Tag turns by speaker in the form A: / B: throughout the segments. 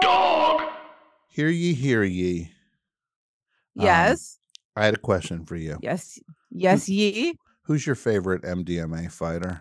A: Dog.
B: Hear ye, hear ye. Um,
C: Yes.
B: I had a question for you.
C: yes. Yes, ye.
B: Who's your favorite MDMA fighter?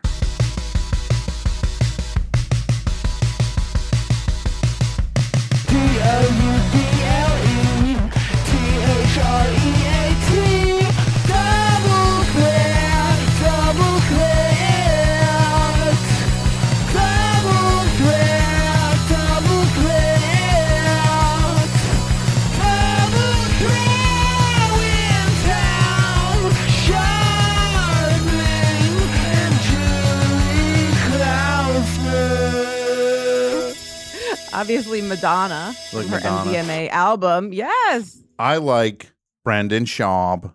C: Obviously, Madonna.
B: Like
C: her
B: Madonna.
C: MDMA album. Yes.
B: I like Brendan Schaub.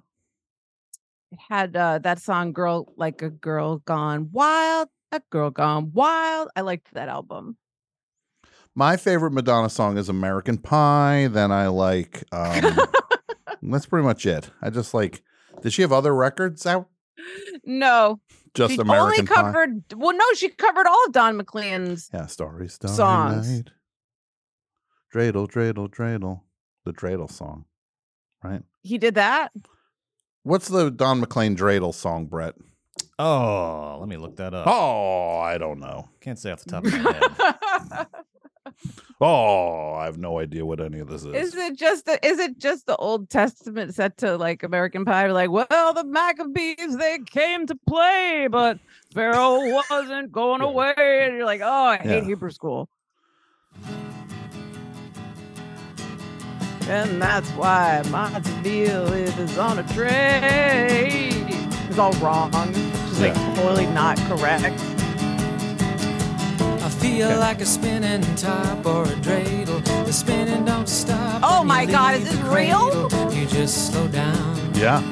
C: It had uh, that song, Girl Like a Girl Gone Wild. A Girl Gone Wild. I liked that album.
B: My favorite Madonna song is American Pie. Then I like. Um, that's pretty much it. I just like. Did she have other records out?
C: No.
B: Just
C: she
B: American
C: only covered, well, no, she covered all of Don McLean's.
B: Pie. Yeah, Starry Starry
C: songs.
B: Night. Dreidel, dreidel, dreidel. The dreidel song, right?
C: He did that.
B: What's the Don McLean dreidel song, Brett?
D: Oh, let me look that up.
B: Oh, I don't know.
D: Can't say off the top of my head.
B: Oh, I have no idea what any of this is.
C: is it just the is it just the Old Testament set to like American Pie? Like, well, the Maccabees they came to play, but Pharaoh wasn't going
B: Yeah.
C: away, and you're like, oh, I hate
B: Yeah.
C: Hebrew school. And that's why my deal is on a train. It's all wrong. It's Just like totally not correct.
E: I feel like a spinning top or a dreidel. The spinning don't stop. when
C: Oh
E: you
C: my God,
E: leave
C: is this
E: the
C: real?
E: cradle. You just slow down.
B: yeah.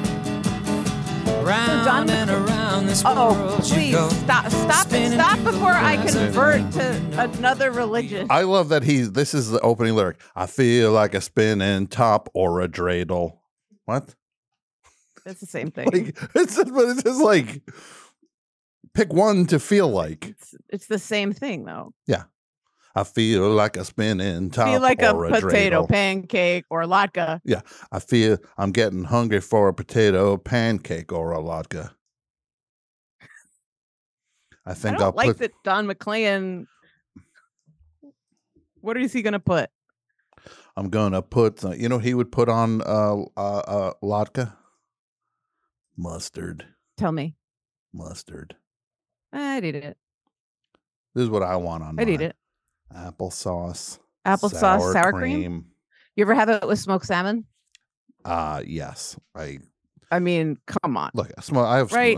E: Round
C: Don-
E: and around this
C: Oh,
E: world
C: please
E: you go.
C: stop, stop it,
E: Spinning
C: stop
E: through the
C: before I
E: glass
B: and
C: convert
E: around
C: to
E: the knoll.
C: another religion.
B: I love that he's this is the opening lyric. I feel like a spinning top or a dreidel. What?
C: That's the same thing.
B: Like it's just, but it's just like pick one to feel like.
C: It's, it's the same thing though.
B: I feel like a spinning top
C: Be like a,
B: or a,
C: potato
B: dreidel.
C: pancake or latke.
B: I feel I'm getting hungry for a potato pancake or a latke. I
C: I
B: think
C: don't
B: will
C: like
B: put
C: that Don McLean. What is he gonna put?
B: I'm gonna put some, you know what he would put on uh uh, uh latke mustard
C: Tell me.
B: mustard.
C: I'd eat it.
B: This is what I want on.
C: I'd eat
B: mine.
C: it.
B: Applesauce.
C: Applesauce, sour, cream. You ever have it with smoked salmon?
B: Uh yes. I
C: I mean, come on.
B: look. I smoke. I have. sm-
C: Right.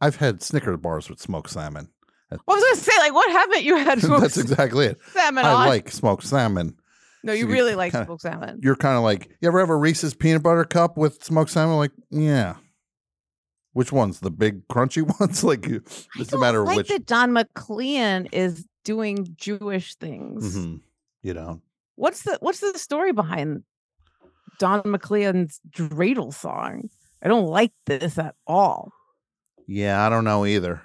B: I've had Snickers bars with smoked salmon.
C: What was I gonna say? Like, what haven't you had smoked
B: That's exactly it.
C: salmon
B: I
C: on?
B: like smoked salmon.
C: no, you
B: so you
C: really like
B: kinda-
C: smoked salmon.
B: You're kind of like you ever have a Reese's peanut butter cup with smoked salmon? Like yeah. Which ones? The big crunchy ones? like it's
C: I
B: a
C: don't
B: matter of
C: like
B: which.
C: that Don McLean is doing Jewish things.
B: Mhm. You know.
C: What's the what's the story behind Don McLean's dreidel song? I don't like this at all.
B: Yeah, I don't know either.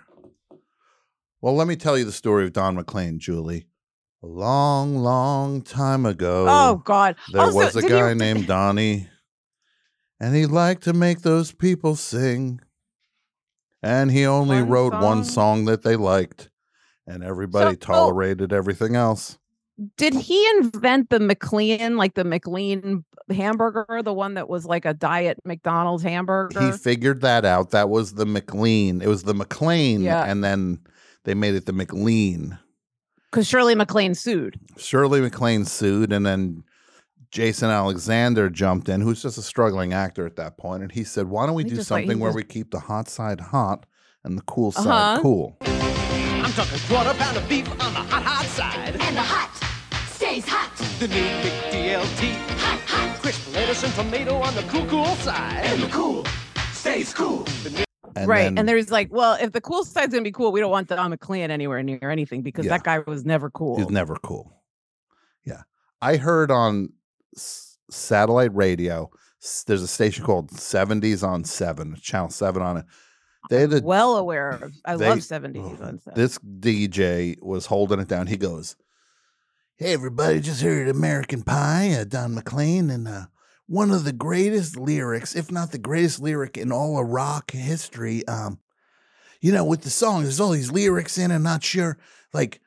B: Well, let me tell you the story of Don McLean, Julie. A long, long time ago.
C: Oh God!
B: There
C: Also,
B: was a
C: did
B: guy
C: you,
B: named Donnie, and he liked to make those people sing. And he only
C: One
B: wrote one
C: song?
B: song that they liked, and everybody
C: So- oh
B: tolerated everything else.
C: Did he invent the McLean, like the McLean hamburger, the one that was like a diet McDonald's
B: He
C: hamburger?
B: figured that out. That was the McLean. It was the McLean,
C: Yeah.
B: and then they made it the McLean.
C: Because Shirley McLean sued.
B: Shirley MacLaine sued, and then Jason Alexander jumped in, who's just a struggling actor at that point, and he said, "Why don't we
C: He
B: do
C: just like- he
B: something where
C: just-
B: we keep the hot side hot and the cool side
C: Uh-huh.
B: cool?"
F: I'm talking quarter pound of beef on the hot, hot side.
G: And the hot side
F: Today's hot,
G: The new McDLT.
F: hot, hot.
G: Crisp lettuce and tomato on the cool, cool side.
F: The cool stays cool.
B: And
C: right.
B: then-
C: and there's like, well, if the cool side's gonna be cool, we don't want Don McLean anywhere near anything because
B: Yeah.
C: that guy was never cool.
B: He's never cool. Yeah. I heard on s- satellite radio, s- there's a station called 70s on 7, Channel 7 on it. They had a,
C: well aware of. I
B: they-
C: love 70s
B: oh,
C: on set.
B: This DJ was holding it down. He goes, Hey, everybody, just heard American Pie, uh, Don McLean, and uh, one of the greatest lyrics, if not the greatest lyric in all of rock history. Um, you know, with the song, there's all these lyrics in. I'm not sure. Like,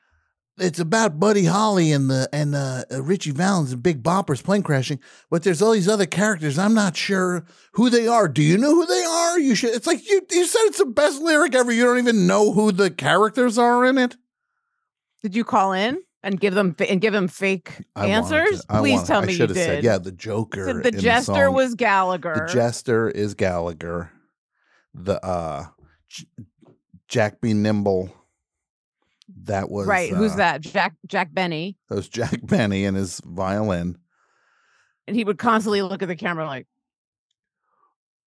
B: it's about Buddy Holly and the and uh, uh, Richie Valens and Big Bopper's plane crashing, but there's all these other characters. I'm not sure who they are. Do you know who they are? You should. It's like you you said it's the best lyric ever. You don't even know who the characters are in it.
C: Did you call in and give them fa- and give him fake
B: wanted
C: answers?
B: to- I
C: Please
B: wanted-
C: tell
B: I
C: me you
B: should
C: did.
B: have said yeah. The Joker.
C: So
B: in
C: the jester
B: song-
C: was Gallagher.
B: the jester is Gallagher. The uh, J- Jack B. Nimble. That was
C: right? Who's
B: uh,
C: that? Jack Jack Benny.
B: That was Jack Benny and his violin.
C: And he would constantly look at the camera like,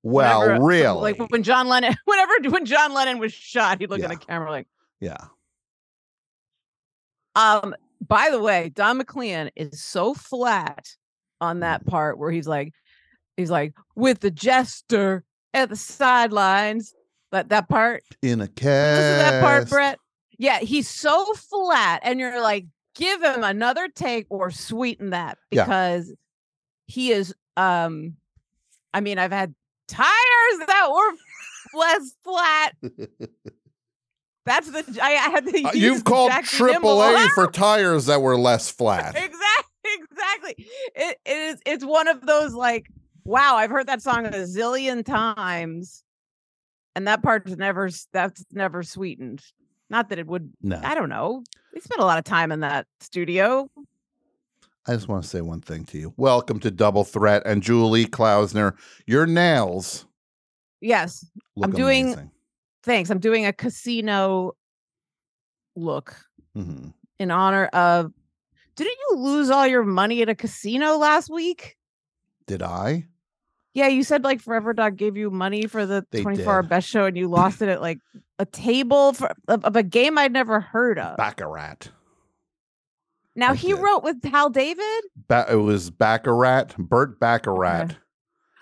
B: Well,
C: whenever-
B: really,
C: like when John Lennon, whenever when John Lennon was shot, he'd look at
B: Yeah.
C: the camera like.
B: yeah.
C: Um, by the way, Don McLean is so flat on that
B: Mm-hmm.
C: part where he's like, he's like with the jester at the sidelines. That that part.
B: in a
C: Listen to
B: cast.
C: that part, Brett. Yeah, he's so flat, and you're like, give him another take or sweeten that
B: Yeah.
C: because he is. Um, I mean, I've had tires that were less flat. That's the I, I had the.
B: Uh, you've called triple A for tires that were less flat.
C: Exactly. Exactly. It, it is. It's one of those like, wow, I've heard that song a zillion times, and that part's never. s- That's never sweetened. Not that it would.
B: No,
C: I don't know. We spent a lot of time in that studio.
B: I just want to say one thing to you. Welcome to Double Threat and Julie Klausner. Your nails
C: Yes.
B: look
C: I'm doing-
B: amazing.
C: Thanks. I'm doing a casino look
B: Mhm.
C: in honor of. Didn't you lose all your money at a casino last week?
B: Did I?
C: Yeah, you said like Forever Dog gave you money for the
B: They
C: 24 hour
B: did.
C: best show and you lost it at like a table for, of, of a game I'd never heard of.
B: Baccarat.
C: now
B: I
C: he
B: did.
C: wrote with Hal David
B: Ba- it was Baccarat. Bert Baccarat.
C: Okay.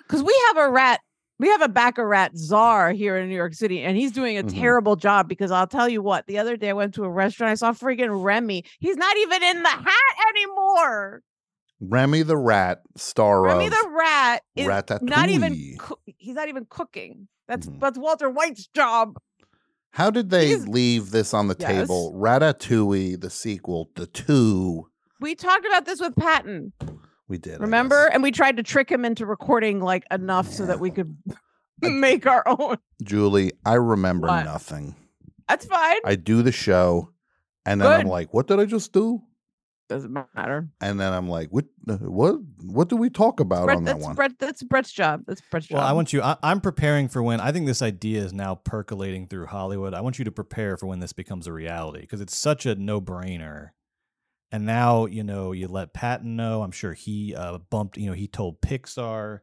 C: because we have a rat, we have a Baccarat czar here in New York City and he's doing a
B: Mhm.
C: terrible job because I'll tell you what, the other day I went to a restaurant, I saw freaking Remy. He's not even in the hat anymore.
B: Remy the Rat, star
C: Remy
B: of
C: the rat is not even,
B: Ratatouille.
C: coo- he's not even cooking. That's,
B: Mhm.
C: that's Walter White's job.
B: How did they
C: He's-
B: leave this on the
C: Yes.
B: table? Ratatouille, the sequel, the two.
C: We talked about this with Patton.
B: We did. I guess.
C: Remember? And we tried to trick him into recording like enough so that we could
B: I-
C: make our own.
B: Julie, I remember
C: What?
B: nothing.
C: That's fine.
B: I do the show, and then I'm
C: Good.
B: like, "What did I just do?"
C: Doesn't matter.
B: And then I'm like, "What? uh, What? What do we talk about
C: Brett,
B: on that
C: that's
B: one?"
C: Brett. That's Brett's job. That's Brett's job.
D: Well, I want you. I, I'm preparing for when I think this idea is now percolating through Hollywood. I want you to prepare for when this becomes a reality because it's such a no-brainer. And now you know you let Patton know. I'm sure he uh, bumped. You know he told Pixar.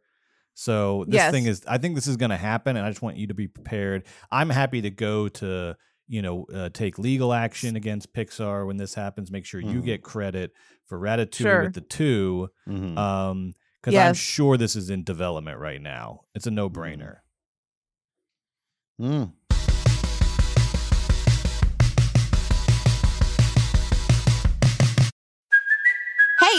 D: So this
C: Yes.
D: thing is. I think this is going to happen, and I just want you to be prepared. I'm happy to go to you know uh, take legal action against Pixar when this happens. Make sure you
B: Mhm.
D: get credit for Ratatouille
C: Mm-hmm. Sure. Mm-hmm.
D: with the two.
B: Mhm.
D: Um, because I'm
C: Yes.
D: sure this is in development right now. It's a no brainer.
B: Mm.
H: Hey,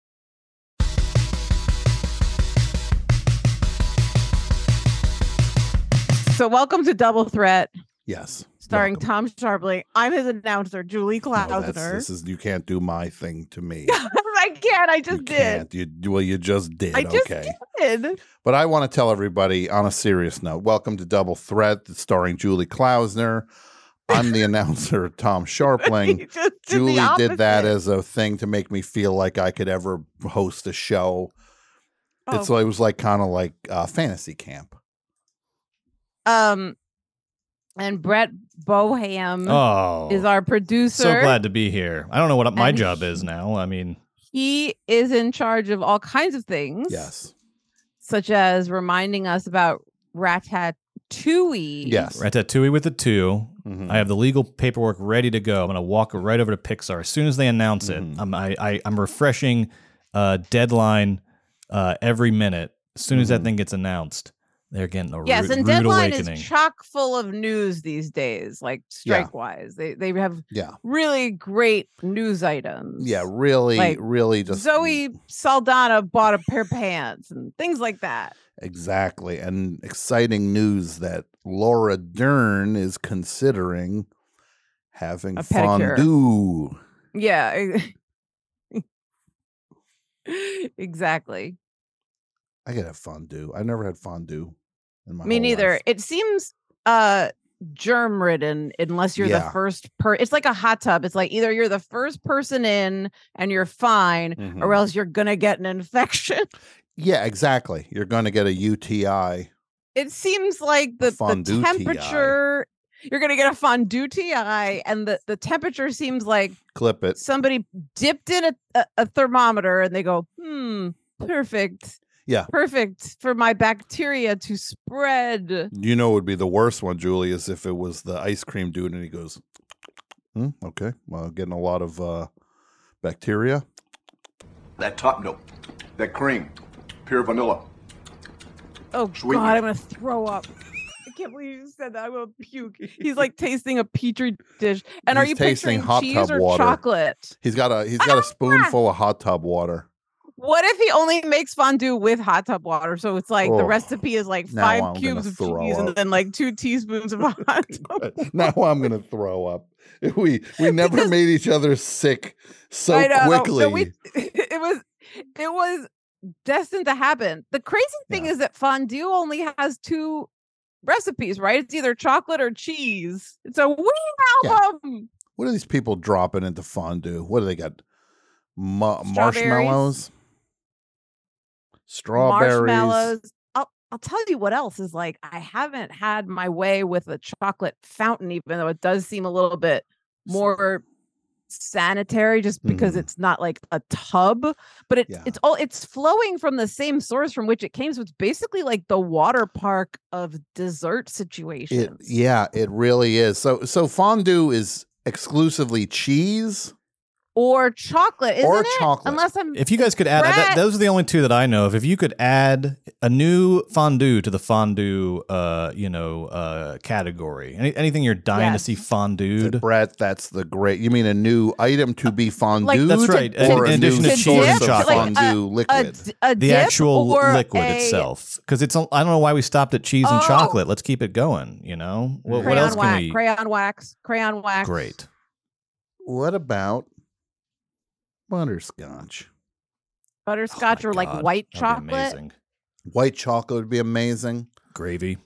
C: So welcome to Double Threat,
B: Yes.
C: starring Tom Sharpling. I'm his announcer, Julie
B: No, Oh, that's-
C: Klausner.
B: this is you can't do my thing to me.
C: I can't. I
B: you
C: just did.
B: can't. You well, you just did.
C: I just
B: okay.
C: did.
B: But I want to tell everybody on a serious note welcome to Double Threat, starring Julie Klausner. I'm the announcer, Tom
C: You
B: Sharpling.
C: just did the
B: Julie did that
C: opposite.
B: as a thing to make me feel like I could ever host a show. It's
C: Oh.
B: like, it was like kind of like uh, fantasy camp.
C: um, and Brett Boham
D: Oh,
C: Mm-hmm. is our producer.
D: so glad to be here. I don't know what my
C: And
D: job is now. I mean,
C: He is in charge of all kinds of things,
B: Yes.
C: such as reminding us about Ratatouille.
B: Yes.
D: Ratatouille with the two.
B: Mhm.
D: I have the legal paperwork ready to go. I'm gonna walk right over to Pixar as soon as they announce
B: Mhm.
D: it. I'm I, I I'm refreshing uh, deadline uh, every minute. As soon as
B: Mhm.
D: that thing gets announced, they're getting a rude,
C: Yes, and
D: rude
C: Deadline
D: awakening.
C: is chock full of news these days, like
B: Yeah.
C: strike wise. They they have
B: Yeah.
C: really great news items.
B: Yeah. Really,
C: Like,
B: really just
C: Zoe Saldana bought a pair of pants and things like that.
B: Exactly. And exciting news that Laura Dern is considering having
C: A pedicure.
B: fondue.
C: Yeah. e- exactly.
B: I could have fondue. I never had fondue in my
C: Me
B: whole
C: neither.
B: life.
C: It seems uh germ ridden unless you're
B: Yeah.
C: the first per it's like a hot tub. It's like either you're the first person in and you're fine, or
B: Mhm.
C: else you're gonna get an infection.
B: Yeah, exactly. You're going to get a UTI.
C: it seems like the, the
B: Fondue TI.
C: temperature you're gonna get a fondue ti and the, the temperature seems like
B: Clip it.
C: somebody dipped in a, a, a thermometer and they go hmm perfect
B: Yeah.
C: perfect for my bacteria to spread
B: You know, it would be the worst one, Julie, is if it was the ice cream dude and he goes, "Hmm, okay, well, getting a lot of uh, bacteria.
F: That top note, that cream, pure vanilla.
C: oh
F: Sweet.
C: god i'm gonna throw up i can't believe you said that i'm gonna puke he's like tasting a petri dish and are
B: He's
C: you picturing
B: tasting hot
C: cheese
B: tub
C: or
B: water.
C: chocolate
B: He's got a he's got a spoonful of hot tub water.
C: What if he only makes fondue with hot tub water? So it's like the
B: Oh,
C: recipe is like
B: now I'm
C: five
B: gonna
C: cubes of
B: throw
C: cheese
B: up.
C: and then like two teaspoons of hot tub.
B: now I'm gonna throw up. We we never
C: Because-
B: made each other sick so
C: I know. No,
B: quickly.
C: we- it was it was destined to happen. The crazy thing
B: Yeah.
C: is that fondue only has two recipes, right? It's either chocolate or cheese. It's a weird
B: Yeah.
C: album.
B: what are these people dropping into fondue? What do they got? Ma-
C: Strawberries.
B: marshmallows, strawberries.
C: Marshmallows. I'll I'll tell you what else is like. I haven't had my way with a chocolate fountain, even though it does seem a little bit more sanitary, just because
D: Mm-hmm.
B: Mhm.
C: it's not like a tub. But it
B: Yeah.
C: it's all it's flowing from the same source from which it came, so it's basically like the water park of dessert situations.
B: It, yeah, it really is. So so fondue is exclusively cheese.
C: or chocolate, isn't
B: Or
C: it?
B: chocolate.
C: Unless I'm
D: if you guys could add
C: Brett!
D: that, those are the only two that I know of. If you could add a new fondue to the fondue, uh, you know, uh, category, Any, anything you're dying
C: Yes.
D: to see fondued.
B: Brett, that's the great. You mean a new item to be fondued?
D: That's right, in-
B: Or
D: in
B: a
D: addition
B: new
D: to
B: source
D: cheese and
B: of
D: chocolate.
C: Uh, Like uh, a-
B: fondue
C: a,
B: liquid.
C: d- a
D: the
C: dip
D: actual
C: or
D: liquid
C: a
D: itself because it's i don't know why we stopped at cheese and
C: Oh.
D: chocolate let's keep it going you know what, what
C: Crayon
D: else
C: wax,
D: can we
C: crayon wax, crayon wax.
D: great
B: what about butterscotch?
C: butterscotch
D: Oh my
C: or like
D: God,
C: white
D: that'd be
C: chocolate.
D: amazing.
B: White chocolate would be amazing.
D: gravy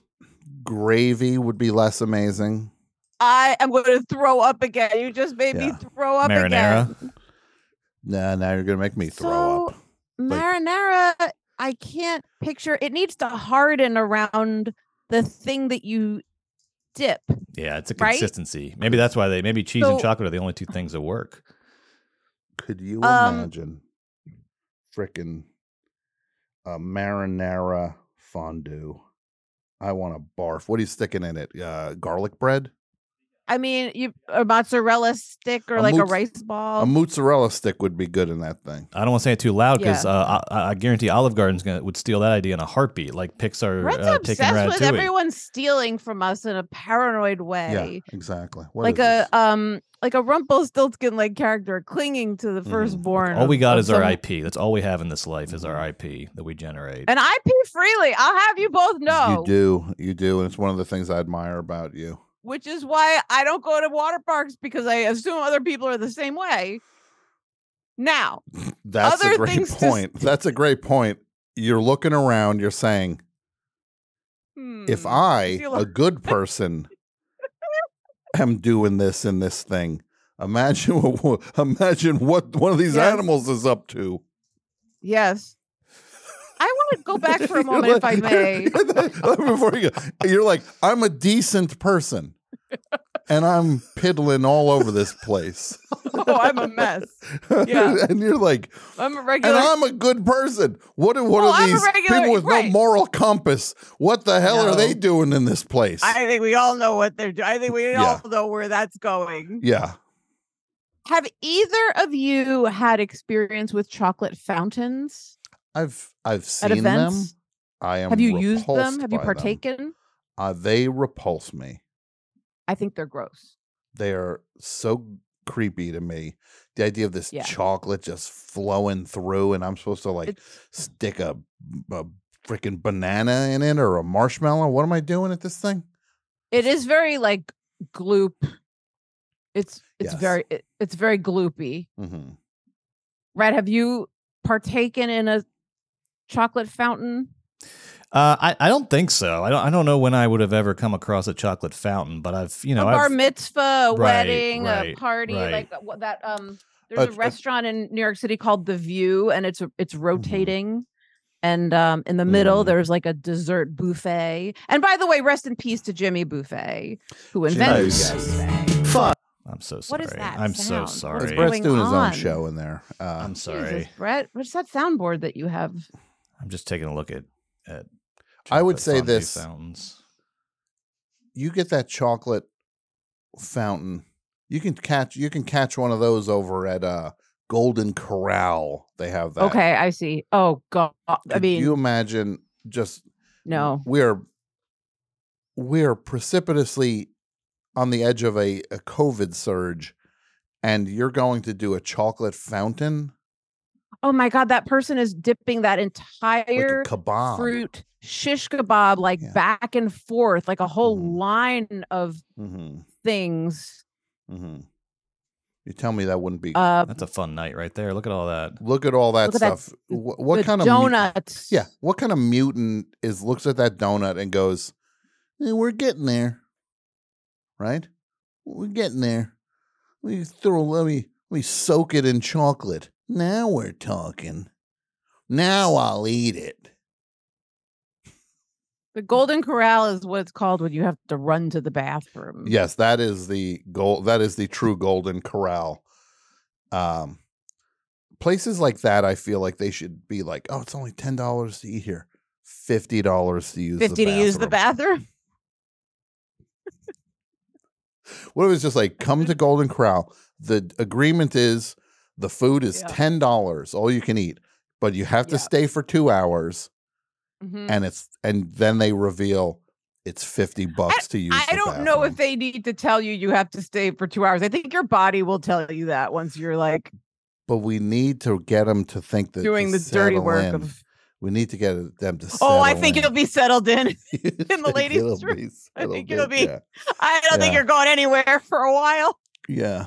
B: Gravy would be less amazing.
C: I am going to throw up again. You just made me
B: Yeah.
C: throw up
D: marinara
C: again.
B: Nah, now you're gonna make me throw
C: So-
B: up. Like-
C: Marinara, I can't picture. It needs to harden around the thing that you dip.
D: yeah it's a
C: Right?
D: consistency maybe that's why they maybe cheese and
C: So-
D: chocolate are the only two things that work
B: Could you
C: Um,
B: imagine frickin' a marinara fondue? I want to barf. What are you sticking in it? Uh, garlic bread?
C: I mean, you a mozzarella stick or like a
B: mozz-
C: rice ball.
B: A mozzarella stick would be good in that thing.
D: I don't want to say it too loud because
C: Yeah.
D: uh, I, I guarantee Olive Garden's gonna would steal that idea in a heartbeat. Like Pixar
C: Red's
D: uh, taking
C: obsessed with
D: Ratatouille.
C: everyone stealing from us in a paranoid way.
B: Yeah, exactly. What
C: like
B: is
C: a
B: this?
C: um like a Rumpelstiltskin like character clinging to the firstborn.
D: Mm-hmm. all we
C: of-
D: got
C: of
D: is our
C: some-
D: IP. That's all we have in this life is
C: Mm-hmm.
D: our IP that we generate.
C: And I pee freely. I'll have you both know,
B: You do, you do, and it's one of the things I admire about you.
C: which is why I don't go to water parks because I assume other people are the same way. Now,
B: That's
C: Other
B: a great
C: things to-
B: point. That's a great point. You're looking around. You're saying, if
C: hmm,
B: I,
C: feel
B: a
C: like-
B: good person, am doing this in this thing, imagine what imagine what one of these
C: Yes.
B: animals is up to.
C: yes, I want to go back for a moment, if I may.
B: Before you go, you're like, I'm a decent person, and I'm piddling all over this place.
C: Oh, I'm a mess. Yeah.
B: and you're like,
C: I'm a
B: and
C: regular.
B: I'm a good person. What are what
C: No,
B: are
C: Oh, I'm a
B: these
C: regular-
B: people with
C: right.
B: no moral compass? What the hell
C: No.
B: are they doing in this place?
C: I think we all know what they're doing. I think we
B: Yeah.
C: all know where that's going.
B: yeah.
C: Have either of you had experience with chocolate fountains
B: I've I've
C: at
B: seen them.
C: events?
B: I am.
C: Have you used them?
B: repulsed
C: Have you
B: by
C: partaken?
B: Uh, they repulse me.
C: I think they're gross.
B: They are so creepy to me. The idea of this
C: Yeah.
B: chocolate just flowing through, and I'm supposed to like
C: It's-
B: stick a, a freaking banana in it or a marshmallow. What am I doing at this thing?
C: It is very like gloop. It's it's
B: Yes.
C: very it, it's very gloopy.
B: Mm-hmm.
C: Right? Have you partaken in a chocolate fountain?
D: Uh, I I don't think so. I don't I don't know when I would have ever come across a chocolate fountain, but I've you know
C: a bar
D: I've,
C: mitzvah, a
D: Right,
C: wedding,
D: right,
C: a party,
D: right.
C: like uh, what that um there's
B: Uh,
C: a
B: uh,
C: restaurant in New York City called The View and it's it's
D: Mm-hmm.
C: rotating. And um, in the middle,
B: Mm.
C: there's like a dessert buffet. And by the way, rest in peace to Jimmy Buffet, who invented.
B: Nice.
C: the
D: I'm so sorry.
C: What is that
D: I'm
C: sound? What
D: so
C: is
D: sorry.
C: going
B: Brett's doing his own
C: on?
B: show in there. Uh,
D: I'm sorry.
C: Jesus, Brett, what's that soundboard that you have?
D: I'm just taking a look at at.
B: I would
D: chocolate
B: say
D: fondue
B: this.
D: fountains.
B: you get that chocolate fountain. You can catch you can catch one of those over at uh, Golden Corral. They have that.
C: Okay, I see. Oh God, I
B: Could
C: mean,
B: you imagine just
C: no,
B: we are we are precipitously on the edge of a, a COVID surge, and you're going to do a chocolate fountain
C: oh my God, that person is dipping that entire
B: like a kebab.
C: fruit shish kebab like
B: Yeah.
C: back and forth, like a whole
B: Mhm.
C: line of
B: hmm
C: things.
B: hmm You tell me that wouldn't be.
C: Uh,
D: That's a fun night right there. Look at all that.
B: look at all that
C: look at that-
B: stuff. Wh- what
C: the
B: kind of mu-
C: donuts?
B: Yeah. What kind of mutant is looks at that donut and goes, "Eh, "We're getting there, right? We're getting there. Let me throw. Let me let me soak it in chocolate. Now we're talking. Now I'll eat it.
C: the Golden Corral is what it's called when you have to run to the bathroom.
B: Yes, that is the goal. That is the true golden corral. Um, places like that, I feel like they should be like, oh, it's only ten dollars to eat here, fifty dollars to use, the
C: fifty to use the bathroom.
B: What if it's just like come
C: Mm-hmm.
B: to Golden Corral? The agreement is the food is
C: Yeah.
B: ten dollars, all you can eat, but you have to
C: Yeah.
B: stay for two hours,
C: Mhm.
B: and it's and then they reveal it's fifty bucks to use.
C: I
B: the
C: don't know if
B: bathroom.
C: they need to tell you you have to stay for two hours. I think your body will tell you that once you're like
B: but we need to get them to think that
C: doing the
B: to
C: dirty
B: settle
C: work
B: in.
C: of.
B: We need to get them to.
C: Oh, I
B: settle
C: think
B: in.
C: it'll be settled in.
B: You think
C: ladies'
B: it'll
C: room.
B: be
C: I think
B: settled
C: it'll
B: in,
C: be- I don't think
B: Yeah.
C: you're going anywhere for a while.
B: Yeah.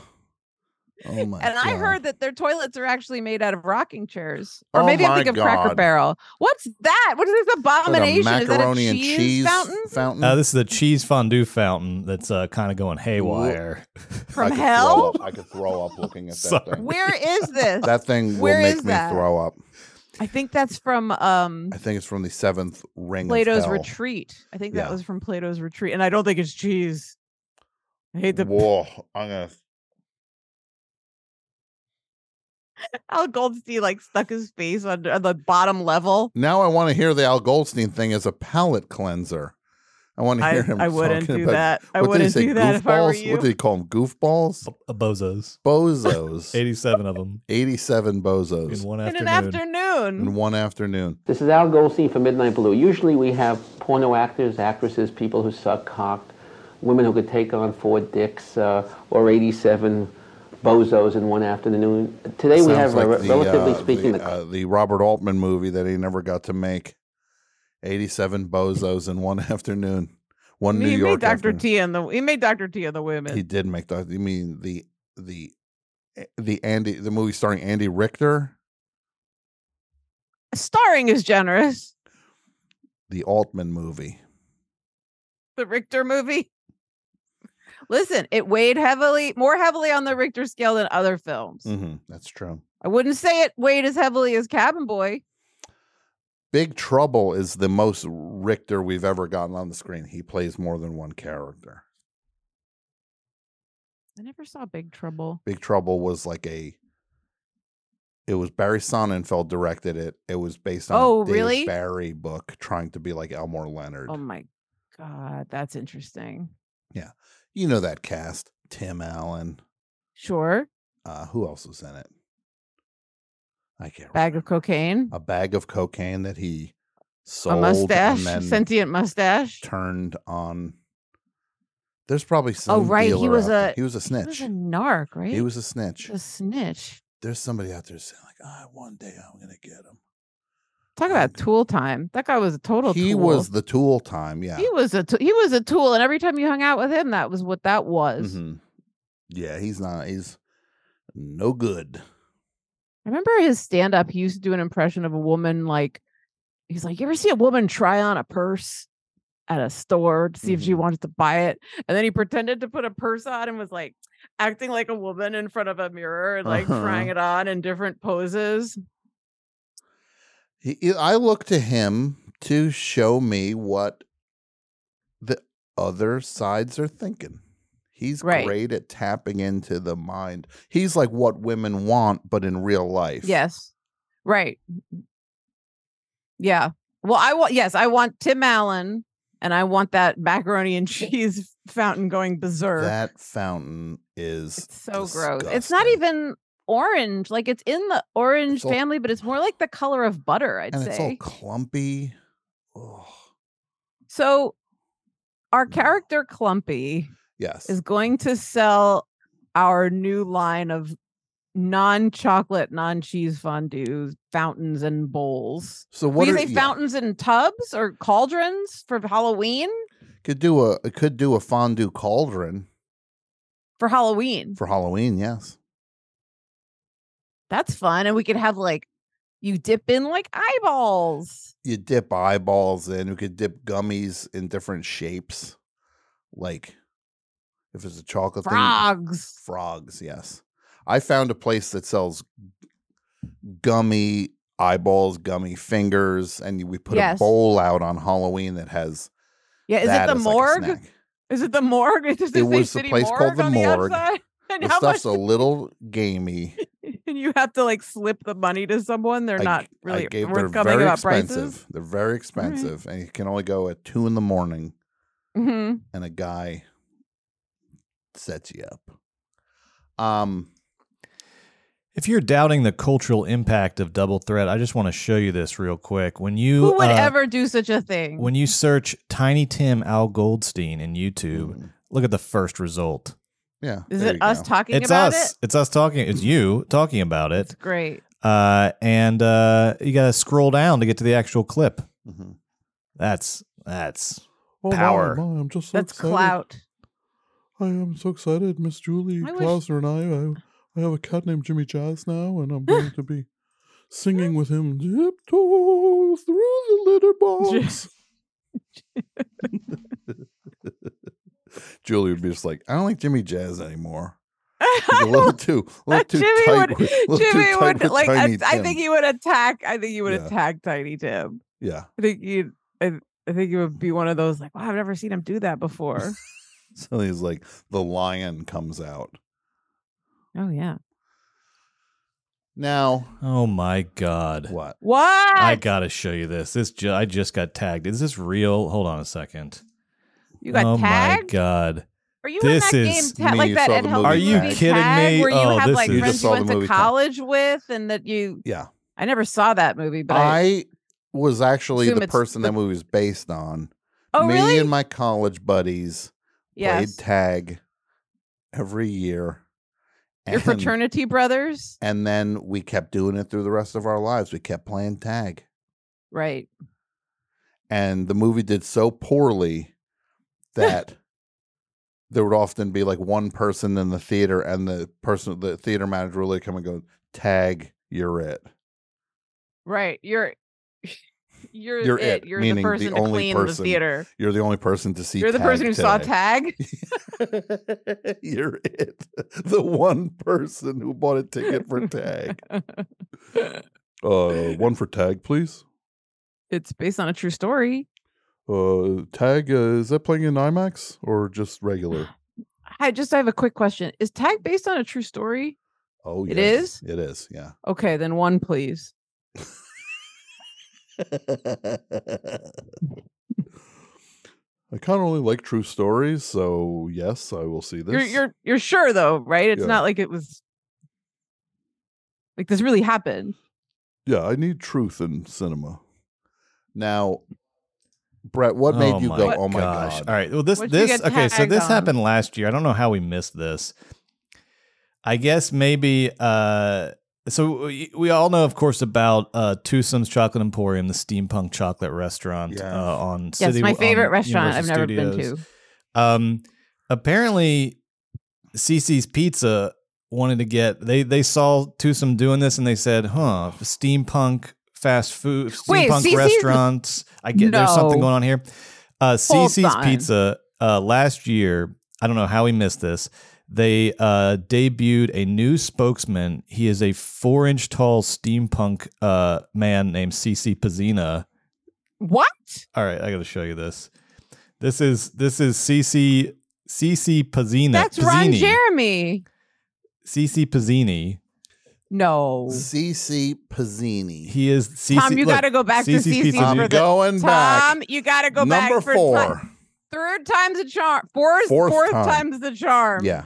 B: yeah. Oh my.
C: and I
B: God.
C: heard that their toilets are actually made out of rocking chairs, or
B: Oh
C: maybe I'm
B: my
C: thinking of Cracker
B: God.
C: Barrel. What's that? What is this
B: Is that a
C: abomination? Is that a
B: macaroni
C: cheese,
B: and cheese
C: fountain
B: fountain?
D: Uh, this is the cheese fondue fountain that's uh, kind of going haywire.
C: from
B: I could throw
C: hell?
B: up- I could throw up looking at that
D: Sorry.
B: thing.
C: Where is this?
B: that thing will
C: Where
B: make
C: is
B: me
C: that?
B: throw up.
C: I think that's from um
B: I think it's from the seventh ring.
C: Plato's
B: of hell.
C: Retreat. I think that
B: Yeah.
C: was from Plato's Retreat, and I don't think it's cheese. I hate the
B: Whoa! I'm gonna.
C: Al Goldstein like stuck his face on, on the bottom level.
B: Now I want to hear the Al Goldstein thing as a palate cleanser. I want to
C: I-
B: hear him.
C: I wouldn't
B: talking
C: do that.
B: about-
C: I
B: what did he
C: wouldn't
B: say,
C: do that if I were
B: goofballs?
C: you.
B: What did he call them? Goofballs?
D: A bozos.
B: Bozos.
D: 87 of them.
B: 87 bozos.
D: In one
C: in an afternoon.
B: In one afternoon.
I: This is Al Goldstein from Midnight Blue. Usually we have porno actors, actresses, people who suck cock, women who could take on four dicks uh, or 87 bozos in one afternoon. Today we
B: Sounds
I: have, a,
B: like
I: re- relatively
B: uh,
I: speaking,
B: the,
I: the,
B: uh, the Robert Altman movie that he never got to make. 87 bozos in one afternoon. One New
C: he made
B: York
C: Dr.
B: afternoon.
C: T and the he made Dr. T and the women.
B: He did make that. You mean the the eh, the Andy the movie starring Andy Richter,
C: Starring is generous.
B: the Altman movie.
C: The Richter movie. Listen, it weighed heavily, more heavily on the Richter scale than other films.
B: Mm-hmm. That's true.
C: I wouldn't say it weighed as heavily as Cabin Boy.
B: Big Trouble is the most Richter we've ever gotten on the screen. He plays more than one character.
C: I never saw Big Trouble.
B: Big Trouble was like a. It was Barry Sonnenfeld directed it. It was based on a
C: Oh,
B: Dave
C: really?
B: Barry book, trying to be like Elmore Leonard.
C: Oh my god, that's interesting.
B: Yeah, you know that cast: Tim Allen.
C: Sure,
B: Uh, who else was in it? I can't.
C: bag of cocaine,
B: a bag of cocaine that he sold
C: a mustache,
B: and then
C: sentient mustache.
B: turned on. There's probably some.
C: Oh right, he
B: dealer
C: was
B: out there-
C: a
B: he was a snitch.
C: He was a narc, right?
B: He was a snitch.
C: a snitch.
B: There's somebody out there saying like, "Ah, one day I'm gonna get him."
C: Talk about tool time. That guy was a total.
B: He
C: tool.
B: was the tool time. Yeah.
C: He was a t- he was a tool, and every time you hung out with him, that was what that was.
B: Mhm. Yeah, he's not. He's no good.
C: I remember his stand up. He used to do an impression of a woman. Like he's like, you ever see a woman try on a purse at a store to see if she
B: Mm-hmm.
C: wanted to buy it, and then he pretended to put a purse on and was like acting like a woman in front of a mirror and like trying it
B: Uh-huh.
C: on in different poses.
B: He, he- I look to him to show me what the other sides are thinking. He's
C: Right.
B: great at tapping into the mind. He's like what women want, but in real life.
C: Yes. Right. Yeah. Well, I want yes, I want Tim Allen and I want that macaroni and cheese fountain going berserk.
B: That fountain is
C: so gross. It's not
B: disgusting.
C: even orange. Like it's in the orange
B: all-
C: family, but it's more like the color of butter, I'd
B: and it's all
C: say.
B: clumpy. Ugh.
C: so our
B: Mm-hmm.
C: character Clumpy
B: Yes.
C: is going to sell our new line of non-chocolate, non-cheese fondues, fountains and bowls.
B: So
C: What
B: what
C: do you
B: are,
C: say
B: yeah,
C: fountains and tubs or cauldrons for Halloween?
B: could do a could do a fondue cauldron
C: For Halloween.
B: for Halloween, yes.
C: That's fun. And we could have like you dip in like eyeballs.
B: you dip eyeballs in. You could dip gummies in different shapes, like if it's a chocolate
C: Frogs.
B: thing, frogs. Yes, I found a place that sells gummy eyeballs, gummy fingers, and we put a
C: Yes.
B: bowl out on Halloween that has.
C: Yeah, is
B: that
C: it the
B: as, like, a
C: morgue?
B: snack.
C: is it the morgue? Does
B: It
C: say
B: was the
C: city
B: place called the
C: on
B: morgue.
C: outside? and
B: The
C: how
B: stuff's
C: much
B: a little gamey.
C: and you have to like slip the money to someone. They're
B: I-
C: not
B: I
C: really
B: gave,
C: we're
B: they're
C: coming
B: very
C: about
B: expensive.
C: prices.
B: They're very expensive, and you can only go at two in the morning.
C: hmm
B: and a guy sets you up. Um,
D: If you're doubting the cultural impact of Double Threat, I just want to show you this real quick. When you
C: Who would
D: uh,
C: ever do such a thing?
D: when you search Tiny Tim Al Goldstein in YouTube, look at the first result.
B: mm, yeah.
C: Is
B: there
C: it
B: you
C: us
B: go.
C: talking
D: it's
C: about
D: us.
C: it?
D: It's us talking. It's you talking about it.
C: Great.
D: Uh, and uh, you gotta scroll down to get to the actual clip.
B: Mhm.
D: That's that's
J: Oh, my,
D: power.
J: my, I'm just so
C: That's
J: excited.
C: clout.
J: I am so excited, Miss Julie
C: I wish-
J: Klauser and I, I. I have a cat named Jimmy Jazz now, and I'm going to be singing with him. Tiptoe through the litter box.
B: Julie would be just like, I don't like Jimmy Jazz anymore. He's a little too, a little too
C: uh, Jimmy
B: tight.
C: would,
B: with, a little too
C: Jimmy
B: tight
C: would
B: with
C: like. I,
B: Tiny
C: I
B: Tim."
C: think he would attack. I think he would
B: Yeah.
C: attack Tiny Tim.
B: Yeah.
C: I think you. I, I think it would be one of those like, wow, I've never seen him do that before.
B: So he's like, the lion comes out
C: oh yeah.
B: now.
D: Oh my god!
B: What?
C: What?
D: I gotta show you this. This ju- I just got tagged. Is this real? Hold on a second.
C: You got
D: oh
C: tagged?
D: my god.
C: Are you
D: this
C: in that
D: is
C: game? Ta- like that Ed Helms
D: Are you
C: movie
D: kidding
C: Tag,
D: me?
C: Where you
D: oh,
C: have
D: this
C: like
D: is
C: friends you went to college with, and that you.
B: Yeah.
C: I never saw that movie, but I,
B: I was actually
C: assume
B: the
C: it's
B: person
C: the-
B: that movie was based on.
C: Oh,
B: Me
C: really?
B: and my college buddies
C: Yes.
B: played tag every year.
C: your fraternity brothers,
B: And then we kept doing it through the rest of our lives. We kept playing tag.
C: right?
B: And the movie did so poorly that there would often be like one person in the theater, and the person, the theater manager would come and go, Tag, you're it.
C: Right. You're you're,
B: You're
C: it.
B: it.
C: You're the
B: meaning
C: person to
B: only
C: clean the
B: person.
C: theater.
B: You're the only person to see
C: You're the
B: Tag
C: person who saw
B: today.
C: Tag.
B: You're it. The one person who bought a ticket for tag. uh, one for tag, please.
C: It's based on a true story.
J: Uh, tag uh, is that playing in IMAX or just regular?
C: I just I have a quick question. Is Tag based on a true story?
B: Oh,
C: It
B: yes, It is. Yeah.
C: Okay, then one please.
J: I kind of only like true stories, so yes, I will see this.
C: You're you're you're sure though, right? It's
J: Yeah.
C: not like it was like this really happened.
J: yeah, I need truth in cinema.
B: Now, Brett, what made you go, oh my
D: gosh.
B: God?
D: All right. Well, this,
C: What'd you
D: this,
C: get
D: okay. So
C: tagged
D: this
C: on?
D: happened last year. I don't know how we missed this. I guess maybe, uh, so we, we all know, of course, about uh, Twosome's Chocolate Emporium, the steampunk chocolate restaurant
B: Yes.
D: uh, on
C: Yes,
D: City.
C: my
D: on
C: favorite restaurant I've never
D: Universal
C: been
D: Studios.
C: to.
D: Um, apparently, CC's Pizza wanted to get they they saw Twosome doing this and they said, "Huh, steampunk fast food,
C: Wait,
D: steampunk
C: CC's
D: restaurants. I get there's something
C: No.
D: going on here." Uh,
C: Hold
D: CC's
C: on.
D: Pizza uh, last year. I don't know how we missed this. They uh, debuted a new spokesman. He is a four-inch tall steampunk uh, man named CC Pizzina.
C: What?
D: All right, I got to show you this. This is this is CC CC Pizzina.
C: That's Ron
D: Pizzini.
C: Jeremy.
D: CC Pizzini.
C: No.
B: CC Pizzini.
D: He is CC.
C: Tom, you
D: look,
C: gotta go back to
D: CC's
C: CC
D: Pizza-
C: for the-
B: I'm going back.
C: Tom, you gotta go back
B: Number
C: for
B: four.
C: ti- third time's a charm. Fourth
B: Fourth
C: fourth
B: time.
C: time's the charm.
B: Yeah.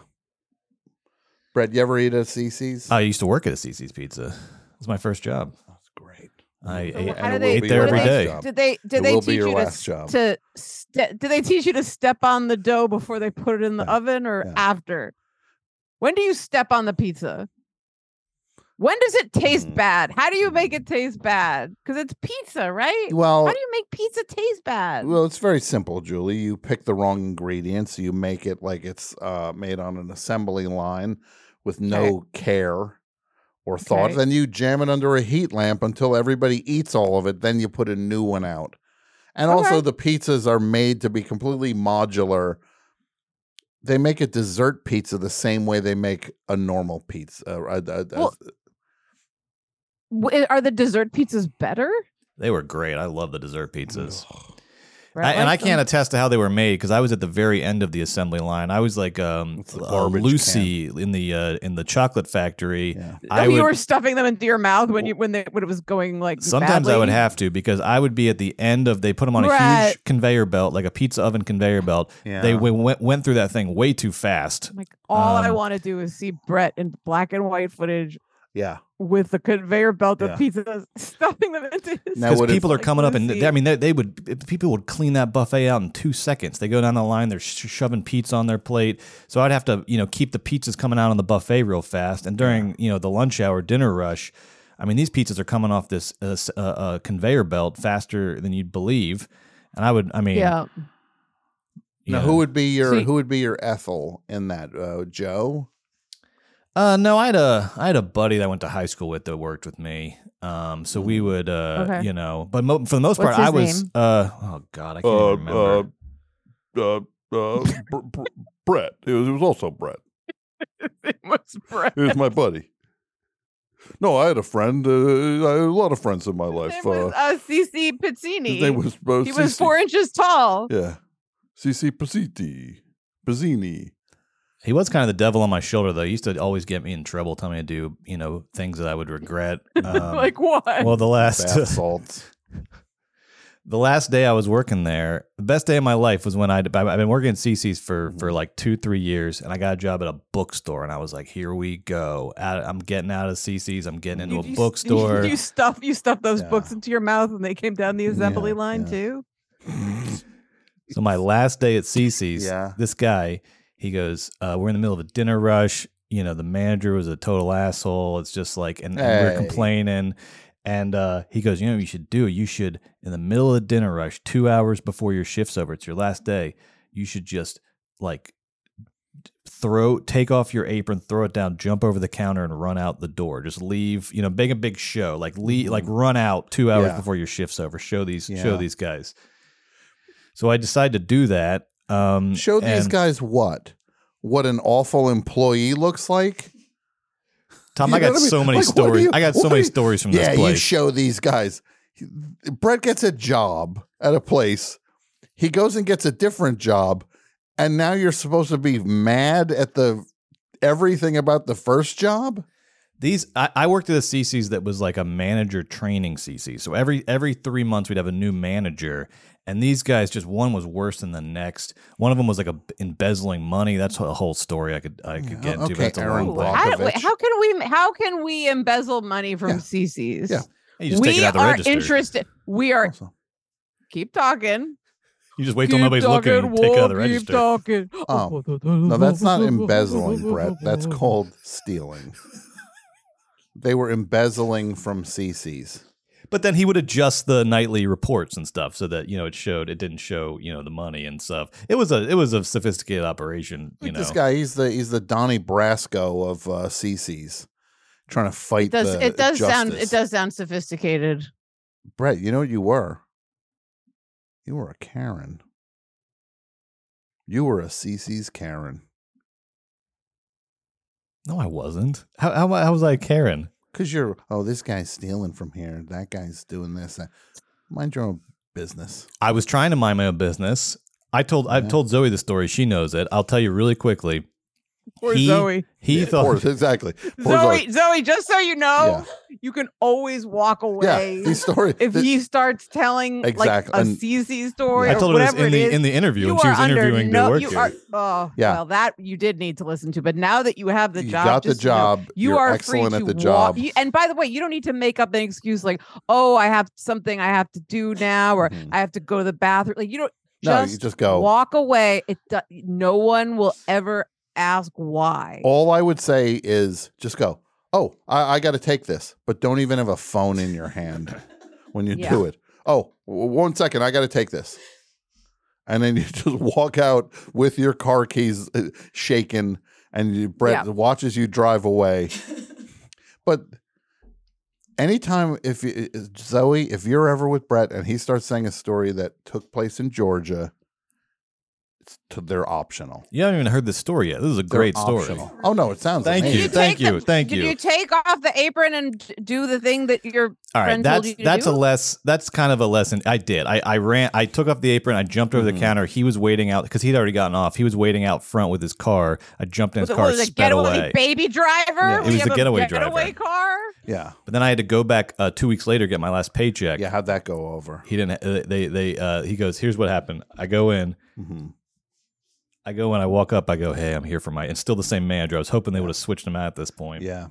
B: Brett, you ever eat at CC's?
D: I used to work at a CC's Pizza. It was my first job.
B: That's great.
D: I
C: So
D: ate,
C: how do
D: I
C: they-
D: ate there
C: what do
D: every
C: they-
D: day.
C: Did they did
B: It
C: they
B: will
C: teach
B: be your
C: you to,
B: last
C: s-
B: job.
C: to ste- did they teach you to step on the dough before they put it in the
B: Yeah.
C: oven or
B: Yeah.
C: after? When do you step on the pizza? When does it taste
B: Mm.
C: bad? How do you make it taste bad? Because it's pizza, right?
B: Well,
C: How do you make pizza taste bad?
B: Well, it's very simple, Julie. You pick the wrong ingredients. You make it like it's uh, made on an assembly line with no care or thought.
C: Okay.
B: Then you jam it under a heat lamp until everybody eats all of it. Then you put a new one out. And also,
C: Okay.
B: the pizzas are made to be completely modular. They make a dessert pizza the same way they make a normal pizza. Uh, uh, uh,
C: Well, W- eh, Are the dessert pizzas better?
D: They were great. I love the dessert pizzas.
C: Brett
D: I- and I
C: likes
D: can't
C: them.
D: attest to how they were made because I was at the very end of the assembly line. I was like um,
B: It's the
D: uh,
B: garbage can.
D: Lucy in the uh, in the chocolate factory.
B: yeah.
D: I
C: Oh,
D: would,
C: you were stuffing them into your mouth when you when they when it was going like
D: Sometimes I would
C: badly?
D: have to because I would be at the end of they put them on a
C: Right.
D: huge conveyor belt like a pizza oven conveyor belt. They
B: Yeah.
D: w- went went through that thing way too fast.
C: Like all I
D: Um,
C: want to do is see Brett in black and white footage
B: Yeah.
C: with the conveyor belt of
B: Yeah.
C: pizzas, stuffing them into his.
B: Now,
D: Because
B: what if-
D: people are
C: Like
D: coming up and
C: Lucy.
D: they, I mean they, they would it- people would clean that buffet out in two seconds. They go down the line, they're sh- shoving pizza on their plate. So I'd have to you know keep the pizzas coming out on the buffet real fast. And during you know the lunch hour dinner rush, I mean these pizzas are coming off this uh, s- uh, uh, conveyor belt faster than you'd believe. And I would I mean
C: yeah.
D: you
B: Now,
D: know.
B: who would be your
C: So you-
B: who would be your Ethel in that? Uh, Joe.
D: Uh, no, I had a I had a buddy that I went to high school with that worked with me. Um, so we would, uh,
C: Mm. Okay.
D: you know, but mo- for the most
C: What's
D: part, I
C: his
D: was,
C: name?
D: uh, oh god, I can't
J: Uh,
D: even remember.
J: uh, uh, uh, Br- Br- Brett. It was, it was also Brett.
C: it was Brett.
J: It was my buddy. No, I had a friend. Uh, I had a lot of friends in my life.
C: It
J: uh,
C: was uh, CC Pizzini.
J: his name was uh,
C: he was
J: CC.
C: four inches tall.
J: Yeah, CC Pizziti, Pizzini.
D: He was kind of the devil on my shoulder, though. He used to always get me in trouble, tell me to do, you know, things that I would regret. Um,
C: like what?
D: well, the last
B: bath salts.
D: the last day I was working there, the best day of my life was when I I've been working at CC's for
C: Mm-hmm.
D: for like two three years, and I got a job at a bookstore, and I was like, here we go, Out- I'm getting out of CC's, I'm getting into
C: You-
D: a
C: you s-
D: bookstore.
C: You, stuff you stuff those books into your mouth and they came down the assembly line too.
D: Mm. So my last day at CC's,
B: Yeah.
D: this guy, he goes, uh, "We're in the middle of a dinner rush. You know, the manager was a total asshole. It's just like, and, and
B: Hey.
D: we're complaining." And uh, he goes, "You know, what you should do. You should, in the middle of the dinner rush, two hours before your shift's over, it's your last day. You should just like throw, take off your apron, throw it down, jump over the counter, and run out the door. Just leave. You know, make a big show. Like, leave, like run out two hours
B: Mm-hmm. Yeah.
D: before your shift's over. Show these,
B: Yeah.
D: show these guys." So I decided to do that. Um,
B: Show these
D: and
B: guys what? What an awful employee looks like.
D: Tom,
B: You
D: I
B: know
D: got
B: what I mean?
D: so many
B: Like, what do
D: stories.
B: you-
D: I got so
B: what
D: many
B: do you-
D: stories from
B: yeah,
D: this
B: you
D: place.
B: show these guys. Brett gets a job at a place. He goes and gets a different job, and now you're supposed to be mad at the everything about the first job.
D: these I, I worked at a CC's that was like a manager training CC. So every every three months we'd have a new manager, and these guys just one was worse than the next. One of them was like a, embezzling money. That's a whole story I could I could get into. but
B: okay,
D: that's a
B: Aaron
D: long
B: Brock.
D: thing.
C: How, wait, how can we how can we embezzle money from CC's?
B: Yeah.
D: You just
C: we
D: take it out of the
C: are
D: register.
C: interested. We are keep talking.
D: You just wait till
C: keep
D: nobody's looking and take it out of the
C: walking,
D: register.
C: Keep talking.
B: Oh, no, that's not embezzling, Brett. That's called stealing. They were embezzling from CC's.
D: But then he would adjust the nightly reports and stuff so that you know it showed it didn't show you know the money and stuff. It was a it was a sophisticated operation. You know,
B: This guy, he's the he's the Donnie Brasco of uh, CC's, trying to fight.
C: It does
B: the
C: it does sound it
B: justice.
C: does sound sophisticated.
B: Brett, you know what you were? You were a Karen. You were a CC's Karen.
D: no, I wasn't. How how, how was I Karen?
B: Because you're, oh, this guy's stealing from here. That guy's doing this. that." Mind your own business.
D: I was trying to mind my own business. I told I've told Zoe the story. She knows it. I'll tell you really quickly.
C: Poor
D: he,
C: Zoe.
D: He
B: Yeah,
D: thought
B: poor- exactly. Poor
C: Zoe, Zoe, just so you know, you can always walk away
B: these story-
C: if
B: the-
C: he starts telling
B: Exactly,
C: like a
B: and-
C: CC story.
D: I
C: or
D: told her this
C: whatever
D: in
C: it
D: the
C: is,
D: in the interview
C: you
D: when she
C: are
D: was
C: under
D: interviewing
C: no,
D: to work
C: you
D: here.
C: Are, oh,
B: Yeah.
C: well, that you did need to listen to, but now that you have the
B: You
C: job,
B: got the
C: just so you know,
B: job,
C: You
B: you're
C: are
B: excellent
C: free
B: at
C: to
B: the
C: wa-
B: job.
C: you- and by the way, you don't need to make up an excuse like, "Oh, I have something I have to do now," or "I have to go to the bathroom." Like you don't.
B: Mm-hmm. No, you
C: just
B: just go.
C: walk away. It do- no one will ever ask why.
D: Oh,
B: All I would say is just go, oh, I, I got to take this, but don't even have a phone in your hand when you do
C: Yeah.
B: it. Oh, w- one second, I got to take this. And then you just walk out with your car keys uh, shaking, and you, Brett
C: Yeah.
B: watches you drive away. but anytime, if you, Zoe, if you're ever with Brett and he starts saying a story that took place in Georgia, it's to, they're optional.
D: You haven't even heard this story yet. This is a
B: They're
D: great story.
B: optional. Oh no, it sounds
D: Thank
B: amazing.
D: you, thank
C: take
D: you, thank
C: Did
D: you.
C: you take off the apron and d- do the thing that your
D: All right,
C: friend told
D: that's
C: you to
D: that's
C: do?
D: a less that's kind of a lesson. I did. I I ran. I took off the apron. I jumped over
B: Mhm.
D: the counter. He was waiting out because he'd already gotten off. He was waiting out front with his car. I jumped in
C: was
D: his
C: it,
D: car,
C: what was it,
D: sped
C: getaway
D: away.
C: baby driver?
D: Yeah, it
C: We
D: was
C: have
D: the getaway
C: getaway
D: driver.
C: car.
B: Yeah.
D: But then I had to go back uh, two weeks later to get my last paycheck.
B: Yeah, how'd that go over?
D: He didn't. Uh, they they uh, he goes. Here's what happened. I go in.
B: Mm-hmm.
D: I go in. I walk up. I go. Hey, I'm here for my. It's still the same manager. I was hoping they would have switched him out at this point.
B: Yeah.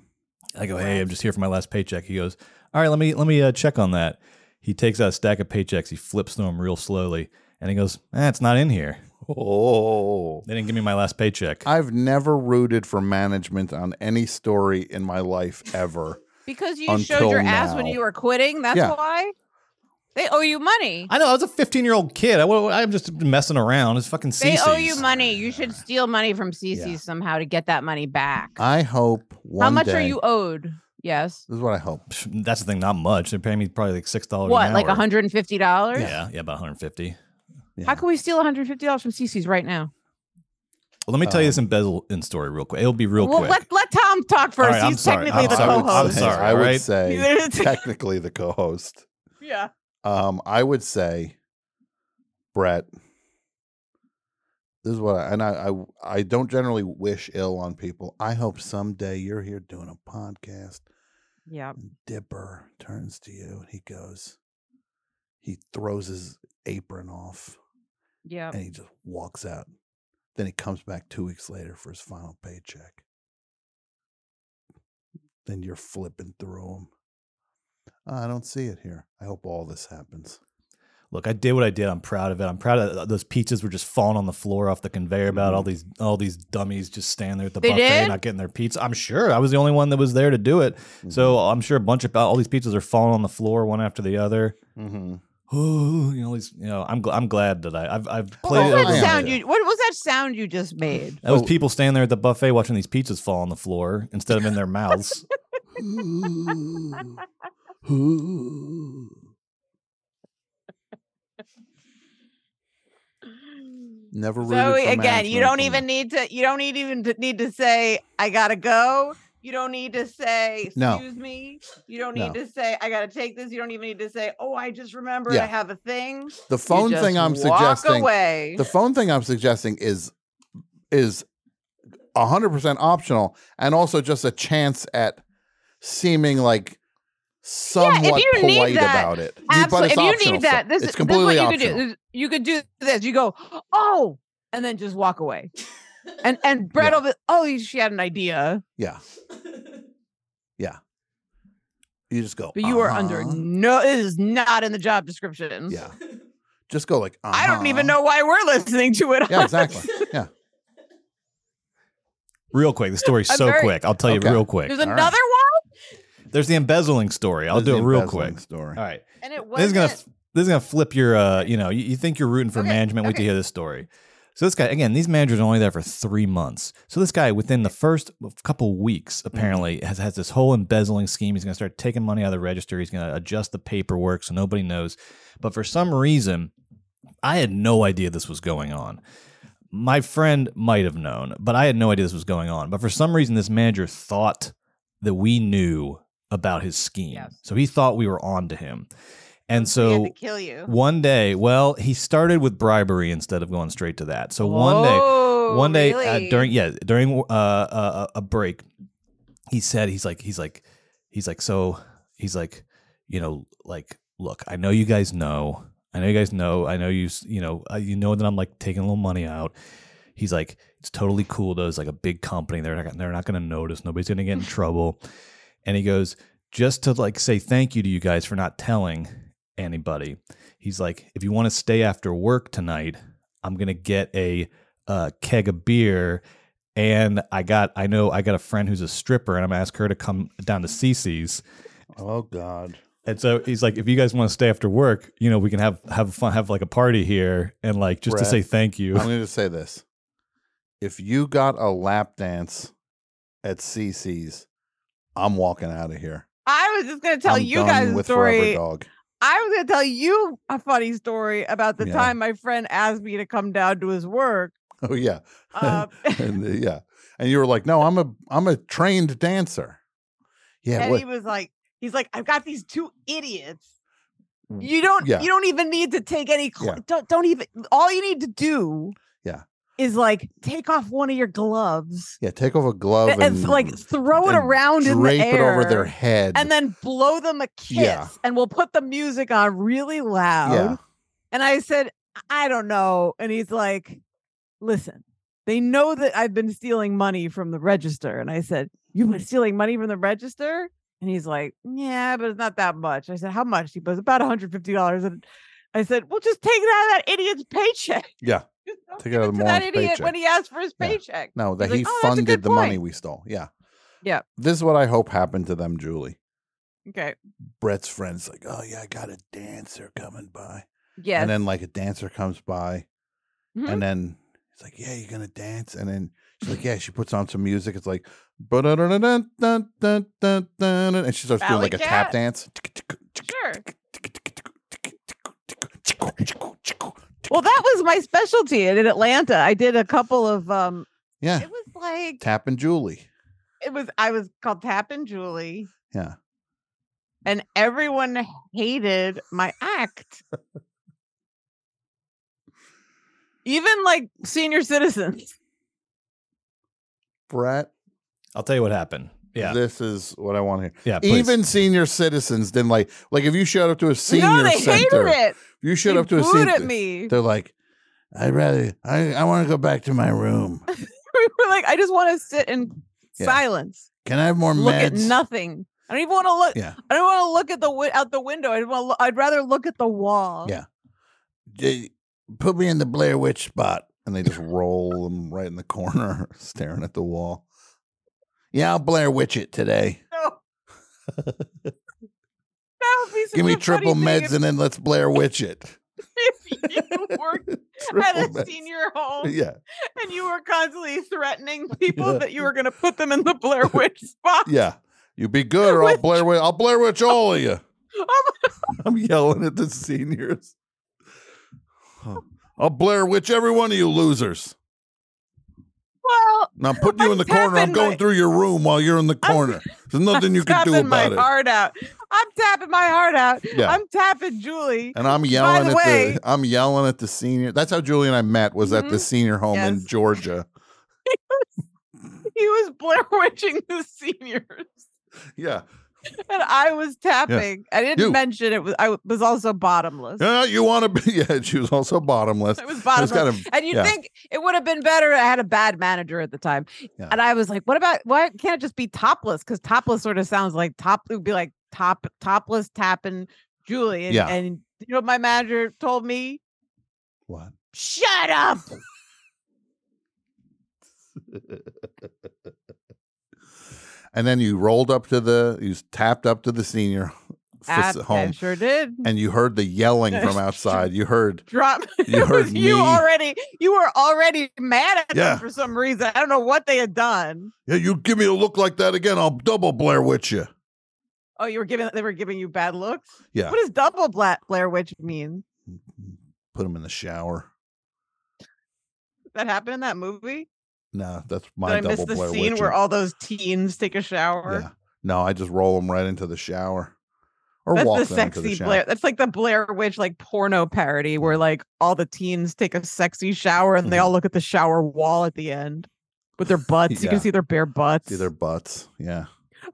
D: I go. Hey, I'm just here for my last paycheck. He goes. All right. Let me let me uh, check on that. He takes out a stack of paychecks. He flips through them real slowly, and he goes. Eh, it's not in here.
B: Oh.
D: They didn't give me my last paycheck.
B: I've never rooted for management on any story in my life ever.
C: Because you showed
B: Until
C: your ass when
B: now.
C: you were quitting. That's
B: Yeah.
C: why they owe you money.
D: I know. I was a 15 year old kid. I, am just messing around. It's fucking.
C: They owe you
D: CC's.
C: money. You should steal money from CC
B: Yeah.
C: somehow to get that money back.
B: I hope one
C: How much are
B: day-
C: you owed? Yes.
B: This is what I hope.
D: That's the thing. Not much. They're paying me probably like six dollars.
C: What,
D: an
C: like
D: hour.
C: $150?
D: Yeah, yeah, about 150.
C: How can we steal $150 from CC's right now?
D: Well, let me tell you this embezzle in story real quick. It'll be real
C: well,
D: quick.
C: let, let Tom talk
D: All
C: first.
D: right, I'm
C: He's
D: sorry,
C: technically
D: I'm
C: the
D: sorry,
C: co
D: I'm
C: host.
D: sorry,
B: I
D: right?
B: would say
C: There's-
B: technically the co-host.
C: Yeah.
B: Um, I would say, Brett. This is what I and I, I I don't generally wish ill on people. I hope someday you're here doing a podcast
C: Yeah.
B: Dipper turns to you and he goes, He throws his apron off
C: Yeah.
B: and he just walks out. Then he comes back two weeks later for his final paycheck. Then you're flipping through him. I don't see it here. I hope all this happens.
D: Look, I did what I did. I'm proud of it. I'm proud of those pizzas were just falling on the floor off the conveyor belt.
B: Mm-hmm.
D: All these all these dummies just standing there at the
C: They
D: buffet
C: did?
D: not getting their pizza. I'm sure I was the only one that was there to do it. So
B: Mm-hmm.
D: I'm sure a bunch of all these pizzas are falling on the floor one after the other.
B: Mm-hmm.
D: Oh, you know, these, you know, I'm gl- I'm glad that I I've I've
C: What was
D: played it.
C: that
D: around.
C: sound you? What was that sound you just made?
B: Oh.
D: That was people standing there at the buffet watching these pizzas fall on the floor instead of in their mouths.
B: mm-hmm. Never
C: So
B: really.
C: again, you don't even need to. You don't need even to, need to say I gotta go. You don't need to say excuse
B: No.
C: me. You don't need
B: No.
C: to say I gotta take this. You don't even need to say oh I just remembered I
B: Yeah.
C: have a thing.
B: The
C: You
B: phone
C: just
B: thing I'm
C: walk
B: suggesting.
C: away.
B: The phone thing I'm suggesting is is hundred percent optional and also just a chance at seeming like somewhat polite about it. You- but
C: absolutely.
B: it's
C: if you
B: optional,
C: need
B: so
C: that, this,
B: it's
C: this is what
B: completely
C: you
B: optional.
C: could do. You could do this. You go, oh, and then just walk away. And and Brett will be, oh, she had an idea,
B: Yeah. Yeah. You just go.
C: but you are under
B: "Uh-huh."
C: no. This is not in the job description.
B: Yeah. Just go like.
C: I don't even
B: "Uh-huh."
C: know why we're listening to it.
B: Yeah, exactly. Yeah.
D: Real quick, the story's
C: I'm
D: so
C: very-
D: quick. I'll tell
B: Okay.
D: you real quick.
C: There's
D: All right.
C: another one,
D: There's the embezzling story. I'll
B: There's
D: do
B: the
D: it real
B: embezzling
D: quick.
B: Story.
D: All right.
C: and it
D: this is
C: wasn't.
D: gonna f- this is gonna flip your uh you know you, you think you're rooting for management wait to hear this story so this guy again these managers are only there for three months so this guy within the first couple weeks apparently has has this whole embezzling scheme he's gonna start taking money out of the register he's gonna adjust the paperwork so nobody knows but for some reason i had no idea this was going on my friend might have known but i had no idea this was going on but for some reason this manager thought that we knew about his scheme so he thought we were on to him and
C: he
D: so
C: had to kill you.
D: one day, well, he started with bribery instead of going straight to that. So one day, one day
C: Oh, really?
D: uh, during yeah during uh, uh, a break, he said he's like he's like he's like so he's like you know like look I know you guys know I know you guys know I know you s- you know uh, you know that I'm like taking a little money out. He's like it's totally cool though. It's like a big company. They're not they're not going to notice. Nobody's going to get in trouble. And he goes just to like say thank you to you guys for not telling anybody. He's like, if you want to stay after work tonight, I'm gonna get a uh, keg of beer, and I got I know I got a friend who's a stripper, and I'm gonna ask her to come down to Cece's.
B: Oh God.
D: And so he's like, if you guys want to stay after work, you know, we can have have fun, have like a party here, and like just to
B: Brett,
D: say thank you.
B: I'm going to say this: if you got a lap dance at CC's, I'm walking out of here.
C: I was just gonna tell
B: I'm
C: you
B: done
C: guys a
B: with
C: story.
B: Forever Dog.
C: I was gonna tell you a funny story about the
B: Yeah.
C: time my friend asked me to come down to his work.
B: Oh yeah,
C: Um,
B: and, uh, yeah. And you were like, "No, I'm a I'm a trained dancer." Yeah.
C: and
B: What?
C: he was like, he's like, I've got these two idiots. You don't
B: Mm, yeah.
C: you don't even need to take any cl-
B: Yeah.
C: don't don't even all you need to do
B: Yeah.
C: is like take off one of your gloves
B: yeah. Take off a glove
C: and,
B: and,
C: and, like throw it
B: and
C: around in the
B: drape it
C: air
B: over their head.
C: and then blow them a kiss
B: Yeah.
C: and we'll put the music on really loud.
B: yeah.
C: And I said, I don't know. And he's like, listen, they know that I've been stealing money from the register. And I said, You've been stealing money from the register? And he's like, Yeah, but it's not that much. I said, How much? He goes, About $150. And I said, Well, just take it out of that idiot's paycheck.
B: Yeah.
C: Just don't
B: Take it
C: give
B: out of the
C: to that
B: moron's
C: idiot when
B: paycheck.
C: he asked for his
B: Yeah.
C: paycheck.
B: No, that
C: He's like,
B: he
C: "Oh, that's a
B: funded
C: good
B: the money
C: point."
B: we stole. Yeah.
C: Yeah.
B: This is what I hope happened to them, Julie.
C: Okay.
B: Brett's friends like, "Oh yeah, I got a dancer coming by."
C: Yes.
B: And then like a dancer comes by,
C: Mhm.
B: and then he's like, "Yeah, you're gonna dance." And then she's like, "Yeah." She puts on some music. It's like, "Ba-da-da-da-da-da-da-da-da," and she starts doing
C: Ballet
B: like a
C: cat.
B: tap dance.
C: sure. Well, that was my specialty in in Atlanta. I did a couple of um
B: Yeah,
C: it was like
B: tapping Julie.
C: it was I was called Tap and Julie.
B: Yeah.
C: and everyone hated my act. Even like senior citizens.
B: Brett,
D: I'll tell you what happened. Yeah.
B: This is what I want to hear.
D: Yeah, please.
B: Even senior citizens didn't like like if you showed up to a senior
C: no, they
B: center.
C: hated it.
B: if You showed
C: They
B: up to a
C: booed
B: senior
C: at me.
B: They're like, I'd rather I, I want to go back to my room.
C: we were like, I just want to sit in
B: Yeah.
C: silence,
B: Can I have more
C: look
B: meds?
C: at nothing. I don't even want to look.
B: Yeah.
C: I don't want to look at the wi- out the window. I want. I'd rather look at the wall.
B: Yeah. J- Put me in the Blair Witch spot. And they just roll them right in the corner, staring at the wall. Yeah, I'll Blair Witch it today.
C: No. That would be such
B: Give me
C: a funny
B: triple
C: thing
B: meds
C: if-
B: and then let's Blair Witch it.
C: if you worked at
B: Triple
C: a
B: meds.
C: senior home
B: Yeah.
C: and you were constantly threatening people
B: Yeah.
C: that you were going to put them in the Blair Witch spot.
B: Yeah. You be good or I'll Blair Witch I'll Blair Witch all of you. I'm yelling at the seniors. I'll Blair Witch every one of you losers.
C: well,
B: Now put you in the corner. I'm
C: tapping
B: going
C: my-
B: through your room while you're in the corner. There's nothing
C: I'm
B: you can do
C: tapping my
B: about it.
C: heart out. I'm tapping my heart out.
B: Yeah. Uh
C: I'm tapping Julie.
B: And I'm yelling
C: By
B: at
C: the way,
B: the I'm yelling at the senior. That's how Julie and I met was at the
C: Mhm.
B: senior home in
C: Yes.
B: Georgia.
C: he was Blair Witching the seniors,
B: Yeah.
C: and I was tapping. I didn't
B: You.
C: mention it was. I was also bottomless.
B: Yeah, you want to be yeah, she was also bottomless.
C: It was bottomless.
B: kind of-
C: and you
B: yeah.
C: would think it would have been better. I had a bad manager at the time.
B: Yeah.
C: And I was like, what about why can't it just be topless? Because topless sort of sounds like top it would be like top topless tapping Julie. And,
B: Yeah.
C: and you know what my manager told me?
B: What?
C: Shut up.
B: And then you rolled up to the you tapped up to the senior
C: I,
B: fac-
C: I
B: home
C: sure did.
B: and you heard the yelling from outside. You heard
C: Drop
B: You
C: it was
B: heard
C: you
B: me.
C: already you were already mad at
B: Yeah.
C: them for some reason. I don't know what they had done.
B: Yeah, you give me a look like that again, I'll double Blair Witch you.
C: Oh, you were giving they were giving you bad looks?
B: Yeah.
C: What does double bla- Blair Witch mean?
B: Put him in the shower.
C: That happened in that movie?
B: No, that's my
C: Did I
B: double
C: miss the
B: Blair
C: scene
B: Witch.
C: where all those teens take a shower?
B: yeah. No, I just roll him right into the shower. Or
C: that's
B: walk
C: the
B: them into
C: sexy
B: the shower.
C: Blair. That's like the Blair Witch like porno parody where like all the teens take a sexy shower and they
B: Mm-hmm.
C: all look at the shower wall at the end with their butts. You
B: Yeah.
C: can see their bare butts.
B: See their butts. Yeah.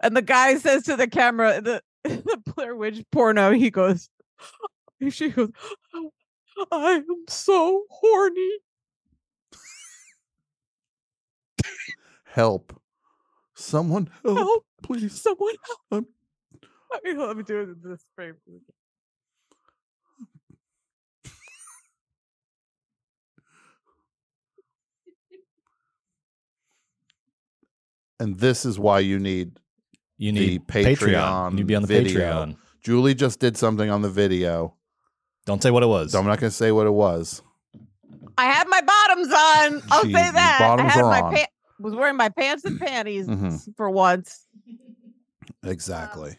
C: And the guy says to the camera, the the Blair Witch porno, he goes, she goes, I am so horny.
B: Help. Someone help,
C: Help.
B: please.
C: Someone help.
B: Oh. I'm-
C: I mean, let me do it in this frame.
B: And this is why you need
D: You
B: The
D: need Patreon. You
B: Patreon
D: need to be on the
B: video.
D: Patreon.
B: Julie just did something on the video.
D: Don't say what it was.
B: So I'm not gonna say what it was.
C: I had my bottoms on. I'll
B: Jeez,
C: say
B: these
C: that.
B: bottoms
C: I had
B: are
C: my
B: on.
C: pa- was wearing my pants and panties
B: Mhm.
C: for once.
B: Exactly.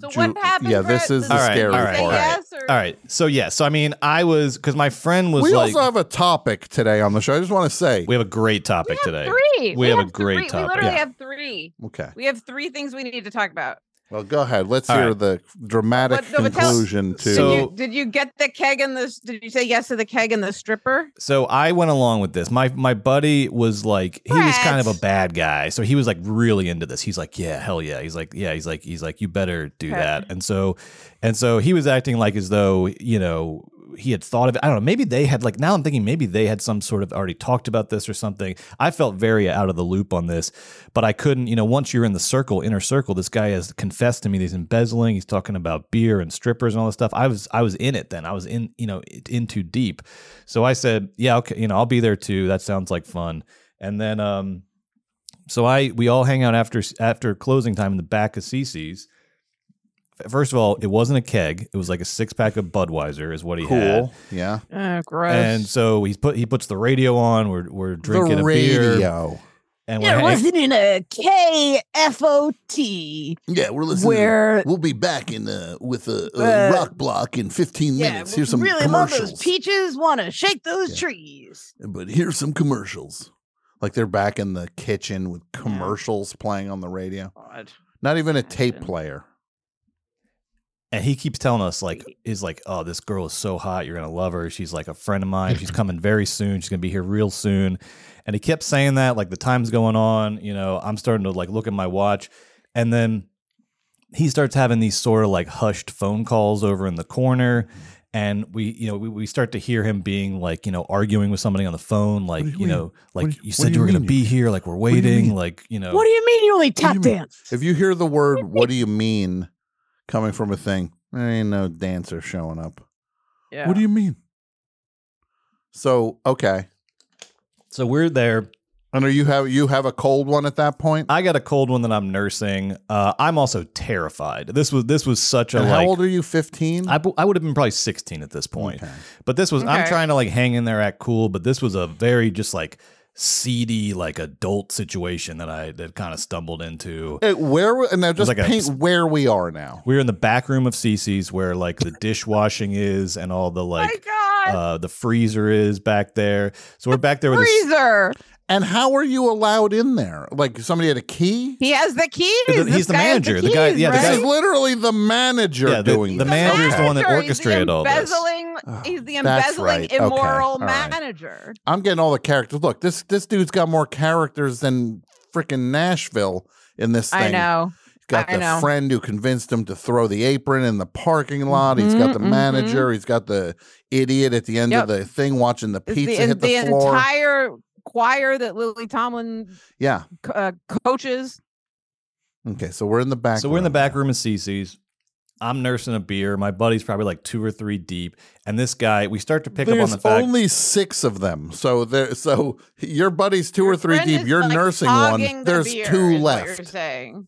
C: So
B: Ju-
C: what happened?
B: yeah, this
C: Brett? Did
B: is the
C: you
D: All right,
B: scary
D: all right,
C: say
D: all
B: part.
D: right.
C: yes or-
D: All right. So yeah. So I mean, I was because my friend was
B: We
D: like,
B: also have a topic today on the show. I just want to say.
D: we have a great topic
K: We
D: today.
K: have three.
D: We have a great
K: three.
D: topic.
K: We literally
D: Yeah.
K: have three.
B: Okay.
K: We have three things we need to talk about.
B: Well, go ahead. Let's
D: All
B: hear
D: right.
B: the dramatic
K: But- no, but tell-
B: conclusion to.
D: So-
C: Did you, did you get the keg and the? Did you say yes to the keg and the stripper?
D: so I went along with this. My my buddy was like, he was kind of a
K: Brett.
D: bad guy, so he was like really into this. He's like, yeah, hell yeah. He's like, yeah. He's like, he's like, you better do
K: Okay.
D: that. And so, and so he was acting like as though you know he had thought of it. I don't know. Maybe they had like now. I'm thinking maybe they had some sort of already talked about this or something. I felt very out of the loop on this, but I couldn't. You know, once you're in the circle, inner circle, this guy has confessed to me. that He's embezzling. He's talking about beer and strippers and all this stuff. I was I was in it then. I was in you know in too deep. So I said, yeah, okay, you know, I'll be there too. That sounds like fun. And then um so I we all hang out after after closing time in the back of CC's. First of all, it wasn't a keg. It was like a six pack of Budweiser, is what he had.
B: cool. Yeah.
D: Uh,
C: Oh, gross.
D: And so he's put he puts the radio on. We're we're drinking
B: the
D: a
B: radio.
D: beer, and we're
C: There
D: hang-
C: wasn't in a K F O T.
B: Yeah, we're listening.
C: Where
B: we'll be back in the with a,
C: Uh,
B: rock block in 15
C: yeah,
B: minutes. Here's some
C: really love
B: commercials.
C: those peaches. Want to shake those
B: Yeah.
C: trees?
B: but here's some commercials. Like they're back in the kitchen with commercials playing on the radio.
C: God.
B: Not even a tape
C: Imagine.
B: player.
D: and he keeps telling us like is like oh this girl is so hot you're gonna love her she's like a friend of mine she's coming very soon she's gonna be here real soon And he kept saying that, like the time's going on, you know, I'm starting to like look at my watch. And then he starts having these sort of like hushed phone calls over in the corner. And we, you know, we, we start to hear him being like, you know, arguing with somebody on the phone, like,
B: do
D: you,
B: you mean?
D: know, like
B: What do
D: you,
B: you- what
D: said
B: do
D: you
B: you
D: were going to
B: mean
D: be here, like we're
B: What do you
D: waiting,
B: mean?
D: like, you know.
C: What do you mean you only tap
B: What do you mean?
C: dance?
B: If you hear the word "What do you mean" coming from a thing, there ain't no dancer showing up.
C: Yeah.
J: What do you mean?
B: So okay,
D: So we're there.
B: and are you have you have a cold one at that point?
D: I got a cold one that I'm nursing. Uh, I'm also terrified. This was this was such a
B: And
D: like.
B: how old are you? Fifteen.
D: I, bu- I would have been probably 16 at this point.
B: Okay.
D: But this was I'm
C: Okay.
D: trying to like hang in there, act cool. But this was a very just like seedy like adult situation that I that kind of stumbled into.
B: Hey, Uh, where we- and now just
D: like a-
B: paint where we are now.
D: We were in the back room of Cece's where like the dishwashing is and all the like
C: my God.
D: uh the freezer is back there. So we're back there with a s-
C: Freezer.
B: And how are you allowed in there? Like somebody had a key.
C: He has the keys.
D: he's
C: This
D: the
C: guy has
D: manager. The guy-
C: keys,
D: yeah, the
C: right?
B: This
D: guy-
B: is literally the manager
D: Yeah, the-
B: doing
D: the
B: this.
D: manager is the one that
C: Manager. He's
D: orchestrated all this.
C: embezzling-
B: Oh,
C: He's the
B: that's
C: embezzling
B: right. Okay,
C: immoral
B: all right.
C: manager.
B: I'm getting all the characters. Look, this this dude's got more characters than freaking Nashville in this thing.
C: I know.
B: He's got
C: I
B: the
C: know.
B: friend who convinced him to throw the apron in the parking lot. He's got the
C: Mhm, mhm.
B: manager. He's got the idiot at the end
C: Yep.
B: of the thing watching the
C: It's
B: pizza
C: the,
B: hit the,
C: the
B: floor.
C: entire choir that Lily Tomlin
B: yeah.
C: co- uh, coaches.
B: Okay. So we're in the back.
D: so we're in the
B: room.
D: back room of Cece's. I'm nursing a beer. My buddy's probably like two or three deep, and this guy. We start to pick
B: There's
D: up on the fact.
B: only six of them. So there. So your buddy's two or three
C: Friend
B: deep.
C: is,
B: You're
C: like,
B: nursing
C: hogging
B: one.
C: the
B: There's
C: beer,
B: two
C: is what
B: left.
C: You're saying.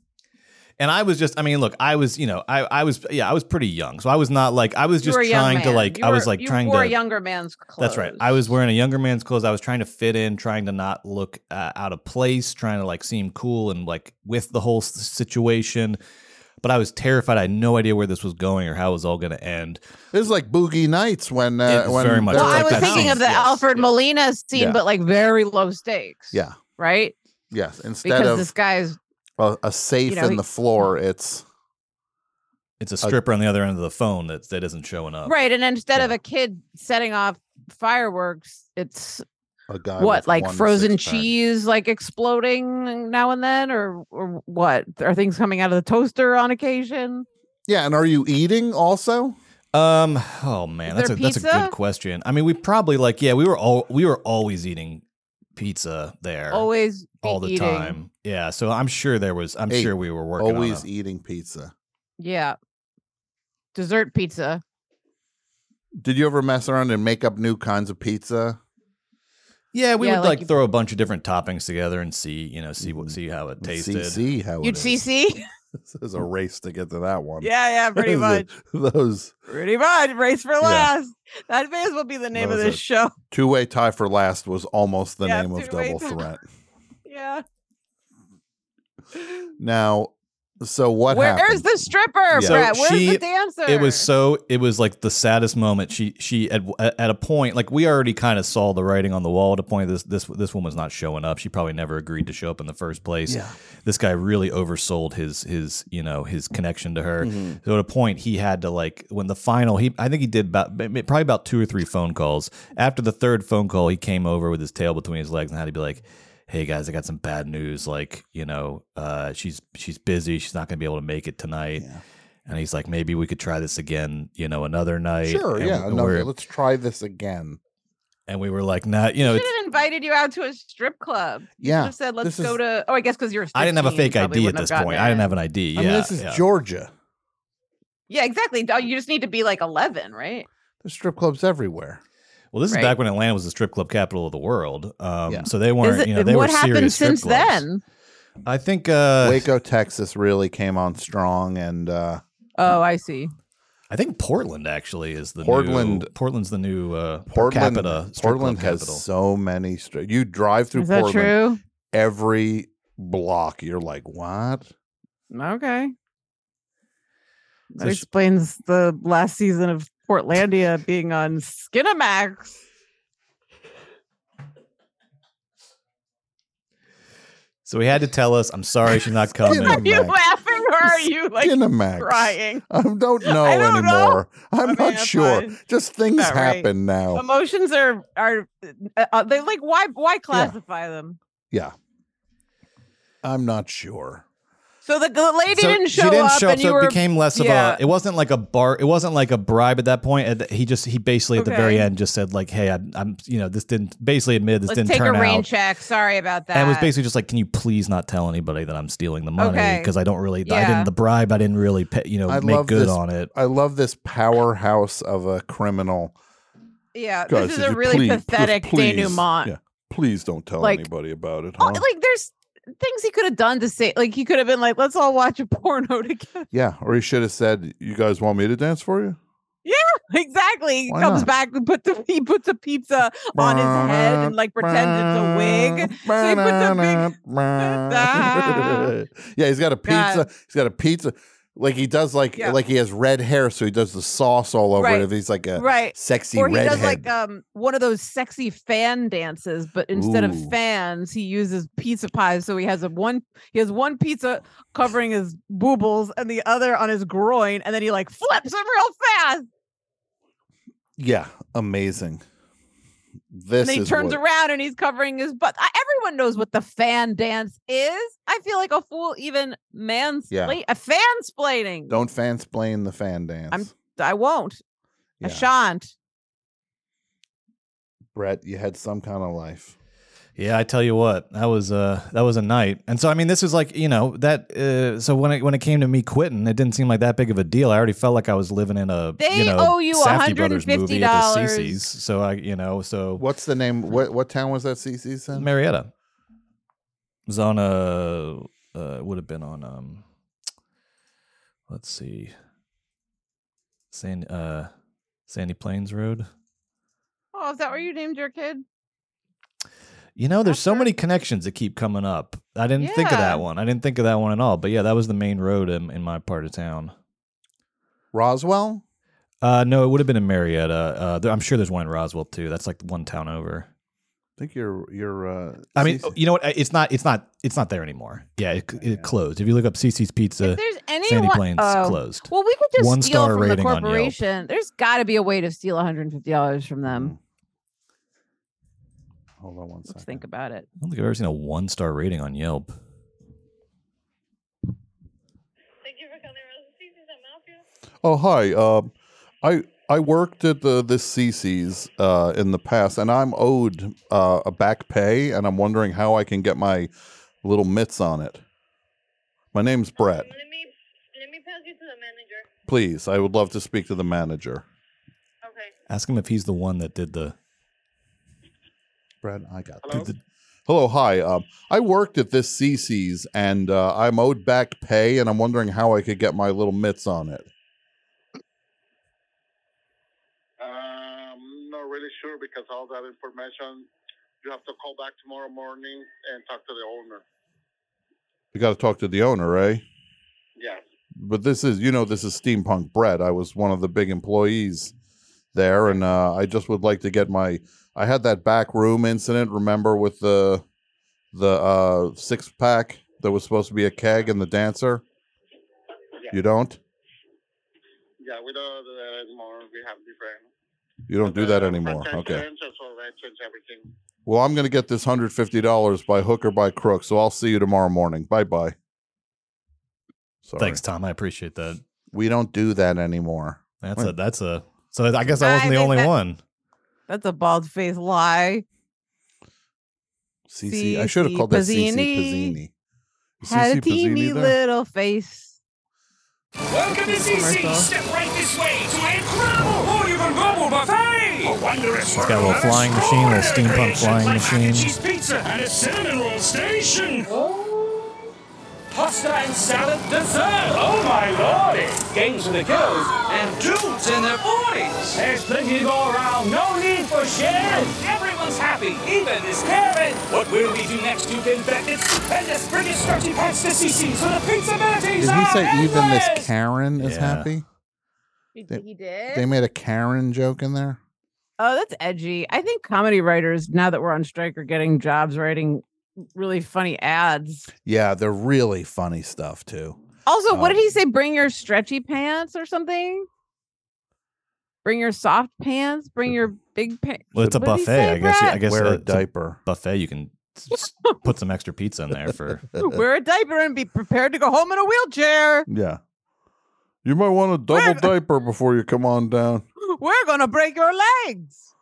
D: And I was just, I mean, look, I was, you know, I, I was, yeah, I was pretty young. So I was not like, I was
C: you
D: just
C: were a young
D: trying to
C: man.
D: like,
C: You
D: I was
C: were-
D: like
C: you
D: trying
C: wore
D: to,
C: a younger man's clothes.
D: that's right. I was wearing a younger man's clothes. I was trying to fit in, trying to not look uh, out of place, trying to like seem cool and like with the whole s- situation. But I was terrified. I had no idea where this was going or how it was all going to end.
B: This is like Boogie Nights when uh,
D: It's
B: when
D: very much
B: they're
C: Well,
D: like
C: I was
D: that
C: thinking
D: scene.
C: of the
D: Yes,
C: Alfred
D: yes.
C: Molina scene,
B: Yeah.
C: but like very low stakes.
B: yeah
C: Right?
B: yes instead
C: Because
B: of
C: this guy's
B: a, a safe
C: you know,
B: in the
C: he-
B: floor it's
D: It's a stripper on the other end of the phone that, that isn't showing up.
C: right, and instead of
D: yeah.
C: a kid setting off fireworks, it's
B: a guy
C: what
B: with
C: like
B: one
C: frozen
B: six-pack.
C: cheese like exploding now and then, or or what? Are things coming out of the toaster on occasion?
B: yeah and are you eating also
D: Um. Oh man,
C: Is
D: that's a
C: there
D: that's a
C: pizza?
D: good question. I mean, we probably like yeah, we were all we were always eating pizza there
C: Always be
D: all the
C: eating.
D: time. Yeah, so I'm sure there was. I'm
B: Hey,
D: sure we were working.
B: always
D: on a-
B: eating pizza
C: Yeah. Dessert pizza.
B: did you ever mess around and make up new kinds of pizza
D: yeah, we
C: Yeah,
D: would
C: like
D: like,
C: you-
D: throw a bunch of different toppings together and see you know see what see how it
B: Mm-hmm. Let's
D: tasted.
B: see, see how it
C: You'd
B: is.
C: CC?
B: this is a race to get to that one
C: Yeah, yeah, pretty much.
B: those
C: Pretty much. Race for last. That may as well be the name of
B: was
C: this
B: it.
C: show.
B: two-way tie for last was almost the
C: Yeah,
B: name of
C: two-way
B: double
C: tie.
B: threat
C: Yeah.
B: now so what
C: Where's
B: happened?
C: the stripper,
D: Yeah. So
C: Brett? Where's
D: she-
C: the dancer?
D: It was so. It was like the saddest moment. She she at at a point like we already kind of saw the writing on the wall. At a point, this this this woman was not showing up. She probably never agreed to show up in the first place.
B: Yeah.
D: This guy really oversold his his you know his connection to her. So at a point, he had to like when the final he I think he did about ma- ma- probably about two or three phone calls. After the third phone call, he came over with his tail between his legs and had to be like. Hey guys, I got some bad news. Like, you know, uh, she's she's busy. She's not gonna be able to make it tonight.
B: Yeah.
D: And he's like, maybe we could try this again, you know, another night.
B: sure
D: and
B: yeah
D: we-
B: another-
D: we're-
B: let's try this again
D: and we were like, nah, you know,
C: should
D: it's,
C: have invited you out to a strip club.
B: yeah
C: Should have said, let's
B: this
C: go
B: is-
C: to. Oh, I guess because you're.
D: I didn't have a
C: 16,
D: fake
C: probably
D: ID at
C: wouldn't
D: this
C: have gotten
D: point. I didn't
C: it.
D: have an ID. Yeah,
B: I mean, this is
D: yeah.
B: Georgia.
C: Yeah, exactly. Dog, You just need to be like 11, right?
B: There's strip clubs everywhere.
D: well, this
C: right.
D: is back when Atlanta was the strip club capital of the world. Um,
B: Yeah.
D: So they weren't,
C: Is it-
D: you know, they
C: what
D: were
C: happened
D: serious strip
C: since
D: clubs.
C: then?
D: I think uh,
B: Waco, Texas really came on strong and uh
C: Oh, I see.
D: I think Portland actually is the New,
B: Portland-
D: Portland's the new uh,
B: Portland
D: per capita strip
B: Portland
D: club
B: has
D: capital.
B: so many strip. You drive through
C: Is that
B: Portland
C: true?
B: every block you're like, "What?"
C: Okay. That
D: So sh-
C: explains the last season of Portlandia being on Skinamax.
D: so he had to tell us, I'm sorry, she's not coming.
C: Are you
B: Skinamax.
C: laughing are you like
B: Skinamax.
C: crying?
B: I don't know
C: I don't know.
B: anymore. I'm
C: I mean,
B: not
C: that's
B: sure.
C: fine.
B: Just things
C: All right.
B: happen
D: Oh.
B: now.
C: Emotions are are uh, uh, they like why why classify them?
B: yeah. I'm not sure.
C: So the, the lady
D: So
C: didn't show
D: she didn't
C: up,
D: show up,
C: and
D: so
C: you
D: it
C: were
D: became less of
C: yeah.
D: a. It wasn't like a bar. It wasn't like a bribe at that point. At the- He just he basically at the very
C: Okay.
D: end just said like, "Hey, I'm, I'm you know this didn't basically admit this
C: Let's
D: didn't
C: take
D: turn
C: a rain
D: out."
C: check. Sorry about that.
D: And it was basically just like, "Can you please not tell anybody that I'm stealing the money
C: Okay.
D: because I don't really I
C: Yeah.
D: didn't the bribe I didn't really pay, you know
B: I
D: make
B: love
D: good
B: this,
D: on it."
B: I love this powerhouse of a criminal.
C: yeah.
B: Guys,
C: this
B: if
C: is a
B: you
C: really
B: please- just
C: pathetic
B: please-
C: denouement.
B: yeah, please don't tell
C: Like-
B: anybody about it.
C: Oh,
B: Huh?
C: like there's things he could have done to say like he could have been like let's all watch a porno together
B: yeah, or he should have said, "You guys want me to dance for you?"
C: yeah exactly he
B: Why
C: comes
B: not?
C: back and put the he puts a pizza on his head and like pretends it's a wig so he puts a big
B: yeah, he's got a pizza.
C: God.
B: He's got a pizza. Like he does, like
C: Yeah.
B: like he has red hair, so he does the sauce all over
C: Right.
B: it. If he's like a
C: right
B: sexy
C: or he
B: redhead,
C: does like um one of those sexy fan dances but instead
B: Ooh.
C: of fans he uses pizza pies so he has a one he has one pizza covering his boobles and the other on his groin and then he like flips them real fast
B: yeah, amazing. This
C: and then he
B: is
C: turns
B: what-
C: around and he's covering his butt. I, everyone knows what the fan dance is. I feel like a fool even mansplaining. A fansplaining.
B: Don't fansplain the fan dance.
C: I'm- I won't.
B: Yeah.
C: I shan't.
B: Brett, you had some kind of life.
D: Yeah, I tell you what, that was uh that was a night. And so I mean, this is like you know that. Uh, so when it when it came to me quitting, it didn't seem like that big of a deal. I already felt like I was living in a
C: They
D: you know,
C: owe you
D: Safdie Brothers movie at the
C: $150.
D: CC's. So I you know so
B: What's the name? What what town was that? CC's in?
D: Marietta It was on a uh, would have been on um let's see San uh Sandy Plains Road.
C: Oh, is that where you named your kid?
D: You know, there's so many connections that keep coming up. I didn't think of
C: Yeah.
D: that one. I didn't think of that one at all. But yeah, that was the main road in, in my part of town.
B: Roswell.
D: Uh, no, it would have been in Marietta. Uh, there, I'm sure there's one in Roswell too. That's like one town over.
B: I think you're you're. Uh,
D: I mean, oh,
B: CC
D: you know what? It's not. It's not. It's not there anymore. Yeah, it, it closed. If you look up CC's Pizza,
C: If there's
D: Sandy
C: anyone,
D: Plains
C: oh.
D: closed.
C: Well, we could just
D: One
C: steal
D: star
C: from the
D: rating on Yelp.
C: corporation. There's got to be a way to steal 150 dollars from
D: Mm,
C: them.
B: Hold on one
C: Let's
B: second.
C: think about it.
D: I don't think I've ever seen a one star rating on Yelp.
B: Oh hi. Um, I I worked at the this CC's uh, in the past, and I'm owed uh, a back pay, and I'm wondering how I can get my little mitts on it. My name's Brett.
L: Oh, Let me let me pass you to the manager.
B: Please, I would love to speak to the manager.
L: Okay.
D: Ask him if he's the one that did the.
B: Brad, I got Hello? Hello, hi. Um, I worked at this CC's, and uh, I'm owed back pay, and I'm wondering how I could get my little mitts on it.
L: Um, not really sure because all that information you have to call back tomorrow morning and talk to the owner.
B: You got to talk to the owner, eh?
L: Yes.
B: but this is you know this is steampunk bread i was one of the big employees there and uh, i just would like to get my i had that back room incident remember with the the uh, six pack that was supposed to be a keg and the dancer you don't
L: Yeah, we don't do that anymore. We have different.
B: you don't do that anymore
L: Franchise
B: okay
L: Change as well, right? Change everything.
B: well i'm going to get this $150 by hook or by crook so i'll see you tomorrow morning bye bye Sorry.
D: Thanks, Tom. I appreciate that.
B: we don't do that anymore
D: That's
B: Wait.
D: a. That's a. So I guess I
C: I
D: wasn't the
C: think
D: only
C: that-
D: one.
C: That's a bald faced lie.
B: cc i should have called that cc pizzini Is
C: Had
B: CC
C: a
B: Pizzini
C: teeny
B: there?
C: little face.
M: Welcome to CC. Step right this way to an incredible holy and global buffet. A wondrous
D: It's got a little flying machine, a little steampunk flying machine.
M: cheese pizza and a cinnamon roll station. Pasta and salad dessert. Oh my lordy! Games for the girls and dudes in their forties. There's plenty to go around. No need for sharing. Everyone's happy, even this Karen. What will we do next? You've been bet it's stupendous. Bring your stretchy pants to CC so the pizza amenities
B: Did he
M: are
B: say even
M: endless.
B: this Karen is
D: Yeah.
B: happy?
C: He,
B: They-
C: he did.
B: They made a Karen joke in there.
C: oh, that's edgy. I think comedy writers, now that we're on strike, are getting jobs writing really funny ads.
B: Yeah, they're really funny stuff too.
C: Also, what
D: Um,
C: did he say? Bring your stretchy pants or something? Bring your soft pants. Bring your big pants.
D: Well, it's a buffet. I guess. you- I guess
B: Wear a
D: it's
B: diaper.
D: buffet. You can s- s- put some extra pizza in there for.
C: Wear a diaper and be prepared to go home in a wheelchair.
J: Yeah. You might want a double diaper before you come on down.
C: We're gonna break your legs.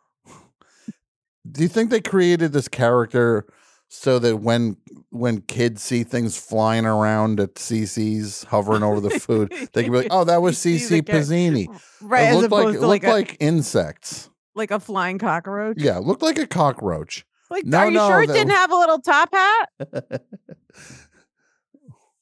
B: Do you think they created this character so that when when kids see things flying around at CC's hovering over the food, they can be like, "Oh, that was CC
C: the character.
B: Pizzini."
C: Right,
B: It
C: as
B: looked like it
C: opposed to like
B: looked
C: a-
B: like insects.
C: Like a flying cockroach.
B: Yeah, it looked like a cockroach.
C: Like,
B: No,
C: are you
B: no,
C: sure it
B: that-
C: didn't have a little top hat?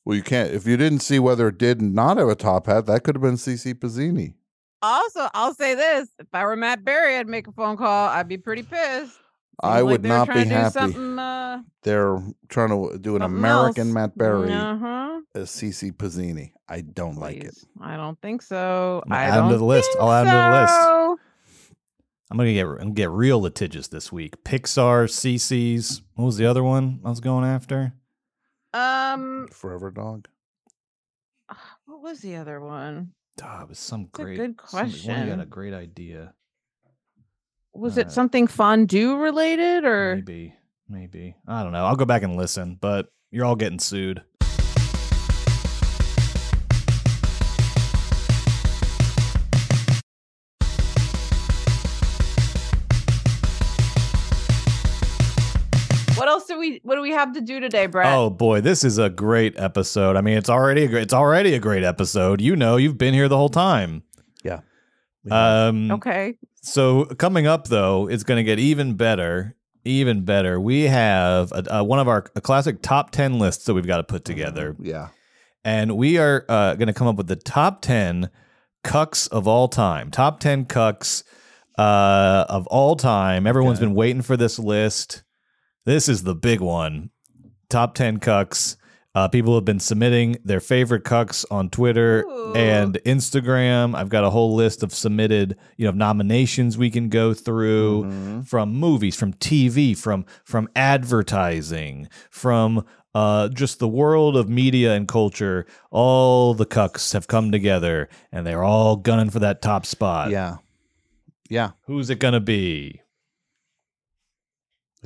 B: Well, you can't if you didn't see whether it did not have a top hat. That could have been CC Pizzini.
C: Also, I'll say this: if I were Matt Berry, I'd make a phone call. I'd be pretty pissed.
B: I
C: Seems like
B: would
C: they're
B: not
C: trying
B: be
C: to do
B: happy.
C: Something, uh,
B: They're trying to do an
C: something
B: American
C: else.
B: Matt Berry
C: Uh-huh.
B: as CC Pizzini. I don't like it.
C: I don't think so.
D: I'm gonna
C: I
D: add 'em to
C: don't
D: the list.
C: think
D: I'll add 'em to the list.
C: so.
D: I'm gonna get I'm gonna get real litigious this week. Pixar, CC's. What was the other one I was going after?
C: Um,
B: Forever Dog.
C: what was the other one?
D: Duh, it was some
C: a
D: great.
C: good
D: somebody- one of you
C: question.
D: had a great idea.
C: Was
D: Uh,
C: it something fondue related or?
D: Maybe, maybe. I don't know. I'll go back and listen, but you're all getting sued.
C: What else do we? What do we have to do today, Brett?
D: Oh boy, this is a great episode. I mean, it's already a great, it's already a great episode. You know, you've been here the whole time.
B: Yeah.
D: Um.
C: okay.
D: So coming up though, it's going to get even better, even better. We have a, a, one of our a classic top ten lists that we've got to put together,
B: Yeah.
D: and we are uh, going to come up with the top ten cucks of all time. Top ten cucks uh, of all time. Everyone's been waiting for this list. This is the big one. Top ten cucks. Uh, people have been submitting their favorite cucks on Twitter and Instagram. I've got a whole list of submitted, you know, nominations we can go
B: Mm-hmm.
D: through from movies, from TV, from from advertising, from uh, just the world of media and culture. All the cucks have come together, and they're all gunning for that top spot.
B: Yeah. Yeah.
D: Who's it gonna be?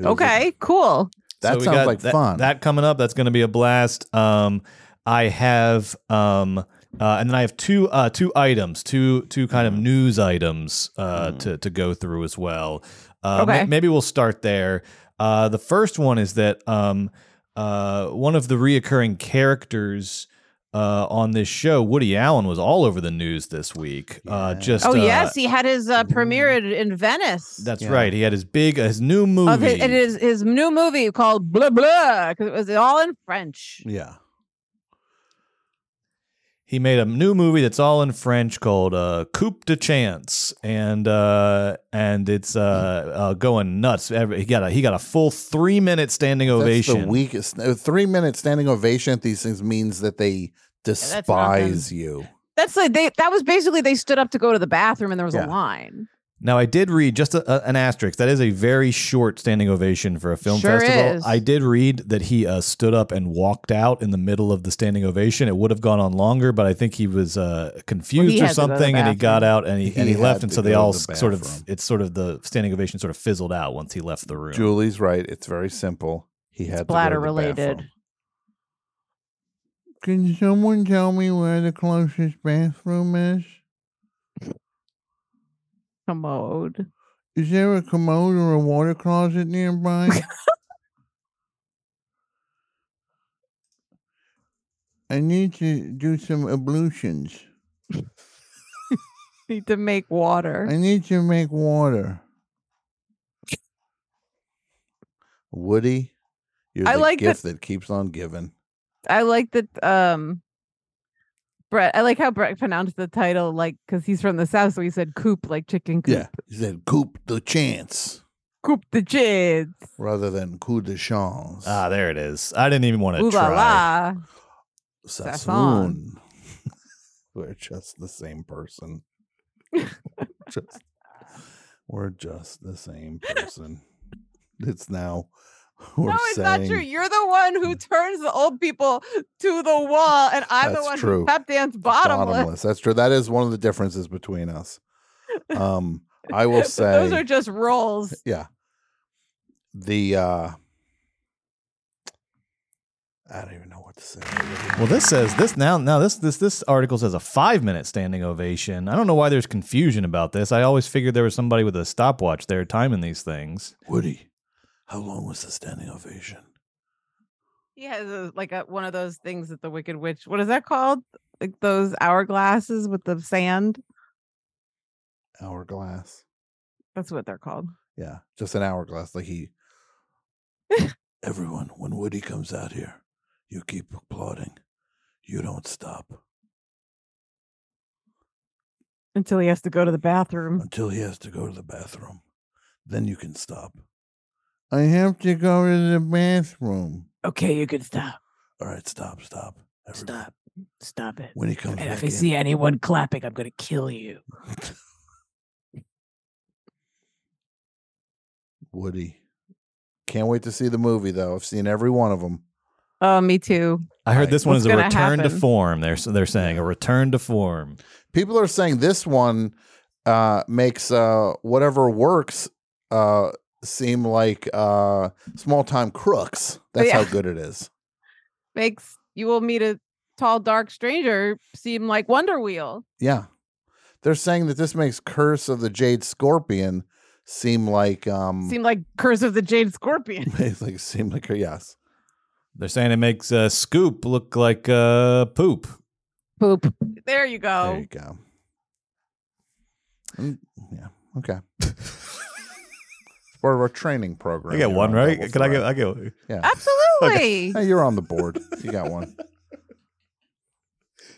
C: Okay. Cool. Oh,
B: That
D: So we
B: sounds
D: got
B: like
D: that-
B: fun.
D: That coming up, that's going to be a blast. Um, I have, um, uh, and then I have two uh, two items, two two kind of news items uh,
B: Hmm.
D: to to go through as well. Uh, ma-
C: Okay.
D: maybe we'll start there. Uh, the first one is that um, uh, one of the reoccurring characters. Uh, on this show, Woody Allen was all over the news this week. Uh, just
C: Oh
D: uh,
C: yes, he had his uh, premiere in, in Venice.
D: that's
C: Yeah.
D: right. He had his big his new movie.
C: Of his, it is his new movie called Blah Blah because it was all in French.
B: Yeah.
D: he made a new movie that's all in French called uh, "Coup de Chance," and uh, and it's uh, uh, going nuts. Every- He got a he got a full three minute standing ovation.
B: That's the weakest. A three minute standing ovation at these things means that they
C: that's
B: despise you.
C: That's like they that was basically they stood up to go to the bathroom and there was
D: Yeah.
C: a line.
D: Now I did read just a, a- an asterisk. That is a very short standing ovation for a film
C: Sure
D: festival.
C: is.
D: I did read that he uh, stood up and walked out in the middle of the standing ovation. It would have gone on longer, but I think he was uh, confused
C: he
D: or
C: had to go to the
D: something, and he got
C: bathroom.
D: out and he, and
B: He
D: he left,
B: had
D: and
B: to
D: so they
B: go to
D: all
B: the
D: s- sort of
B: bathroom.
D: it's sort of the standing ovation sort of fizzled out once he left the room.
B: Julie's right. It's very simple. He had to go to
C: bladder
B: the
C: related.
B: bathroom.
J: Can someone tell me where the closest bathroom is?
C: Commode.
J: Is there a commode or a water closet nearby? I need to do some ablutions.
C: Need to make water.
J: I need to make water.
B: Woody, you're
C: I
B: the
C: like that-
B: gift that keeps on giving.
C: I like that um Brett I like how Brett pronounced the title like because he's from the south, so he said coop like chicken coop.
B: Yeah. He said, coop the chance
C: Coop the kids.
B: rather than coup de chance.
D: Ah, there it is. I didn't even want to
C: Ooh la
D: try.
C: la.
B: Sassoon. We're just the same person. just, we're just the same person. It's now We're
C: no, it's not true.
B: saying-
C: You're the one who turns the old people to the wall, and I'm the
B: That's
C: one
B: true.
C: who pep dance bottomless.
B: That's true. That is one of the differences between us. Um, I will
C: But
B: say
C: those are just roles.
B: yeah the uh i don't even know what to say
D: Well, this says this now. Now this this this article says a five minute standing ovation. I don't know why there's confusion about this. I always figured there was somebody with a stopwatch there timing these things.
B: Woody, how long was the standing ovation?
C: He has a, like a, one of those things that the Wicked Witch. What is that called? Like those hourglasses with the sand.
B: hourglass
C: That's what they're called.
B: yeah just an hourglass like he everyone when woody comes out here you keep applauding you don't stop
C: Until he has to go to the bathroom.
B: until he has to go to the bathroom then you can stop i have to go to the bathroom
C: okay you can stop
B: all right stop stop
C: stop stop it
B: when he comes
C: And if
B: back
C: I
B: in-
C: see anyone clapping, I'm gonna kill you.
B: Woody. Can't wait to see the movie though. I've seen every one of them.
C: Oh, me too.
D: I heard this one
C: What's
D: is a
C: gonna
D: return to
C: happen?
D: form. They're s- they're saying a return to form.
B: People are saying this one uh, makes uh, whatever works uh, seem like uh, small time crooks. That's how
C: Yeah.
B: good it is.
C: Makes you will meet a tall, dark stranger seem like Wonder Wheel.
B: Yeah, they're saying that this makes Curse of the Jade Scorpion seem like um,
C: Seem like Curse of the Jade Scorpion.
B: it's like seem like yes.
D: They're saying it makes uh, Scoop look like uh, poop.
C: Poop. There you go.
B: There you go. Mm, yeah. Okay. It's Part of our training program.
D: I got
B: You're
D: one,
B: on
D: right?
B: Double
D: Can I
B: Threat.
D: get? I get.
B: Yeah.
C: Absolutely.
B: Hey, you're on the board. You got one.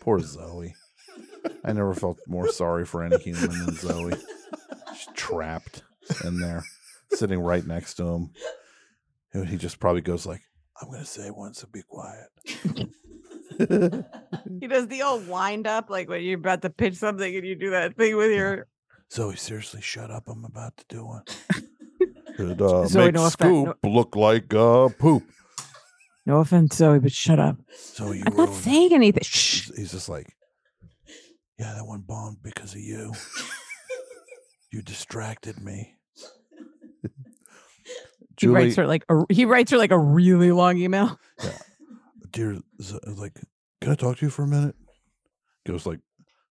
B: Poor Zoe. I never felt more sorry for any human than Zoe. She's trapped in there, sitting right next to him. And he just probably goes like, I'm gonna say one, so be quiet.
C: He does the old wind up, like when you're about to pitch something and you do that thing with your
B: Zoe, seriously, shut up. I'm about to do one. Could uh,
C: Zoe,
B: make
C: no effect, no-
B: Scoop look like uh, poop.
C: No offense, Zoe, but shut up.
B: So you
C: I'm not
B: ruined it.
C: saying anything. Shh.
B: He's just like, yeah, that one bombed because of you. you distracted me.
C: He writes her like a, he writes her like a really long email.
B: dear, Z- like, can I talk to you for a minute? Goes like,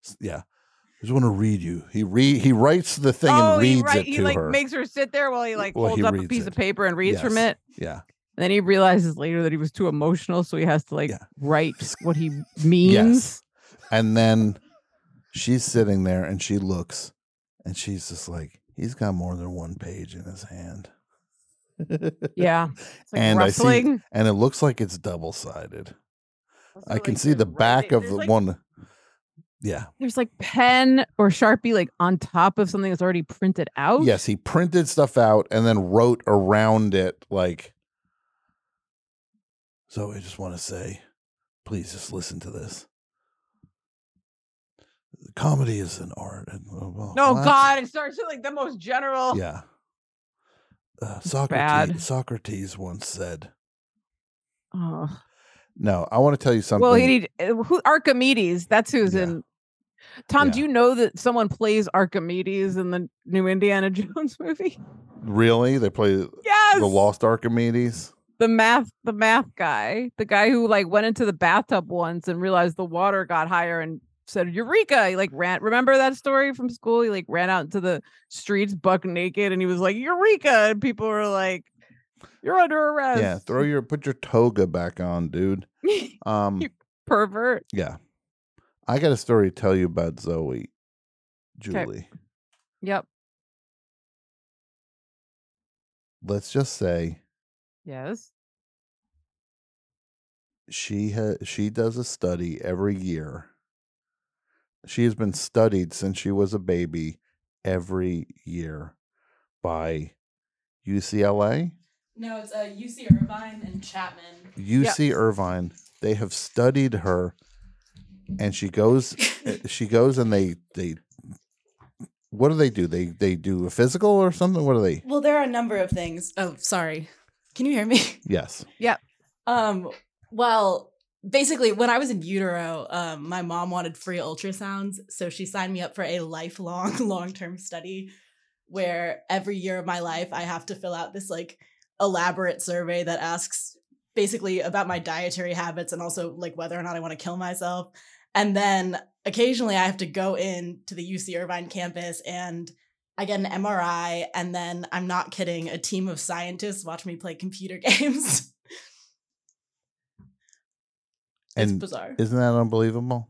B: s- yeah, I just want to read you. He read he writes the thing and reads
C: Oh, he write-
B: it to
C: he like
B: her.
C: makes her sit there while he like
B: Well,
C: holds
B: he
C: up a
B: reads
C: piece
B: it.
C: of paper and reads from
B: Yes.
C: it.
B: yeah,
C: And then he realizes later that he was too emotional, so he has to like write what he means.
B: yes. And then she's sitting there and she looks, and she's just like, he's got more than one page in his hand.
C: Yeah. It's like
B: and I
C: rustling.
B: see, and it looks like it's double sided. I can see the back
C: writing.
B: of
C: There's,
B: the
C: like-
B: one. Yeah.
C: There's like pen or Sharpie like on top of something that's already printed out.
B: Yes, he printed stuff out and then wrote around it like. So I just want to say, please just listen to this. Comedy is an art, and oh, well,
C: No
B: what?
C: God, it starts with like the most general.
B: Yeah. Uh,
C: bad.
B: Socrates, Socrates once said,
C: Oh.
B: "No, I want to tell you something."
C: Well, he did, uh, who Archimedes. That's who's in. Tom, do you know that someone plays Archimedes in the new Indiana Jones movie?
B: really, they play
C: Yes.
B: the Lost Archimedes.
C: The math, the math guy, the guy who like went into the bathtub once and realized the water got higher and said "Eureka!" He like ran. Remember that story from school? He like ran out into the streets buck naked and he was like "Eureka!" and people were like, "You're under arrest."
B: Yeah, throw your put your toga back on, dude. Um
C: pervert.
B: yeah. I got a story to tell you about Zoe.
C: 'Kay.
B: Julie.
C: Yep.
B: Let's just say
C: Yes.
B: she has she does a study every year. She has been studied since she was a baby every year by UCLA,
N: No, it's uh, UC Irvine and Chapman.
B: UC Irvine. They have studied her and she goes she goes and they they what do they do? They they do a physical or something? What do they
N: Well, there are a number of things. Oh, sorry. Can you hear me?
B: Yes.
C: Yep.
N: Um, well, basically, when I was in utero, um, my mom wanted free ultrasounds, so she signed me up for a lifelong, long-term study where every year of my life I have to fill out this like elaborate survey that asks basically about my dietary habits and also like whether or not I want to kill myself. And then occasionally I have to go in to the UC Irvine campus and I get an MRI, and then I'm not kidding, a team of scientists watch me play computer games.
B: And
N: bizarre.
B: Isn't that unbelievable?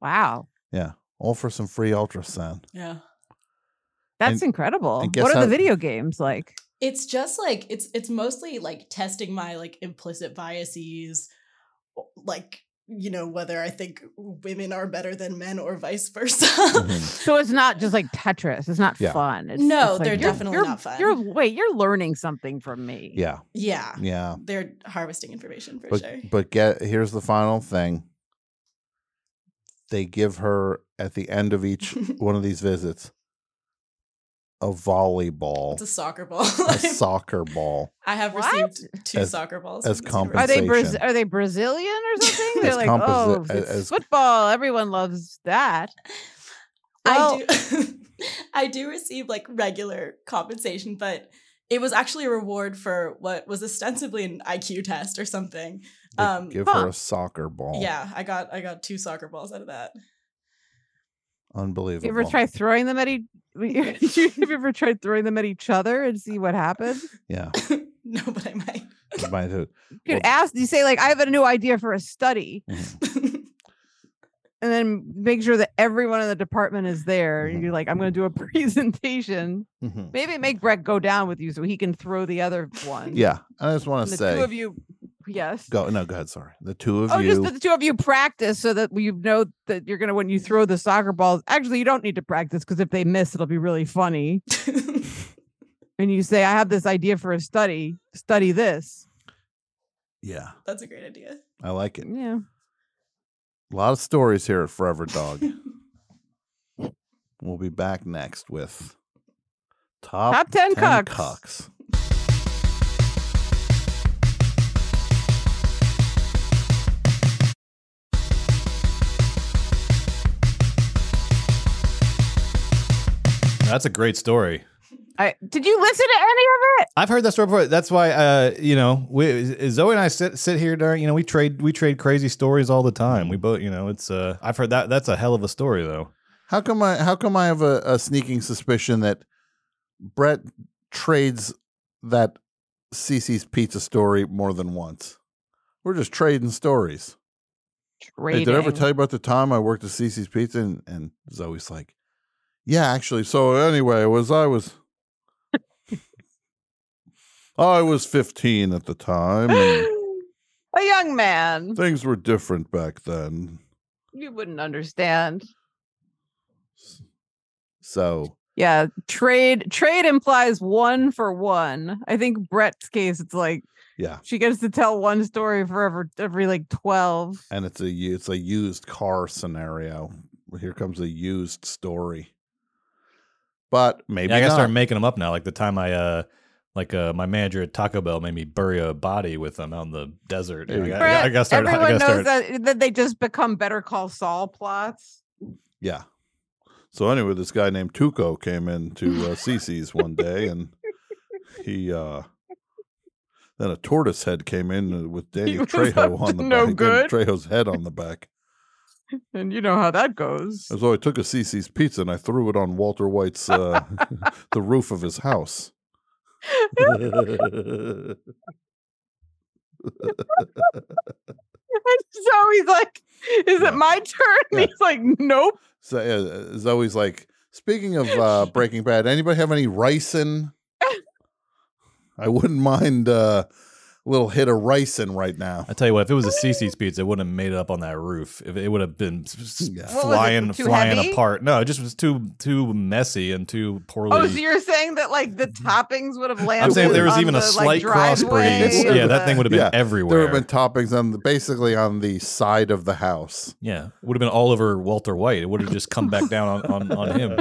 C: Wow.
B: Yeah. All for some free ultrasound.
N: yeah.
C: That's
B: And-
C: incredible.
B: and guess
C: What are
B: how-
C: the video games like?
N: It's just like it's it's mostly like testing my like implicit biases, like you know whether I think women are better than men or vice versa.
D: Mm-hmm.
C: So it's not just like Tetris. It's not
B: Yeah.
C: fun. It's,
N: No,
C: it's
N: they're
C: you're-
N: definitely
C: you're-
N: not fun.
C: You're wait, you're learning something from me.
B: Yeah.
N: yeah,
B: Yeah.
N: they're harvesting information for
B: but
N: sure.
B: but get here's the final thing. They give her at the end of each one of these visits a volleyball,
N: It's a soccer ball.
B: a soccer ball.
N: I have received two
B: As-
N: soccer balls.
B: as
N: from this
C: Are they Braz-
B: Sensation.
C: are they Brazilian or something?
B: As
C: They're like, oh,
B: composi-
C: it's
B: as-
C: football. Everyone loves that.
N: I do I do receive like regular compensation, but it was actually a reward for what was ostensibly an IQ test or something.
B: They
N: Um
B: give her a soccer ball.
N: Yeah, I got I got two soccer balls out of that.
B: Unbelievable.
C: You ever try throwing them at each? you ever tried throwing them at each other and see what happens?
B: Yeah.
N: no, but I might.
B: you might have-
C: You
B: Well-
C: could ask. You say like, I have a new idea for a study, and then make sure that everyone in the department is there.
B: Mm-hmm.
C: You're like, I'm going to do a presentation.
B: Mhm.
C: Maybe make Brett go down with you so he can throw the other one.
B: Yeah. I just want
C: And
B: to
C: the
B: say
C: two of you. Yes.
B: go no, go ahead, sorry. The two of
C: oh,
B: you
C: just that the two of you practice so that you know that you're gonna when you throw the soccer balls. Actually, you don't need to practice because if they miss, it'll be really funny. and you say, "I have this idea for a study. Study this."
B: Yeah.
N: That's a great idea.
B: I like it.
C: Yeah.
B: A lot of stories here at Forever Dog. we'll be back next with top,
C: Top 10 cucks.
B: cucks.
D: That's a great story.
C: I did you listen to any of it?
D: I've heard that story before. That's why, uh, you know, we, Zoe and I sit sit here during, you know, we trade we trade crazy stories all the time. We both, you know, it's. Uh, I've heard that. That's a hell of a story, though.
B: How come I how come I have a, a sneaking suspicion that Brett trades that Cece's pizza story more than once? We're just trading stories. Hey, did I ever
C: Rating.
B: tell you about the time I worked at Cece's Pizza and, and Zoe's like, Yeah, actually, so anyway, was I was I was fifteen at the time and
C: a young man?
B: things were different back then.
C: You wouldn't understand.
B: So
C: Yeah, trade trade implies one for one. I think Brett's case, it's like
B: yeah.
C: she gets to tell one story for every, every like twelve.
B: And it's a u- it's a used car scenario. Here comes a used story. But maybe
D: yeah, I gotta
B: not.
D: start making them up now. Like the time I, uh, like uh, my manager at Taco Bell made me bury a body with them out in the desert.
B: There
D: I,
B: you
D: gotta-
B: go.
D: I gotta start. I
C: Everyone
D: gotta
C: knows
D: start.
C: that, that they just become Better Call Saul plots.
B: Yeah. So anyway, this guy named Tuco came into uh, Cece's one day, and he uh then a tortoise head came in uh, with Danny
C: was
B: Trejo
C: up
B: on
C: to
B: the
C: no
B: back,
C: good.
B: Danny Trejo's head on the back.
C: And you know how that goes.
B: And so I took a Cece's pizza and I threw it on Walter White's uh the roof of his house.
C: And so he's like, Is it my turn? He's like, Nope.
B: So uh, Zoe's like, speaking of uh, Breaking Bad, anybody have any ricin? I wouldn't mind uh, a little hit of ricin right now.
D: I tell you what, if it was a CC's pizza, it wouldn't have made it up on that roof. If it would have been s- s-
B: What
C: was it,
D: flying,
C: too
D: flying
C: heavy?
D: apart. No, it just was too too messy and too poorly.
C: Oh, so you're saying that like the toppings would have landed?
D: Mm-hmm. I'm saying if there was
C: on
D: even a
C: the,
D: slight
C: like, driveway
D: crossbreed.
C: and
D: Yeah, that
C: the-
D: thing would have been
B: There
D: everywhere.
B: have been toppings on the, basically on the side of the house.
D: yeah, it would have been all over Walter White. It would have just come back down on, on, on him.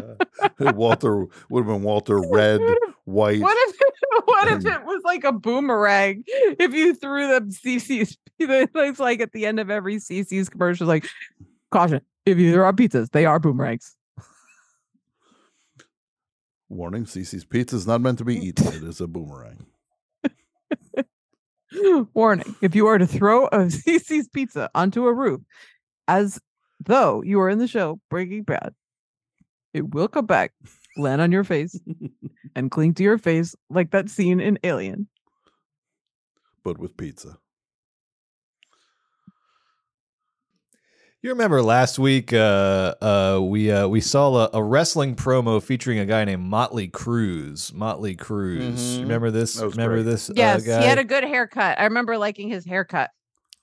B: Walter would have been Walter Red, White.
C: What if it what
D: um
C: if it was like a boomerang? If you threw the CC's, it's like at the end of every CC's commercial, like, caution, if you throw out pizzas, they are boomerangs.
B: Warning: Cece's pizza is not meant to be eaten. It is a boomerang.
C: Warning, if you are to throw a CC's pizza onto a roof as though you are in the show Breaking Bad, it will come back, land on your face, and cling to your face like that scene in Alien.
B: but with pizza.
D: You remember last week uh, uh, we uh, we saw a, a wrestling promo featuring a guy named Motley Cruz. Motley Cruz.
C: Mhm.
D: Remember this?
C: That was
D: Remember
C: great.
D: this? uh,
C: Yes,
D: guy?
C: he had a good haircut. I remember liking his haircut.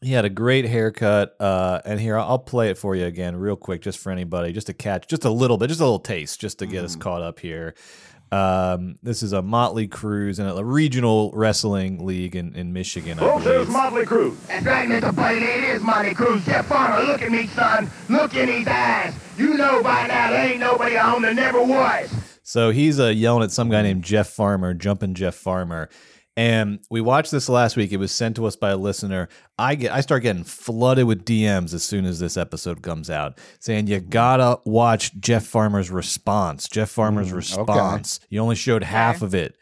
D: He had a great haircut. Uh, and here I'll I'll play it for you again, real quick, just for anybody, just to catch, just a little bit, just a little taste, just to get us caught up here. Um, this is a Motley Cruz and a regional wrestling league in, in Michigan. I
O: Folks,
D: believe.
O: here's Motley Crue. That's right, Mr. Buddy. It is Motley Crue. Step on look at me, son. Look in these eyes. You know by now there ain't nobody on that never was.
D: So he's uh, yelling at some guy named Jeff Farmer, jumping Jeff Farmer. And we watched this last week. It was sent to us by a listener. I get I start getting flooded with DMs as soon as this episode comes out saying
B: Mm-hmm.
D: you gotta watch Jeff Farmer's response. Jeff Farmer's
B: Mm-hmm.
D: response. You only showed half of it.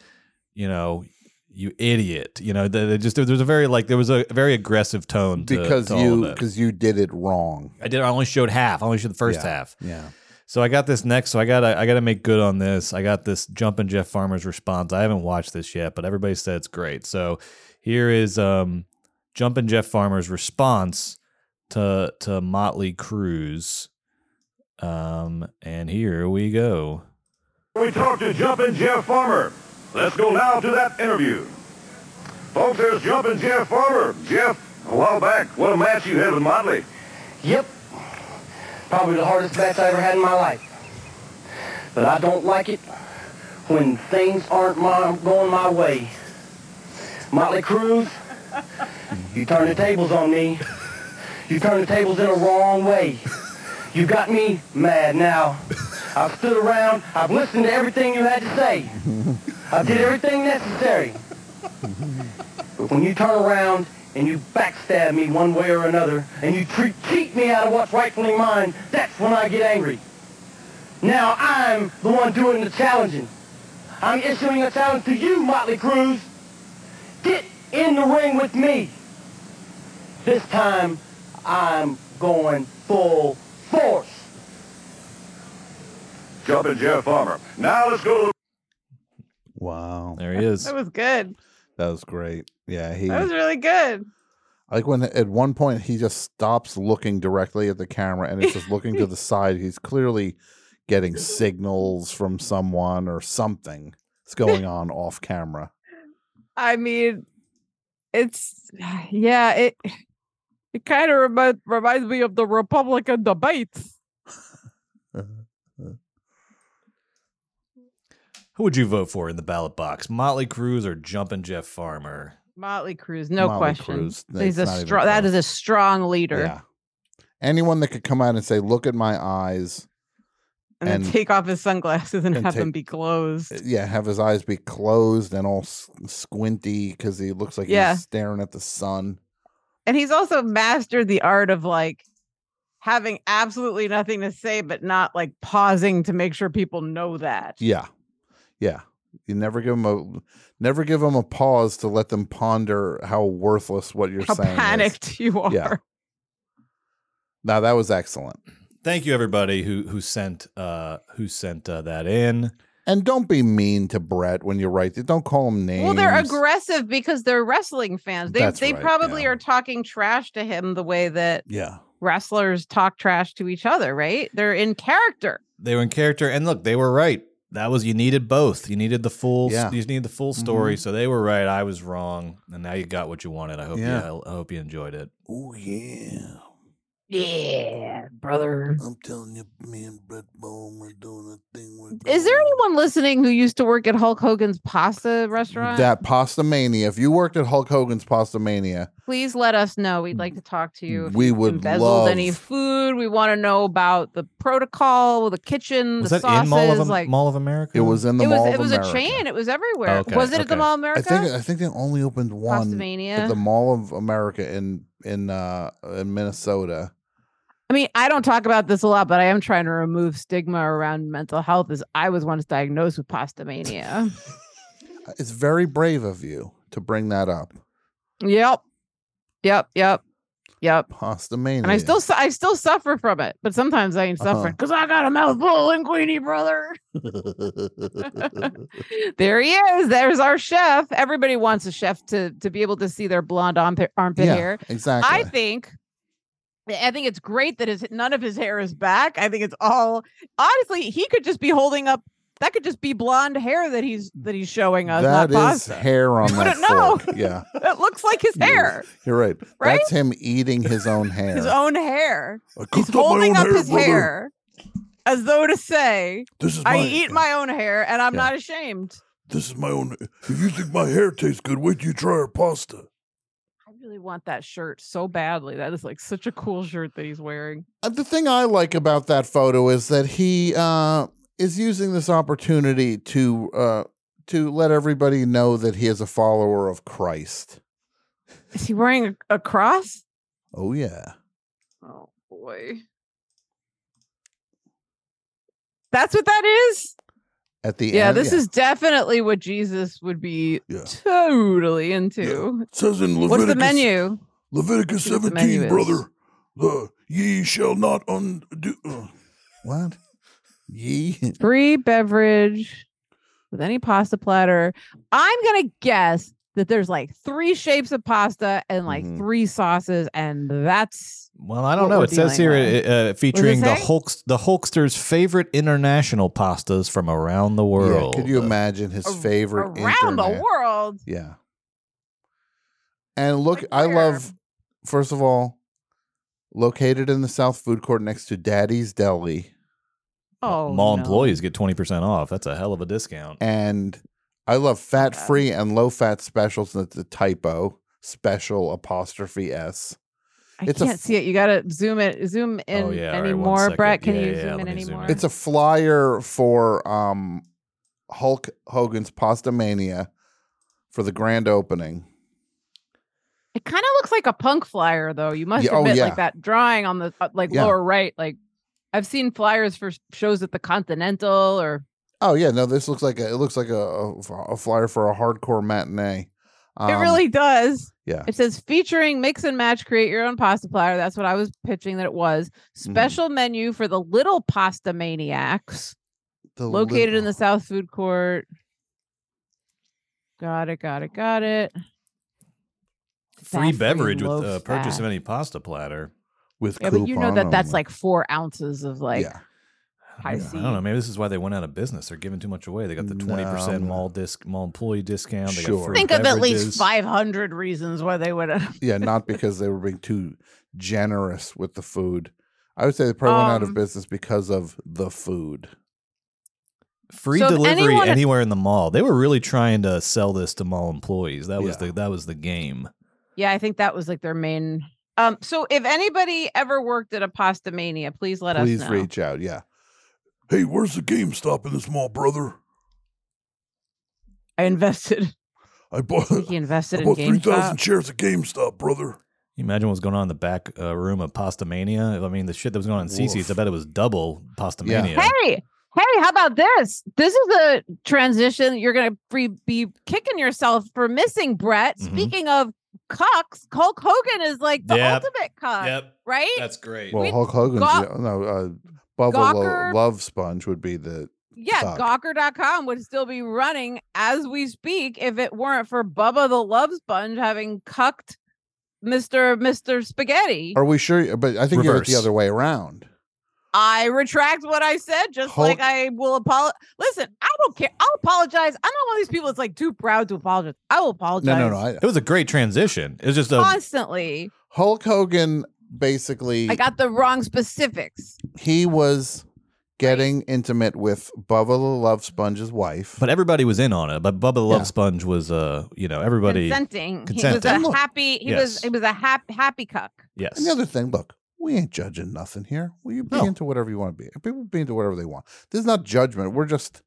D: You know, you idiot. You know, they, they just there was a very like there was a very aggressive tone to,
B: Because
D: to all
B: you
D: of it.
B: because you did it wrong.
D: I did. I only showed half. I only showed the first
B: Yeah,
D: half.
B: yeah.
D: So I got this next. So I got. to I got to make good on this. I got this jumping Jeff Farmer's response. I haven't watched this yet, but everybody said it's great. So here is um, jumping Jeff Farmer's response to to Motley Cruz. Um, and here we go.
O: We talked to Jumpin' Jeff Farmer. Let's go now to that interview. Folks, there's Jumpin' Jeff Farmer. Jeff, a while back, what a match you had with Motley.
P: Yep. Probably the hardest match I ever had in my life. But I don't like it when things aren't my, going my way. Motley Cruz, you turn the tables on me. You turn the tables in the wrong way. You got me mad now. I've stood around. I've listened to everything you had to say. I did everything necessary. But when you turn around and you backstab me one way or another, and you treat, cheat me out of what's rightfully mine, that's when I get angry. Now I'm the one doing the challenging. I'm issuing a challenge to you, Motley Cruz. Get in the ring with me. This time, I'm going full force.
O: Jumpin' Jeff Farmer. Now let's go to the
B: Wow.
D: There he is.
C: That was good.
B: That was great. Yeah, he
C: That was really good.
B: like when at one point he just stops looking directly at the camera and it's just looking to the side. He's clearly getting signals from someone or something that's going on off camera.
C: I mean, it's yeah, it it kind of remi- reminds me of the Republican debates.
D: Who would you vote for in the ballot box, Motley Cruz or jumping Jeff Farmer?
C: Motley Cruz, no
B: Motley
C: question.
B: Cruz, it's
C: He's a
B: not even
C: strong. That is a strong leader.
B: Yeah. Anyone that could come out and say, "Look at my eyes,"
C: And, then take off his sunglasses and,
B: and
C: have them
B: take-
C: be closed.
B: eh, yeah, have his eyes be closed and all s- squinty because he looks like
C: Yeah.
B: he's staring at the sun.
C: And he's also mastered the art of like having absolutely nothing to say, but not like pausing to make sure people know that.
B: Yeah, yeah. You never give him a never give him a pause to let them ponder how worthless what you're
C: How
B: saying. is.
C: panicked you are.
B: Yeah. Now that was excellent.
D: Thank you, everybody who who sent uh, who sent uh, that in.
B: And don't be mean to Brett when you write it. Don't call him names.
C: Well, they're aggressive because they're wrestling fans. They
B: That's
C: they
B: right,
C: probably are talking trash to him the way that
B: Yeah.
C: wrestlers talk trash to each other, right? They're in character.
D: they were in character and look they were right that was you needed both you needed the full
B: Yeah.
D: you needed the full story
B: Mhm.
D: so they were right i was wrong and now you got what you wanted i hope
B: Yeah.
D: you i hope you enjoyed it
B: Oh yeah.
C: Yeah, brother.
B: I'm telling you, me and Brett Bone are doing a thing with
C: Is there anyone listening who used to work at Hulk Hogan's pasta restaurant?
B: that Pasta Mania. If you worked at Hulk Hogan's Pasta Mania,
C: please let us know. We'd like to talk to you. if
B: We
C: you've
B: would
C: embezzled any
B: love-
C: food. We want to know about the protocol, the kitchen,
D: Was
C: the
D: that in Mall of,
C: sauces.
D: Am-
C: Like
D: Mall of America?
B: It was in the
C: it was,
B: Mall
C: it
B: of
C: was
B: America.
C: a chain. It was everywhere.
D: Okay,
C: was it at the
D: okay.
C: Mall of America?
B: I think I think they only opened one
C: Postamania?
B: at the Mall of America in in uh in Minnesota.
C: I mean, I don't talk about this a lot, but I am trying to remove stigma around mental health as I was once diagnosed with postomania.
B: It's very brave of you to bring that up.
C: yep. Yep. Yep. Yep.
B: Postamania.
C: And I still su- I still suffer from it, but sometimes I ain't
B: Uh-huh.
C: suffering because I got a mouthful of linguine, brother. there he is. There's our chef. Everybody wants a chef to to be able to see their blonde armpit, armpit
B: Yeah,
C: hair.
B: exactly.
C: I think. I think it's great that his none of his hair is back. I think it's all honestly. He could just be holding up. That could just be blonde hair that he's that he's showing us.
B: that
C: not
B: is
C: pasta.
B: hair on
C: You
B: that
C: wouldn't know.
B: fork. Yeah,
C: It looks like his hair,
B: you're right.
C: Right?
B: That's him eating his own hair.
C: his own hair.
B: I
C: He's
B: cooked up my
C: holding
B: own
C: up
B: hair,
C: his
B: brother.
C: hair as though to say,
B: This is
C: I
B: my-
C: eat my own hair and I'm
B: Yeah.
C: not ashamed.
B: This is my own. If you think my hair tastes good, wait till you try our pasta.
C: I really want that shirt so badly. That is like such a cool shirt that he's wearing.
B: Uh, the thing I like about that photo is that he uh, is using this opportunity to uh, to let everybody know that he is a follower of Christ.
C: Is he wearing a, a cross?
B: Oh yeah,
C: Oh boy. That's what that is?
B: at the
C: yeah,
B: end.
C: this is definitely what Jesus would be totally into.
B: says in
C: What's the
B: Leviticus-
C: menu?
B: Leviticus
C: Look at the menu
B: 17, brother. The ye shall not undo. Uh, what? Ye?
C: free beverage with any pasta platter. I'm gonna guess that there's like three shapes of pasta and like
D: Mm-hmm.
C: three sauces, and that's
D: Well, I don't
C: what
D: know.
C: we're
D: It says here
C: dealing
D: it, uh, featuring the
C: say?
D: Hulk, the Hulkster's favorite international pastas from around the world.
B: could you imagine his favorite
C: around the
B: internet-
C: world.
B: Yeah. And look, I love, first of all, located in the South Food Court next to Daddy's Deli.
C: Oh,
D: Uh, Mall
C: no.
D: employees get twenty percent off. That's a hell of a discount.
B: And I love fat free and low fat specials. And it's a typo, special apostrophe S.
C: I
B: It's a
C: can't
B: f-
C: see it. You gotta zoom it, zoom in
D: Oh, yeah, all right, one
C: anymore.
D: second.
C: Brett, can
D: Yeah,
C: you
D: yeah,
C: zoom
D: let
C: in
D: me zoom
C: anymore?
B: It's a flyer for um, Hulk Hogan's Pasta Mania for the grand opening.
C: it kind of looks like a punk flyer, though. You must
B: Yeah, oh,
C: admit,
B: yeah.
C: like that drawing on the uh, like
B: Yeah.
C: lower right. Like I've seen flyers for s- shows at the Continental or
B: Oh yeah, no, this looks like a it looks like a, a, a flyer for a hardcore matinee.
C: it really does.
B: Um, yeah.
C: It says featuring mix and match, create your own pasta platter. That's what I was pitching that it was.
B: Mm-hmm.
C: Special menu for the little pasta maniacs
B: the
C: located in the South Food Court. Got it, got it, got it. Fat-free
D: Free beverage with
C: low
D: uh, purchase
C: fat.
D: of any pasta platter.
B: With
C: Yeah, but you know that that's like four ounces of like
B: Yeah.
C: high
D: I
C: C.
D: don't know. Maybe this is why they went out of business. They're giving too much away. They got the twenty percent
B: No.
D: mall disc mall employee discount. They
B: Sure.
D: got free
C: Think of at least
D: beverages.
C: five hundred reasons why they would have.
B: yeah, not because they were being too generous with the food. I would say they probably went out of
C: Um,
B: business because of the food.
D: free
C: So if
D: delivery
C: anyone-
D: anywhere in the mall. They were really trying to sell this to mall employees. That was
B: Yeah.
D: the that was the game.
C: Yeah, I think that was like their main. Um, so if anybody ever worked at a pasta mania, please let
B: Please
C: us know.
B: reach out. Yeah. Hey, where's the GameStop in this mall, brother?
C: I invested.
B: I bought.
C: He invested
B: I
C: in
B: bought three thousand
C: GameStop.
B: shares of GameStop, brother.
D: Can you imagine what's going on in the back uh, room of Pastamania? I mean, the shit that was going on in CC's, I bet it was double Pastamania.
C: Hey, hey, how about this? This is a transition you're gonna be, be kicking yourself for missing, Brett.
B: Mm-hmm.
C: Speaking of cucks, Hulk Hogan is like the
D: Yep.
C: ultimate cuck,
D: Yep.
C: right?
D: That's great.
B: Well, Hulk Hogan's
C: Go-
B: the- no uh, Bubba Lo-
C: Gawker-
B: Love Sponge would be the
C: yeah,
B: cuck.
C: Gawker.com would still be running as we speak if it weren't for Bubba the Love Sponge having cucked Mr. Mr. Spaghetti.
B: Are we sure? But I think you're the
D: Reverse.
B: other way around.
C: I retract what I said, just like
B: Hulk-
C: I will apologize. Listen, I don't care. I'll apologize. I'm not one of these people that's like too proud to apologize. I will apologize.
D: No, no, no. it was a great transition. It was just a
C: constantly.
B: Hulk Hogan basically
C: I got the wrong specifics.
B: he was getting intimate with Bubba the Love Sponge's wife.
D: But everybody was in on it. But Bubba the Love Sponge was, uh, you know, everybody
C: consenting. He was
D: consenting.
C: a happy. He was.
D: Yes.
C: He was a happy happy cuck.
D: Yes.
B: And the other thing, look, we ain't judging nothing here. Well, you be into whatever you want to be. People be into whatever they want. This is not judgment. We're just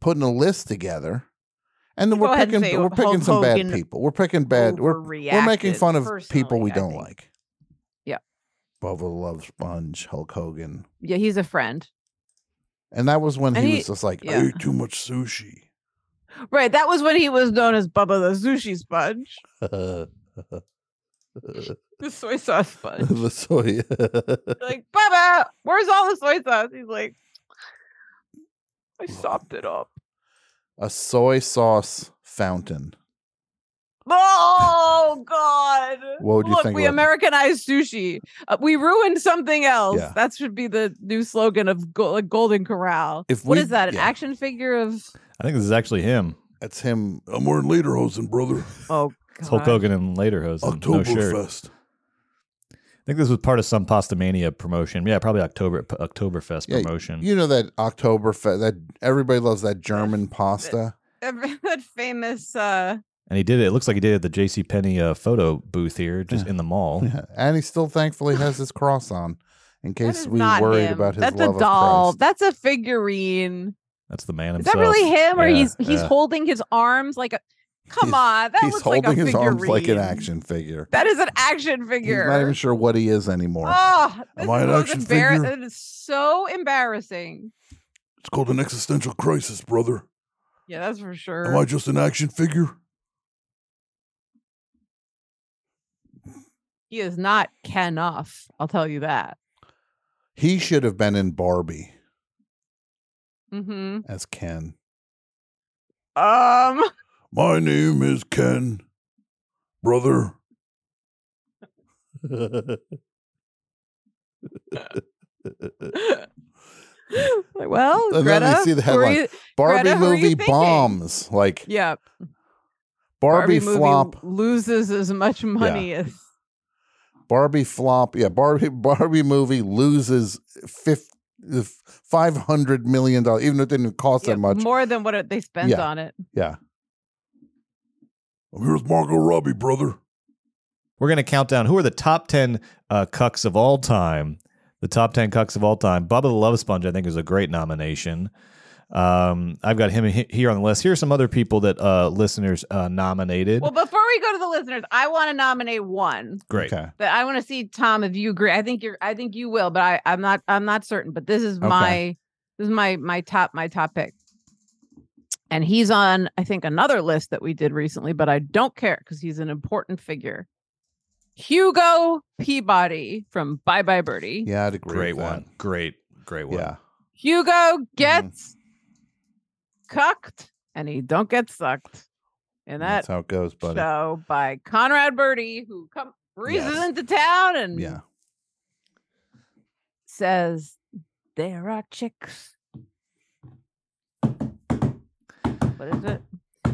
B: putting a list together. And then
C: Go
B: we're
C: ahead and
B: picking
C: say
B: we're picking
C: Hulk
B: some
C: Hogan
B: bad people. We're picking bad we're we're making
C: overreacted
B: fun of people
C: personally,
B: we
C: I
B: don't
C: think.
B: like.
C: Yeah.
B: Bubba the Love Sponge, Hulk Hogan.
C: Yeah, he's a friend.
B: And that was when
C: And
B: he,
C: he-
B: was just like,
C: yeah.
B: I ate too much sushi.
C: Right. That was when he was known as Bubba the Sushi Sponge, the soy sauce sponge.
B: the soy.
C: like Bubba, where's all the soy sauce? He's like, I sopped it up.
B: a soy sauce fountain.
C: Oh God!
B: What would you
C: Look,
B: think
C: we
B: about-
C: Americanized sushi. Uh, we ruined something else.
B: Yeah.
C: That should be the new slogan of Go- like Golden Corral.
D: If
C: what
D: we-
C: is that? An
D: yeah.
C: action figure of?
D: I think this is actually him.
B: That's him. I'm wearing lederhosen, brother.
C: Oh,
D: It's Hulk Hogan and lederhosen. No shirt.
B: Oktoberfest.
D: I think this was part of some Pastamania promotion. Yeah, probably October Oktoberfest promotion.
B: You know that Oktoberfest that everybody loves that German pasta.
C: that famous. uh
D: and he did it. It looks like he did it at the J.C. Penney uh, photo booth here, just in the mall.
B: And he still thankfully has his cross on in case
C: is
B: we
C: not
B: worried
C: him.
B: about his
C: That's
B: love
C: a doll.
B: of Christ.
C: That's a figurine.
D: That's the
C: Is
D: man himself.
C: that really him, or
D: Yeah,
C: he's he's
D: yeah.
C: holding his arms like a? Come on, that
B: He's
C: looks
B: holding
C: like a
B: his
C: figurine.
B: arms like an action figure.
C: That is an action
B: He's
C: figure.
B: not even sure what he is anymore.
C: Oh, this
B: Am I an
C: was
B: action
C: embar-
B: figure?
C: It is so embarrassing.
B: It's called an existential crisis, brother.
C: Yeah, that's for sure.
B: action figure?
C: He is not Ken off. I'll tell you that.
B: He should have been in Barbie
C: Mm-hmm.
B: as Ken.
C: Um.
B: My name is Ken, brother.
C: Like, well,
B: and
C: Greta,
B: then you see the
C: who are
B: headline:
C: you-
B: Barbie
C: Greta, who are you
B: movie
C: thinking?
B: bombs. Like
C: Yeah,
B: Barbie,
C: movie
B: flop.
C: loses as much money as
B: Barbie flop. Yeah, Barbie Barbie movie loses fifty. Five hundred million dollars, even though it didn't cost that much.
C: more than what it- they spent
B: Yeah.
C: on it.
B: Yeah. I'm here with Oh, Margot Robbie, brother.
D: We're going to count down who are the top 10 uh, cucks of all time. The top 10 cucks of all time. Bubba the Love Sponge, I think, is a great nomination. Um, I've got him he- here on the list. Here are some other people that uh, listeners uh, nominated.
C: Well, before we go to the listeners, I want to nominate one.
D: great.
C: But I want to see Tom if you agree. I think you're. I think you will, but I, I'm not. I'm not certain. But this is
D: Okay.
C: my. This is my my top my top pick. And he's on, I think, another list that we did recently, but I don't care because he's an important figure. Hugo Peabody from Bye Bye Birdie.
B: Yeah, I'd agree.
D: Great
B: with that.
D: one. Great, great one.
B: Yeah. Mm-hmm.
C: Hugo gets cucked and he don't get sucked. And that
B: That's how it goes, buddy.
C: show by Conrad Birdie, who come breezes into town and
B: Yeah.
C: says, There are chicks. What is it?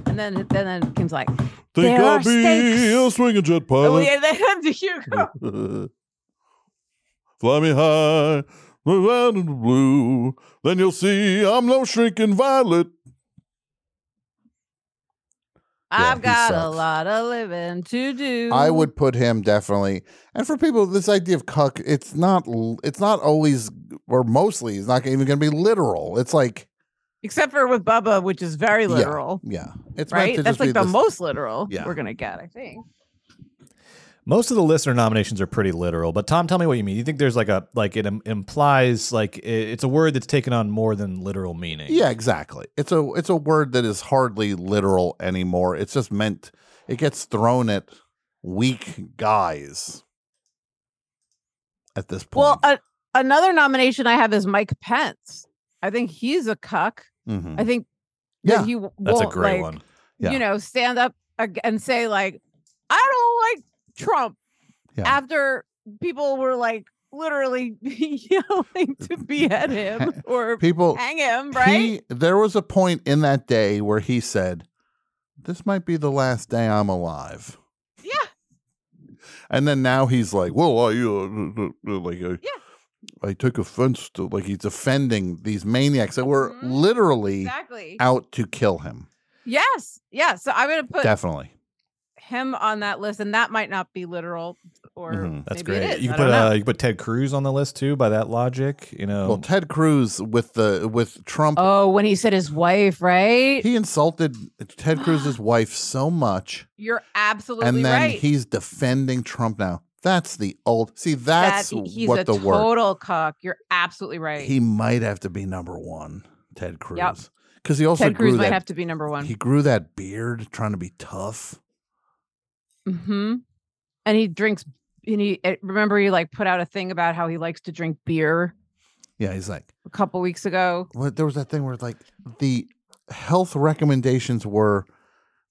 C: And then then then Kim's like,
J: Think
C: There
J: I'll
C: are
J: be a
C: stakes.
J: swinging jet
C: Oh
J: pilot.
C: yeah, then comes to Hugo.
J: Fly me high, fly round in the blue. Then you'll see I'm no shrinking violet.
C: I've
B: he
C: got a
B: sucks.
C: lot of living to do.
B: I would put him definitely. And for people, this idea of cuck, it's not. l- It's not always, or mostly, it's not even going to be literal. It's like
C: except for with Bubba, which is very
B: yeah,
C: literal.
B: Yeah, it's meant
C: right.
B: to
C: That's
B: just be
C: like the
B: this-
C: most literal
B: Yeah.
C: we're gonna get, I think.
D: Most of the listener nominations are pretty literal, but Tom, tell me what you mean. You think there's like a like it im- implies like i- it's a word that's taken on more than literal meaning.
B: Yeah, exactly. It's a it's a word that is hardly literal anymore. It's just meant. It gets thrown at weak guys. At this point,
C: Well, uh, a, another nomination I have is Mike Pence. I think he's a cuck.
B: Mhm.
C: I think
B: yeah,
C: that he w-
D: That's a
C: won't,
D: great
C: like,
D: one.
B: Yeah.
C: You know, stand up ag- and say like, I don't like Trump.
B: Yeah.
C: After people were like literally yelling to behead him or
B: People-
C: hang him, right?
B: He, there was a point in that day where he said, "This might be the last day I'm alive."
C: yeah,
B: And then now he's like, "Well, I uh, uh, uh, uh, like, uh, I take offense to like he's offending these maniacs that were literally
C: Mm-hmm. Exactly.
B: out to kill him.
C: Yes. Yeah. So I'm gonna put
B: Definitely.
C: him on that list, and that might not be literal or
B: Mhm.
D: That's
C: maybe it
D: great.
C: is.
D: You
C: I don't
D: can put
C: know.
D: uh, you can put Ted Cruz on the list too. By that logic, you know.
B: Well, Ted Cruz with the with Trump
C: Oh, when he said his wife, right?
B: he insulted Ted Cruz's wife so much
C: You're absolutely
B: and then
C: right.
B: he's defending Trump now. That's the old see that's
C: that, he's
B: what
C: a
B: the word
C: total cuck. You're absolutely right.
B: he might have to be number one, Ted Cruz. Because he also
C: Ted Cruz
B: grew
C: might
B: that,
C: have to be number one.
B: He grew that beard trying to be tough.
C: hmm And he drinks. And he eh, remember he like put out a thing about how he likes to drink beer
B: Yeah, he's like
C: a couple weeks ago.
B: well, there was that thing where like the health recommendations were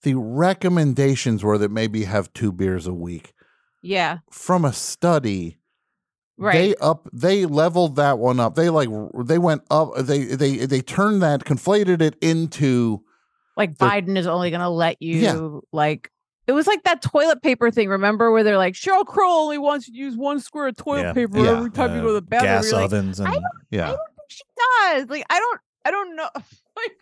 B: the recommendations were that maybe have two beers a week
C: Yeah,
B: from a study
C: right.
B: they up they leveled that one up they like r- they went up they they they turned that conflated it into
C: like
B: the-
C: Biden is only going to let you
B: Yeah.
C: like. It was like that toilet paper thing, remember? Where they're like, Cheryl Crow only wants you to use one square of toilet
D: Yeah.
C: paper
D: Yeah.
C: every time you go to
D: Uh,
C: the bathroom.
D: gas
C: You're like,
D: ovens
C: I
D: and-
C: don't
B: yeah
C: think she does. Like, I don't, I don't know. Like,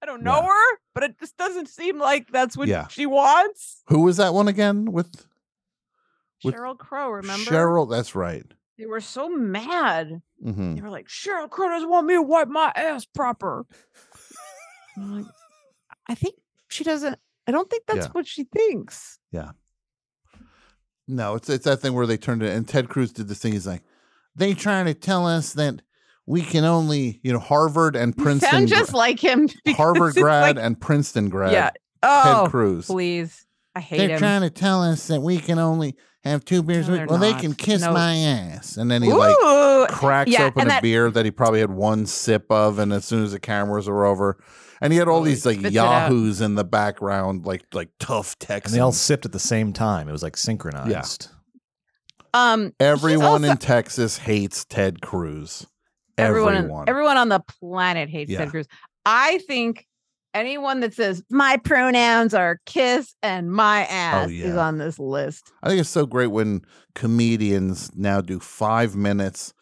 C: I don't know her, but it just doesn't seem like that's what
B: Yeah.
C: she wants.
B: who was that one again with With
C: Cheryl Crow, remember?
B: cheryl that's right
C: They were so mad.
B: hmm
C: They were like, Cheryl Crow doesn't want me to wipe my ass proper. I'm like, I think she doesn't. I don't think that's
B: Yeah.
C: what she thinks.
B: yeah no it's it's that thing where they turned it and ted cruz did this thing he's like they trying to tell us that we can only you know harvard and princeton
C: sound
B: gra-
C: just like him. because
B: harvard
C: it's
B: grad
C: like-
B: and princeton grad
C: yeah.
B: Ted
C: Oh,
B: Cruz.
C: Please, I hate
B: They're
C: him.
B: trying to tell us that we can only have two beers.
C: No,
B: a
C: they're
B: week. Well, they
C: not.
B: can kiss
C: No.
B: my ass, and then he like
C: Ooh,
B: cracks
C: yeah,
B: open
C: and
B: a
C: that-
B: beer that he probably had one sip of, and as soon as the cameras were over, and he had all these like
C: spits it out.
B: yahoos in the background, like like tough Texans.
D: and they all sipped at the same time. It was like synchronized.
C: Um, he's
B: Everyone
C: also-
B: in Texas hates Ted Cruz.
C: everyone,
B: Everyone,
C: on, everyone on the planet hates
B: Yeah.
C: Ted Cruz. I think anyone that says my pronouns are kiss and my ass is
B: Oh, yeah.
C: on this list.
B: I think it's so great when comedians now do five minutes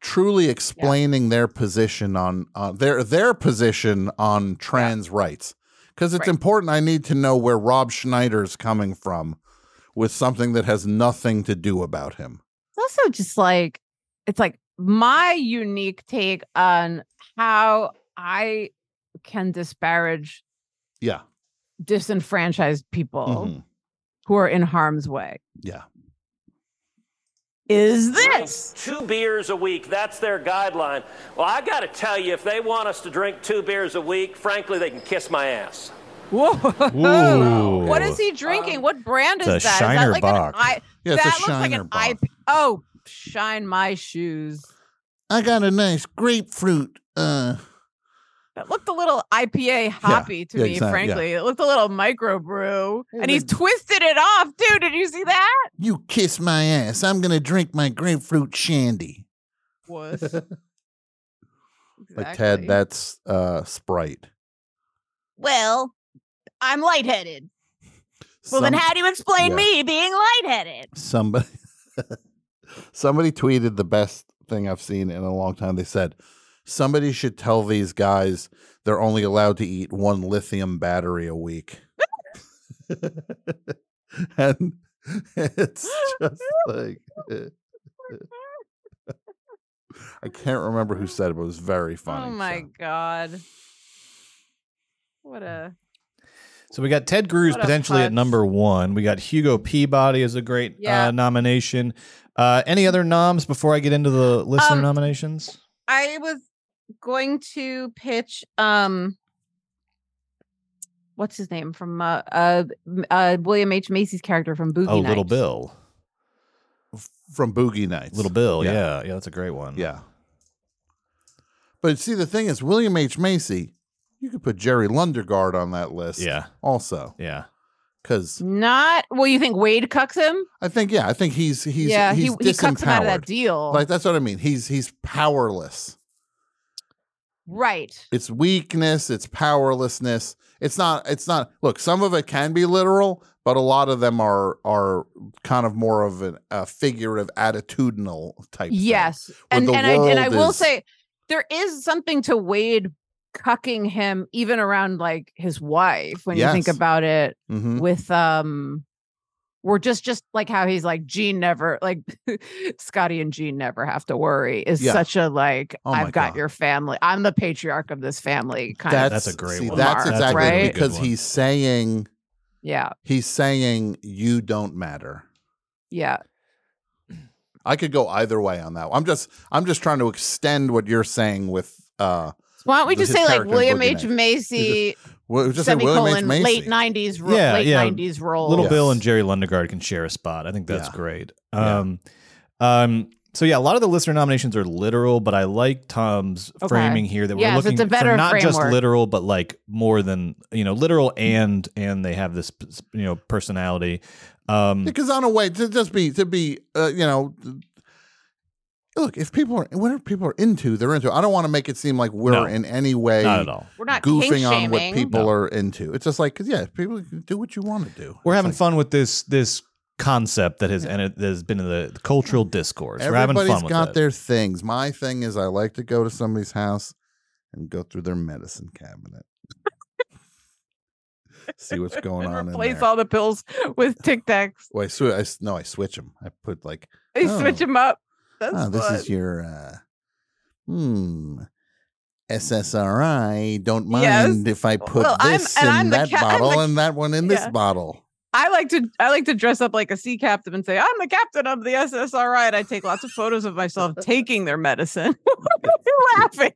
B: truly explaining their position on uh, their their position on trans rights because it's important I need to know where Rob Schneider's coming from with something that has nothing to do about him.
C: It's also just like it's like my unique take on how I can disparage
B: Yeah.
C: disenfranchised people
D: Mm-hmm.
B: Mhm.
C: who are in harm's way.
B: Yeah.
C: Is this?
Q: Two beers a week, that's their guideline. Well, I got to tell you, if they want us to drink two beers a week, frankly, they can kiss my ass.
C: Whoa.
D: Ooh.
C: What is he drinking? what brand is
D: it's
C: that?
D: a
C: Is that
D: Shiner
C: like
D: Bock.
C: an I-
D: Yeah,
C: that
D: it's a
C: looks like
D: Shiner
C: an I- Oh, shine my shoes.
B: I got a nice grapefruit. Uh,
C: That looked a little IPA hoppy to
B: yeah,
C: me,
B: exact- yeah.
C: frankly. It looked a little microbrew, and he's
B: the-
C: twisted it off, dude. Did you see that?
B: you kiss my ass. I'm gonna drink my grapefruit shandy.
C: Was
B: Like Ted, that's uh, Sprite.
C: well, I'm lightheaded. Well, then
B: Some-
C: how do you explain
B: yeah.
C: me being lightheaded?
B: somebody somebody tweeted the best thing I've seen in a long time. They said somebody should tell these guys they're only allowed to eat one lithium battery a week. and it's just like I can't remember who said it, but it was very funny.
C: Oh my god! What a
D: So we got Ted Cruz
C: What a
D: potentially at
C: putz.
D: number one. We got Hugo Peabody as a great
C: Yeah.
D: uh, nomination. Uh, any other noms before I get into the listener
C: Um,
D: nominations?
C: I was going to pitch um what's his name from uh uh, M- uh William H. Macy's character from Boogie
D: Oh,
C: Nights.
D: Little Bill.
B: From Boogie Nights.
D: Little Bill.
B: Yeah.
D: Yeah. yeah. that's a great one.
B: Yeah. But see the thing is William H. Macy, you could put Jerry Lundergaard on that list.
D: Yeah.
B: Also.
D: Yeah.
B: Cuz
C: Not well, you think Wade cucks him?
B: I think yeah, I think he's he's
C: yeah,
B: he's
C: he he cucks him out of that
B: disempowered.
C: deal.
B: Like that's what I mean. He's he's powerless.
C: Right.
B: It's weakness, it's powerlessness. It's not it's not look, some of it can be literal, but a lot of them are are kind of more of an, a figurative attitudinal type. thing,
C: Yes.
B: where
C: And
B: the
C: and I and I
B: world
C: will
B: is-
C: say there is something to Wade cucking him even around like his wife when you think
B: Yes.
C: about it
B: Mhm.
C: with um we're just just like how he's like Gene never like Scotty and Gene never have to worry is
B: Yeah.
C: such a like
B: Oh my
C: I've got your family I'm the patriarch of this family kind of
D: That's a great
B: see,
D: one. That's
B: That's
D: a
B: exactly
D: really good
B: because
D: one.
B: he's saying
C: yeah
B: he's saying you don't matter.
C: yeah
B: I could go either way on that. I'm just I'm just trying to extend what you're saying with uh
C: why don't we
B: This
C: just
B: is
C: say like
B: character
C: William
B: in Boogeyman.
C: H Macy
B: well, just say William H.
C: semicolon
B: Macy.
C: late 90s ro-
D: yeah,
C: late
D: yeah.
C: 90s role
D: Little
C: Yes.
D: Bill and Jerry Lundegaard can share a spot. I think that's
B: Yeah.
D: great.
B: Yeah.
D: Um, um, so yeah, a lot of the listener nominations are literal, but I like Tom's
C: Okay.
D: framing here that
C: Yes,
D: we're looking
C: it's a better
D: for not just
C: framework.
D: literal, but like more than you know, literal and and they have this you know personality. Um,
B: Because on a way to just be to be uh, you know th- look if people are whatever people are into they're into. I don't want to make it seem like we're
D: No.
B: in any way
D: Not at all.
C: We're not
B: goofing
C: kink
B: on what
C: shaming.
B: people
D: No.
B: are into. It's just like 'cause, yeah, people can do what you want to do.
D: we're having fun with this this concept that has entered, that has been in the cultural discourse. We're having
B: Everybody's
D: fun with
B: got
D: it.
B: their things. My thing is I like to go to somebody's house and go through their medicine cabinet. See what's going on in
C: replace
B: there.
C: all the pills with Tic Tacs
B: Well, I, sw- I s- no, I switch them. I put like
C: they
B: oh,
C: switch them up that's
B: oh, this is
C: fun.
B: your uh hmm SSRI. Don't
C: Yes. Oh,
B: mind if I put
C: Well, I'm-
B: this
C: and
B: in
C: I'm the
B: that
C: ca- I'm the
B: bottle
C: ca-
B: and that one in this
C: Yeah.
B: bottle.
C: I like to I like to dress up like a sea captain and say I'm the captain of the SSRI and I take lots of photos of myself taking their medicine. You're laughing,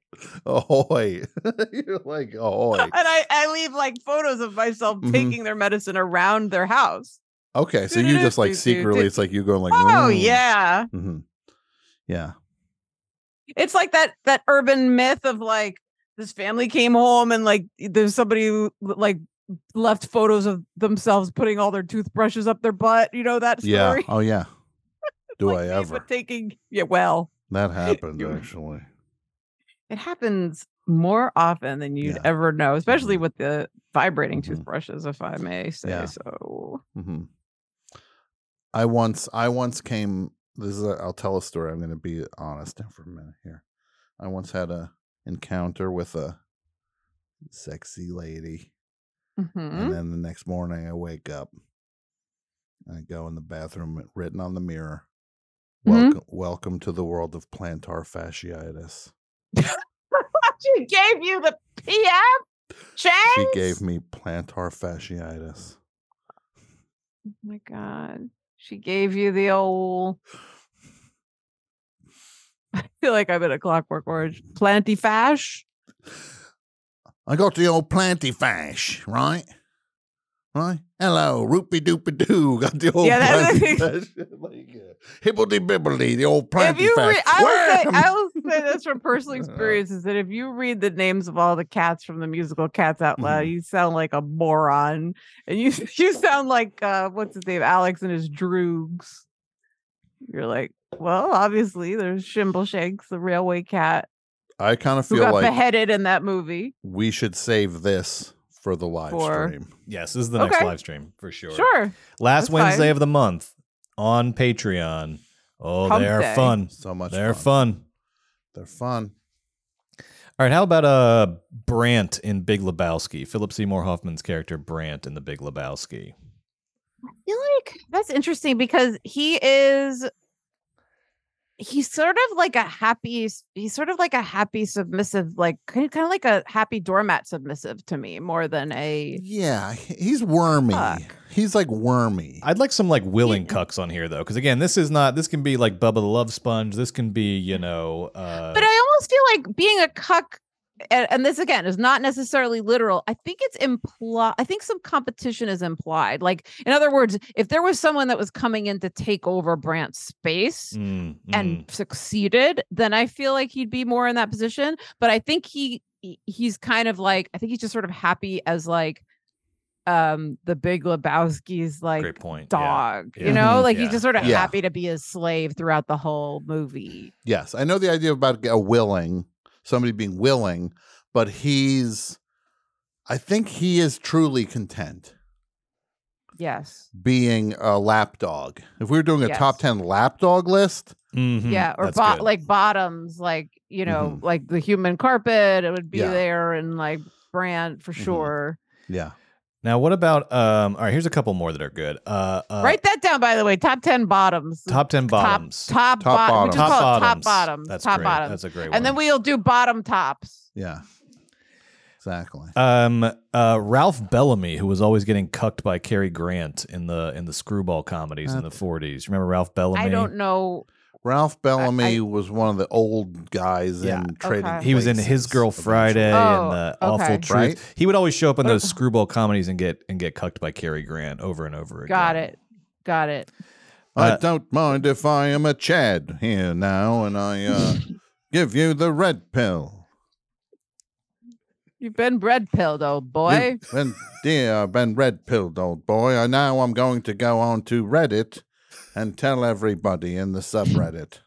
B: Ahoy. You're like, ahoy.
C: and I I leave like photos of myself
B: Mhm.
C: taking their medicine around their house.
B: Okay, so you just like
C: Do-do-do-do-do.
B: secretly, it's like you going like,
C: Oh
B: "Mm."
C: yeah,
B: Mhm. yeah,
C: it's like that that urban myth of like this family came home and like there's somebody who like left photos of themselves putting all their toothbrushes up their butt. You know that
B: yeah.
C: story.
B: Oh yeah. Do I
C: Like,
B: ever?
C: But taking yeah, well,
B: That happened
C: You-
B: actually.
C: it happens more often than you'd
B: Yeah.
C: ever know, especially with the vibrating
B: Mhm.
C: toothbrushes, if I may say
B: Yeah.
C: so.
B: hmm I once I once came. This is a, I'll tell a story. I'm going to be honest for a minute here. I once had a encounter with a sexy lady,
C: Mhm.
B: and then the next morning I wake up and I go in the bathroom. it- Written on the mirror,
C: Mhm.
B: "Welcome, welcome to the world of plantar fasciitis."
C: she gave you the PF
B: She
C: Chang.
B: gave me plantar fasciitis.
C: Oh my god, she gave you the old. I feel like I'm in a Clockwork Orange. Planty fash.
B: I got the old planty fash, right? Right? Hello, roopy doopy doo. Got the old
C: Yeah, that's-
B: planty fash. like, uh, hibbledy bibbledy, the old
C: If
B: planty
C: you
B: fash.
C: read, I will say,
B: Wham!
C: I will say this from personal experience: is that if you read the names of all the cats from the musical Cats Out Loud,
B: Mm-hmm.
C: you sound like a moron, and you you sound like uh, what's his name, Alex and his droogs. You're like, well, obviously there's Shimbleshanks, the railway cat,
B: I kind of
C: who
B: feel
C: got
B: like
C: beheaded in that movie.
B: we should save this for the live
C: For-
B: stream.
D: Yes, this is the next
C: Okay.
D: live stream for sure.
C: Sure,
D: Last
C: That's
D: Wednesday
C: fine.
D: of the month on Patreon. Oh,
C: Hump
D: they are
C: day.
D: fun.
B: So much
D: They're
B: fun.
D: fun.
B: They're fun.
D: All right, how about uh Brant in Big Lebowski? Philip Seymour Hoffman's character Brant in the Big Lebowski.
C: I feel like that's interesting because he is he's sort of like a happy s- he's sort of like a happy submissive like kind of, kind of like a happy doormat submissive to me more than a
B: Yeah, he- he's wormy.
C: Fuck.
B: He's like wormy.
D: I'd like some like willing cucks on here though, because again, this is not this can be like Bubba the Love Sponge. This can be you know. Uh,
C: Mm. but i almost feel like being a cuck and, and this again is not necessarily literal i think it's implied i think some competition is implied like in other words if there was someone that was coming in to take over brandt's space
D: Mm, mm.
C: and succeeded, then I feel like he'd be more in that position. But I think he he- he's kind of like I think he's just sort of happy as like um the big Lebowski's like
D: great point. yeah.
C: dog.
D: Yeah.
C: You know,
D: Mhm.
C: like
D: Yeah.
C: he's just sort of
B: Yeah.
C: happy to be his slave throughout the whole movie.
B: Yes, I know the idea about a willing. somebody being willing, but he's, I think he is truly content
C: Yes.
B: being a lapdog. If we were doing a
C: Yes.
B: top 10 lapdog list,
D: Mm-hmm.
C: yeah. Or bo- like bottoms, like, you know, like the human carpet, it would be
D: Yeah. Mm-hmm.
C: there and like brand for sure.
B: Yeah.
D: Now, what about? Um, all right, here's a couple more that are good. Uh, uh,
C: Write that down, by the way. Top 10 bottoms.
D: Top ten bottoms.
C: Top, top, bottom. We just
D: Top
C: call it top
D: bottoms.
C: bottoms.
D: That's
C: top
D: great.
C: bottoms.
D: That's a great
C: And then we'll do bottom tops.
B: Yeah. Exactly.
D: Um, uh, Ralph Bellamy, who was always getting cucked by Cary Grant in the in the screwball comedies in the '40s. Remember Ralph Bellamy?
C: I don't know.
B: Ralph Bellamy was one one of the old guys in Trading.
C: Okay. Uh,
D: He was in
B: Places.
D: His Girl Friday
B: Oh,
D: and the
B: okay.
D: Awful Truth.
B: Right?
D: He would always show up in those screwball comedies and get and get cucked by Cary Grant over and over again.
C: Got it. Got it.
D: Uh,
B: I don't mind if I am a Chad here now and I uh, give you the red pill.
C: You've been red pilled, old boy.
B: You- and dear, I've been red pilled, old boy. I now I'm going to go on to Reddit and tell everybody in the subreddit.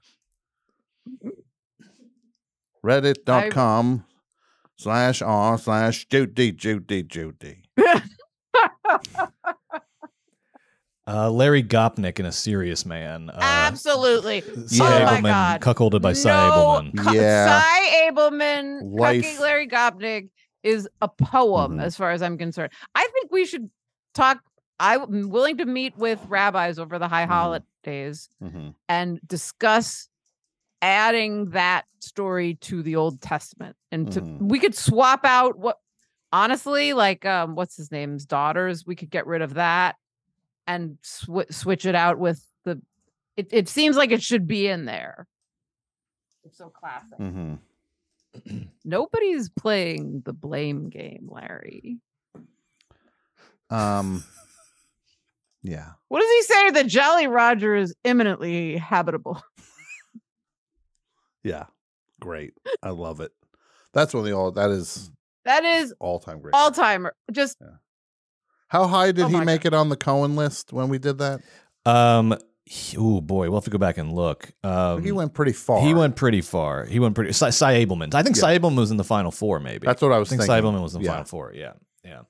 B: Reddit.com slash r slash Judy Judy Judy.
D: Uh, Larry Gopnik in A Serious Man. Uh,
C: Absolutely.
D: Cy
C: oh my
D: Abelman
C: God.
D: cuckolded by Cy
C: No,
D: Abelman.
C: Cu- Cy Abelman,
D: Life.
C: cucking Larry Gopnik is a poem
D: Mm-hmm.
C: as far as I'm concerned. I think we should talk. I'm willing to meet with rabbis over the high holidays
B: Mm-hmm.
C: and discuss adding that story to the Old Testament. And to,
B: Mhm.
C: we could swap out what, honestly, like um, what's his name's daughters. We could get rid of that and sw- switch it out with the. It, it seems like it should be in there. It's so classic.
B: Mm-hmm.
C: Nobody's playing the blame game, Larry.
B: Um, yeah.
C: What does he say? The Jolly Roger is imminently habitable.
B: Yeah. Great. I love it. That's one of the all that is
C: That is
B: all time great.
C: all Oh timer. Just
B: How high did he make it on the Cohen list when we did that?
D: Um, he- ooh boy, we'll have to go back and look. Um,
B: He went pretty far.
D: He went pretty far. He went pretty. Cy, Cy Abelman. I think
B: Yeah.
D: Cy Abelman was in the final four. Maybe
B: That's what I was
D: think Cy
B: thinking.
D: Abelman was in the
B: Yeah.
D: final four. Yeah, yeah.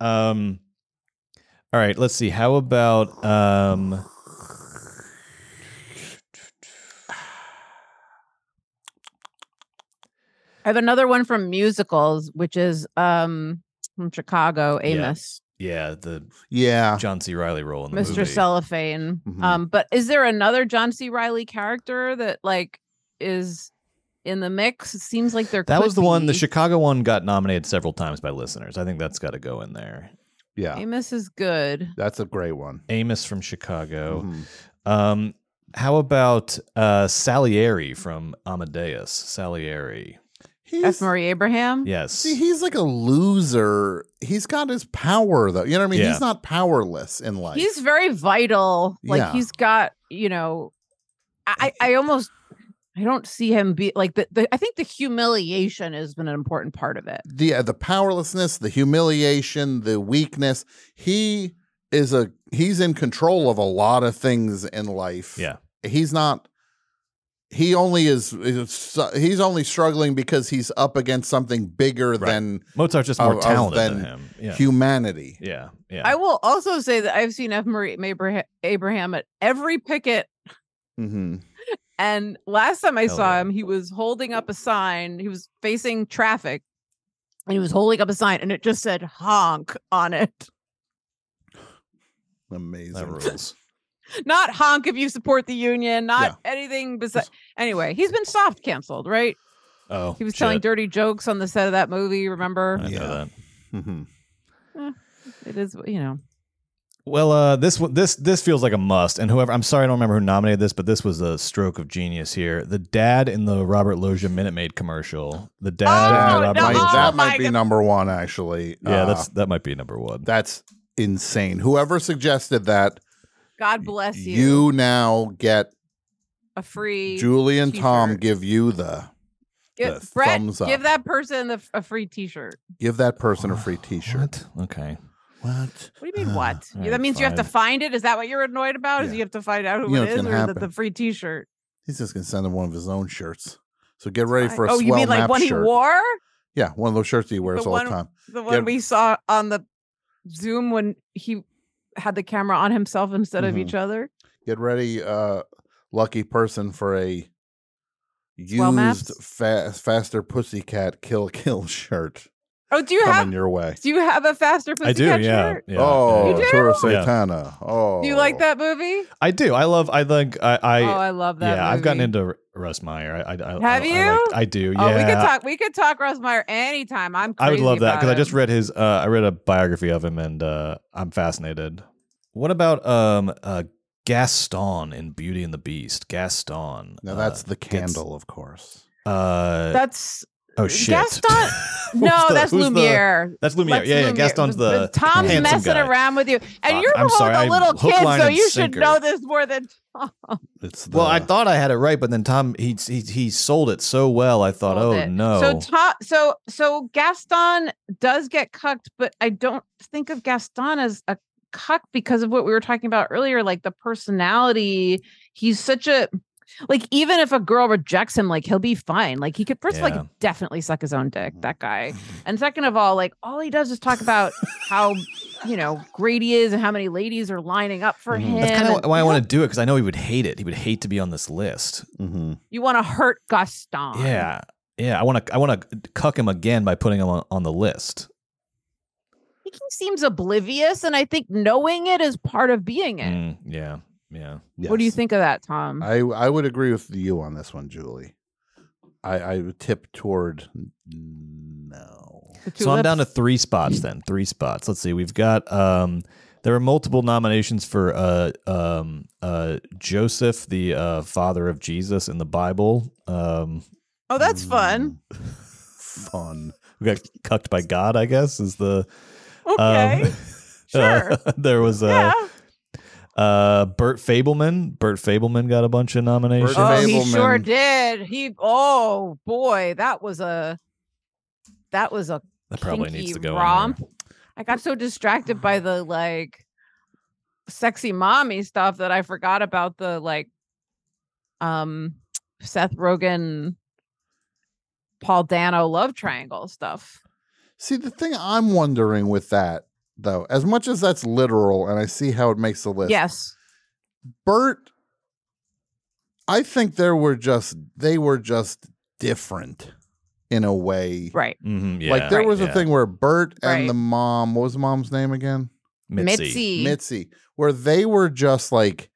D: Um. All right. Let's see. How about um.
C: I have another one from musicals, which is um from Chicago,
D: yeah.
C: Amos,
D: Yeah. The
B: yeah
D: John C. Riley role in the
C: Mr.
D: movie.
C: Cellophane.
D: Mhm.
C: Um, but is there another John C. Riley character that like is in the mix? It seems like there
D: That
C: could
D: was the one. The
C: be.
D: Chicago one got nominated several times by listeners. I think that's got to go in there.
B: Yeah.
C: Amos is good.
B: That's a great one. Mm-hmm.
D: Amos from Chicago. Um, how about uh, Salieri from Amadeus? Salieri.
C: F. Murray Abraham.
D: Yes.
B: See, he's like a loser. He's got his power though. You know what I mean?
D: Yeah.
B: He's not powerless in life.
C: he's very vital. Like
B: Yeah.
C: he's got, you know, I I I almost I don't see him be like the, the I think the humiliation has been an important part of it.
B: the uh, the powerlessness, the humiliation, the weakness. He is a he's in control of a lot of things in life.
D: Yeah.
B: He's not he only is, is- he's only struggling because he's up against something bigger than
D: Mozart's just more
B: of- of
D: talented than him. Yeah.
B: Humanity.
D: Yeah. Yeah.
C: I will also say that I've seen F. Murray Abraham, Abraham at every picket,
B: Mm-hmm.
C: and last time I
B: Hell
C: saw
B: yeah.
C: him, he was holding up a sign. He was facing traffic, and he was holding up a sign, and it just said "honk" on it.
B: Amazing.
D: That rules.
C: Not honk if you support the union. Not anything besides. Anyway, he's been soft canceled, right?
D: oh.
C: He was telling
D: shit.
C: dirty jokes on the set of that movie. Remember?
D: I know that.
B: Mm-hmm.
C: It is, you know.
D: Well, uh, this one, this this feels like a must. And whoever, I'm sorry, I don't remember who nominated this, but this was a stroke of genius here. The dad in the Robert Loggia Minute Maid commercial. The dad.
C: Oh,
D: in the
B: Oh, that
D: Robert
B: Ah. might,
D: Loggia-
B: that might be number one, actually. Uh,
D: Yeah, that's that might be number one.
B: That's insane. Whoever suggested that,
C: God bless you.
B: you now get
C: a free
B: Julie and Tom
C: t-shirt.
B: give you the
C: Give-
B: the
C: Brett,
B: thumbs up.
C: Give that person the, a free T-shirt.
B: give that person a free T-shirt.
D: Okay.
B: What?
C: What do you mean?
D: Ah,
C: what?
B: all
C: Yeah, that
B: right,
C: means you have to find it. Is that what you're annoyed about? Is you have to find out who
B: You know
C: it
B: what's
C: is,
B: gonna
C: or that
B: happen.
C: the free T-shirt?
B: He's just gonna send him one of his own shirts. So get ready for a
C: oh,
B: swell
C: you mean like
B: nap
C: one
B: shirt.
C: he wore?
B: Yeah, one of those shirts he wears
C: the
B: all
C: one,
B: the time.
C: The one
B: Get-
C: we saw on the Zoom when he had the camera on himself instead of
D: Mm-hmm.
B: Mhm.
C: each other.
B: Get ready, uh, lucky person for a
C: Swell maps?
B: used fast faster pussycat kill kill shirt
C: Oh, do you
B: coming
C: have?
B: your way.
C: Do you have a faster pussycat shirt?
B: oh,
C: You do?
B: Toro
D: Yeah.
B: Satana. Oh,
C: Do you like that movie?
D: I do. I love. I think. I. I
C: Oh, I love that
D: Yeah, I've gotten
C: movie.
D: into R- Russ Meyer. I. I I-
C: Have
D: I- I
C: you?
D: liked- I do.
C: Oh,
D: yeah.
C: we could talk. We could talk Ross Meyer anytime. I'm. Crazy
D: I would love that
C: about
D: because I
C: him.
D: just read his. Uh, I read a biography of him, and uh, I'm fascinated. What about um uh, Gaston in Beauty and the Beast? Gaston.
B: Now
D: uh,
B: that's the
D: gets-
B: candle, of course.
D: Uh,
C: That's
D: oh shit.
C: Gaston.
D: Who's
C: no,
D: the-
C: that's
D: who's the-
C: Lumiere.
D: that's Lumiere.
C: That's
D: yeah, yeah.
C: Lumiere.
D: Gaston's
C: But
D: the
C: Tom's
D: handsome
C: messing
D: guy.
C: around with you, and
D: Fuck,
C: you're
D: I'm
C: with
D: sorry,
C: a
D: I'm
C: little
D: hook,
C: kid,
D: line,
C: so
D: and
C: you
D: sinker.
C: should know this more than Tom.
B: It's
D: Well, I thought I had it right, but then Tom he he, he sold it so well. I thought, oh
C: it.
D: no.
C: So Tom, so so Gaston does get cucked, but I don't think of Gaston as a cuck because of what we were talking about earlier, like the personality. He's such a like even if a girl rejects him, like he'll be fine. Like he could first of all, he
D: Yeah.
C: could definitely suck his own dick, that guy. And second of all, like all he does is talk about how you know great he is and how many ladies are lining up for him.
D: Mm-hmm. That's kind
C: and
D: of why I want to do it because I know he would hate it. He would hate to be on this list.
B: Mm-hmm.
C: you want to hurt Gaston.
D: Yeah, yeah. I want to. I want to cuck him again by putting him on, on the list.
C: think he seems oblivious, and I think knowing it is part of being it.
D: Mm, yeah, yeah.
C: What do you
B: Yes.
C: think of that, Tom?
B: I I would agree with you on this one, Julie. I I would tip toward
C: The two
D: So I'm down to
C: lips?
D: three spots then. Three spots. Let's see. We've got. um There are multiple nominations for uh um uh Joseph, the uh father of Jesus in the Bible. Um
C: Oh, that's fun.
B: Mm, fun.
D: We got cucked by God, I guess, is the um,
C: Okay.
D: Mm.
C: Sure.
D: there was a uh Bert Fableman. Bert Fableman got a bunch of nominations.
C: oh, he sure did. He oh boy, that was a that was a
D: That probably needs
C: kinky
D: to go in there.
C: romp. I got so distracted by the like sexy mommy stuff that I forgot about the like um Seth Rogen Paul Dano love triangle stuff.
B: See, the thing I'm wondering with that though, as much as that's literal, and I see how it makes the list.
C: Yes.
B: Bert. I think there were just they were just different in a way.
C: Right.
D: Mhm, yeah,
B: Like there was a
D: yeah.
B: thing where Bert and
C: Right.
B: the mom, what was the mom's name again?
C: Mitzi.
B: Mitzi, where they were just like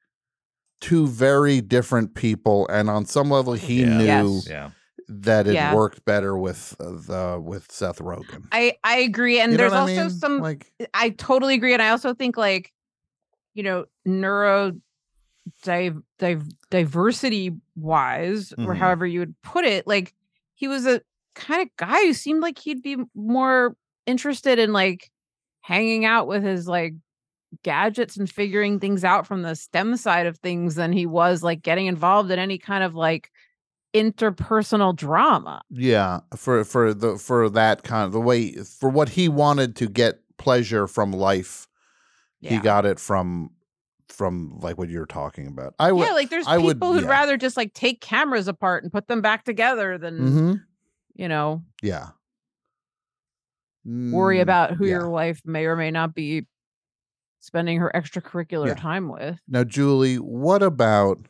B: two very different people, and on some level, he
D: Yeah.
B: knew
D: Yes. Yeah.
B: that it
C: Yeah.
B: worked better with uh, the with Seth Rogen.
C: I I agree, and
B: You know
C: there's
B: what I
C: also
B: mean?
C: some. eh
B: Like-
C: I totally agree, and I also think like, you know, neuro div- div- diversity wise, or
B: Mhm.
C: however you would put it, like he was a kind of guy who seemed like he'd be more interested in like hanging out with his like gadgets and figuring things out from the STEM side of things than he was like getting involved in any kind of like interpersonal drama.
B: Yeah, for for the for that kind of the way for what he wanted to get pleasure from life, he
C: Yeah.
B: got it from from like what you're talking about. I would
C: yeah, like there's
B: I
C: people
B: would-
C: who'd
B: yeah.
C: rather just like take cameras apart and put them back together than
B: Mhm.
C: you know
B: yeah
C: worry
B: Mm,
C: about who
B: yeah.
C: your wife may or may not be spending her extracurricular
B: Yeah.
C: time with.
B: Now, Julie, what about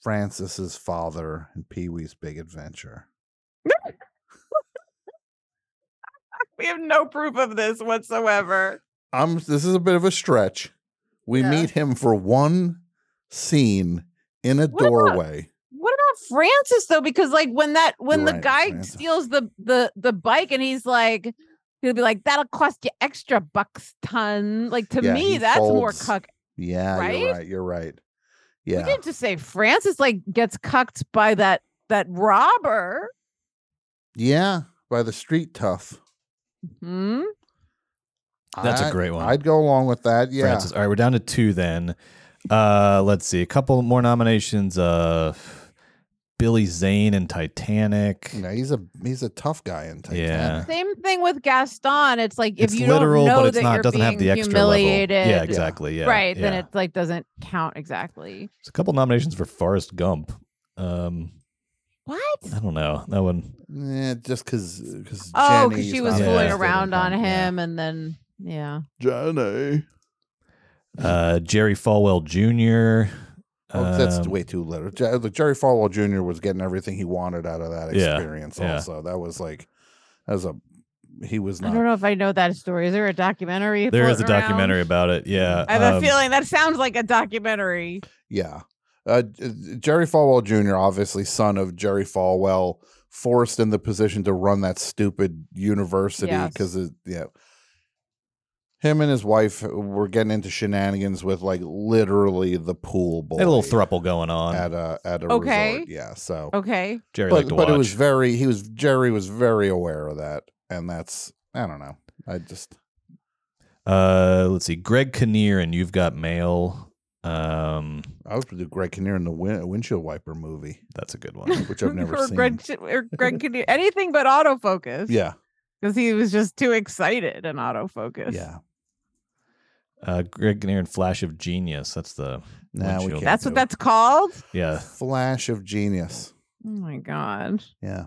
B: Francis's father in Pee Wee's Big Adventure?
C: We have no proof of this whatsoever.
B: I'm. This is a bit of a stretch. We meet him for one scene in a
C: about-
B: doorway.
C: What about Francis though? Because like when that when
B: You're
C: the
B: right,
C: guy
B: Francis.
C: steals the the the bike and he's like he'll be like that'll cost you extra bucks ton. Like to
B: Yeah,
C: me
B: he
C: that's more
B: folds.
C: cuck.
B: Yeah, you're
C: Right?
B: right. You're right.
C: We
B: Yeah,
C: didn't just say Francis like gets cucked by that that robber.
B: yeah. By the street tough.
C: Hmm.
D: That's
B: a
D: a great one.
B: I'd go along with that. Yeah.
D: Francis. All right, we're down to two then. Uh, let's see, a couple more nominations. Uh, Billy Zane and Titanic.
B: You know, he's a he's a tough guy in Titanic.
D: Yeah.
C: Same thing with Gaston. It's like if
D: It's
C: you
D: literal,
C: don't know
D: but it's
C: that
D: not-
C: you're
D: doesn't
C: being
D: have the extra level. Yeah,
C: humiliated,
D: exactly, yeah,
C: right, then
D: yeah.
C: it like doesn't count exactly.
D: There's a couple nominations for Forrest Gump. Um,
C: What?
D: I don't know. That one.
B: Yeah, Eh, just because because
C: Oh, because she was fooling around on him, and then yeah.
B: Johnny.
D: Uh, Jerry Falwell Jr.
B: Oh, that's
D: Um,
B: way too little. Ja- Look, Jerry Falwell Jr. was getting everything he wanted out of that
D: Yeah,
B: experience.
D: yeah.
B: Also, that was like, as a he was
C: I
B: not.
C: don't know if I know that story. Is there a documentary?
D: There is a
C: floating around?
D: documentary about it. Yeah.
C: I have a
D: um,
C: feeling that sounds like a documentary.
B: Yeah. Uh, J- Jerry Falwell Jr., obviously son of Jerry Falwell, forced in the position to run that stupid university
C: Yes.
B: because, yeah. Him and his wife were getting into shenanigans with like literally the pool boy
D: They had a little thruple going on.
B: at a at a
C: Okay.
B: resort. Yeah, so
C: Okay.
D: Jerry
B: but,
D: liked to
B: but it was
D: watch.
B: very he was Jerry was very aware of that, and that's I don't know. I just
D: Uh, let's see. Greg Kinnear and You've Got Mail. Um,
B: I would do Greg Kinnear in the win- windshield wiper movie.
D: That's a good one,
B: which I've never
C: or
B: seen.
C: Greg, or Greg could do anything but autofocus.
B: Yeah,
C: because he was just too excited and autofocus.
B: Yeah.
D: uh, Greg Kinnear and Flash of Genius. That's the.
B: Nah, we
D: windshield.
B: can't
C: that's what that's called.
D: Yeah.
B: Flash of Genius.
C: Oh my god.
B: Yeah.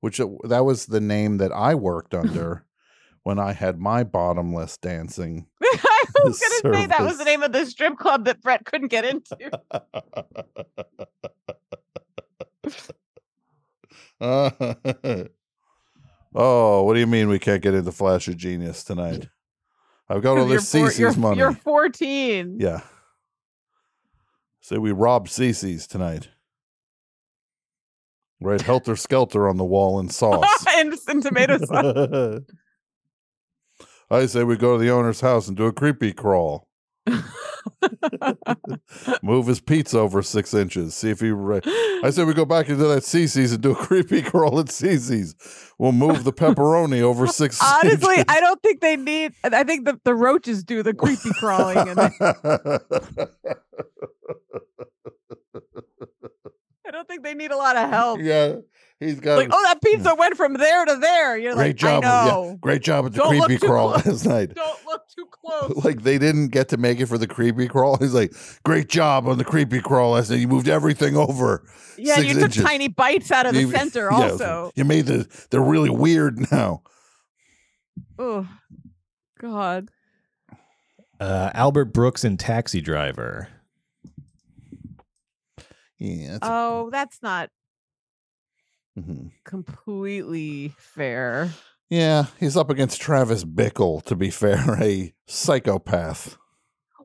B: Which uh, that was the name that I worked under when I had my bottomless dancing.
C: I was gonna say that was
B: Service.
C: the name of the strip club that Brett couldn't get into.
B: oh, what do you mean we can't get into Flash of Genius tonight? I've got all
C: You're
B: this
C: four- you're-
B: Cece's Oh, money.
C: You're 14.
B: Yeah. Say we robbed Cece's tonight. Right, helter skelter on the wall in sauce.
C: and, and tomato sauce.
B: I say we go to the owner's house and do a creepy crawl. Move his pizza over six inches. See if he. Re- I say we go back into that CC's and do a creepy crawl at CC's. We'll move the pepperoni over six.
C: Honestly, I don't think they need. I think the, the roaches do the creepy crawling. And I don't think they need a lot of help.
B: yeah, he's got
C: Oh. Like, oh, that pizza went from there to there. You're
B: great
C: like,
B: job.
C: I
B: yeah,
C: know.
B: great job at the
C: Don't look
B: creepy
C: too
B: crawl
C: close.
B: last night.
C: Don't look too close.
B: like they didn't get to make it for the creepy crawl. He's like, great job on the creepy crawl. I said you moved everything over.
C: Yeah,
B: six
C: you took
B: inches.
C: tiny bites out of the
B: You-
C: center.
B: yeah,
C: Also,
B: you made the they're really weird now.
C: oh God,
D: Uh, Albert Brooks and Taxi Driver.
B: Yeah.
C: oh, that's not
B: Mhm.
C: completely fair.
B: Yeah, he's up against Travis Bickle. To be fair, a psychopath.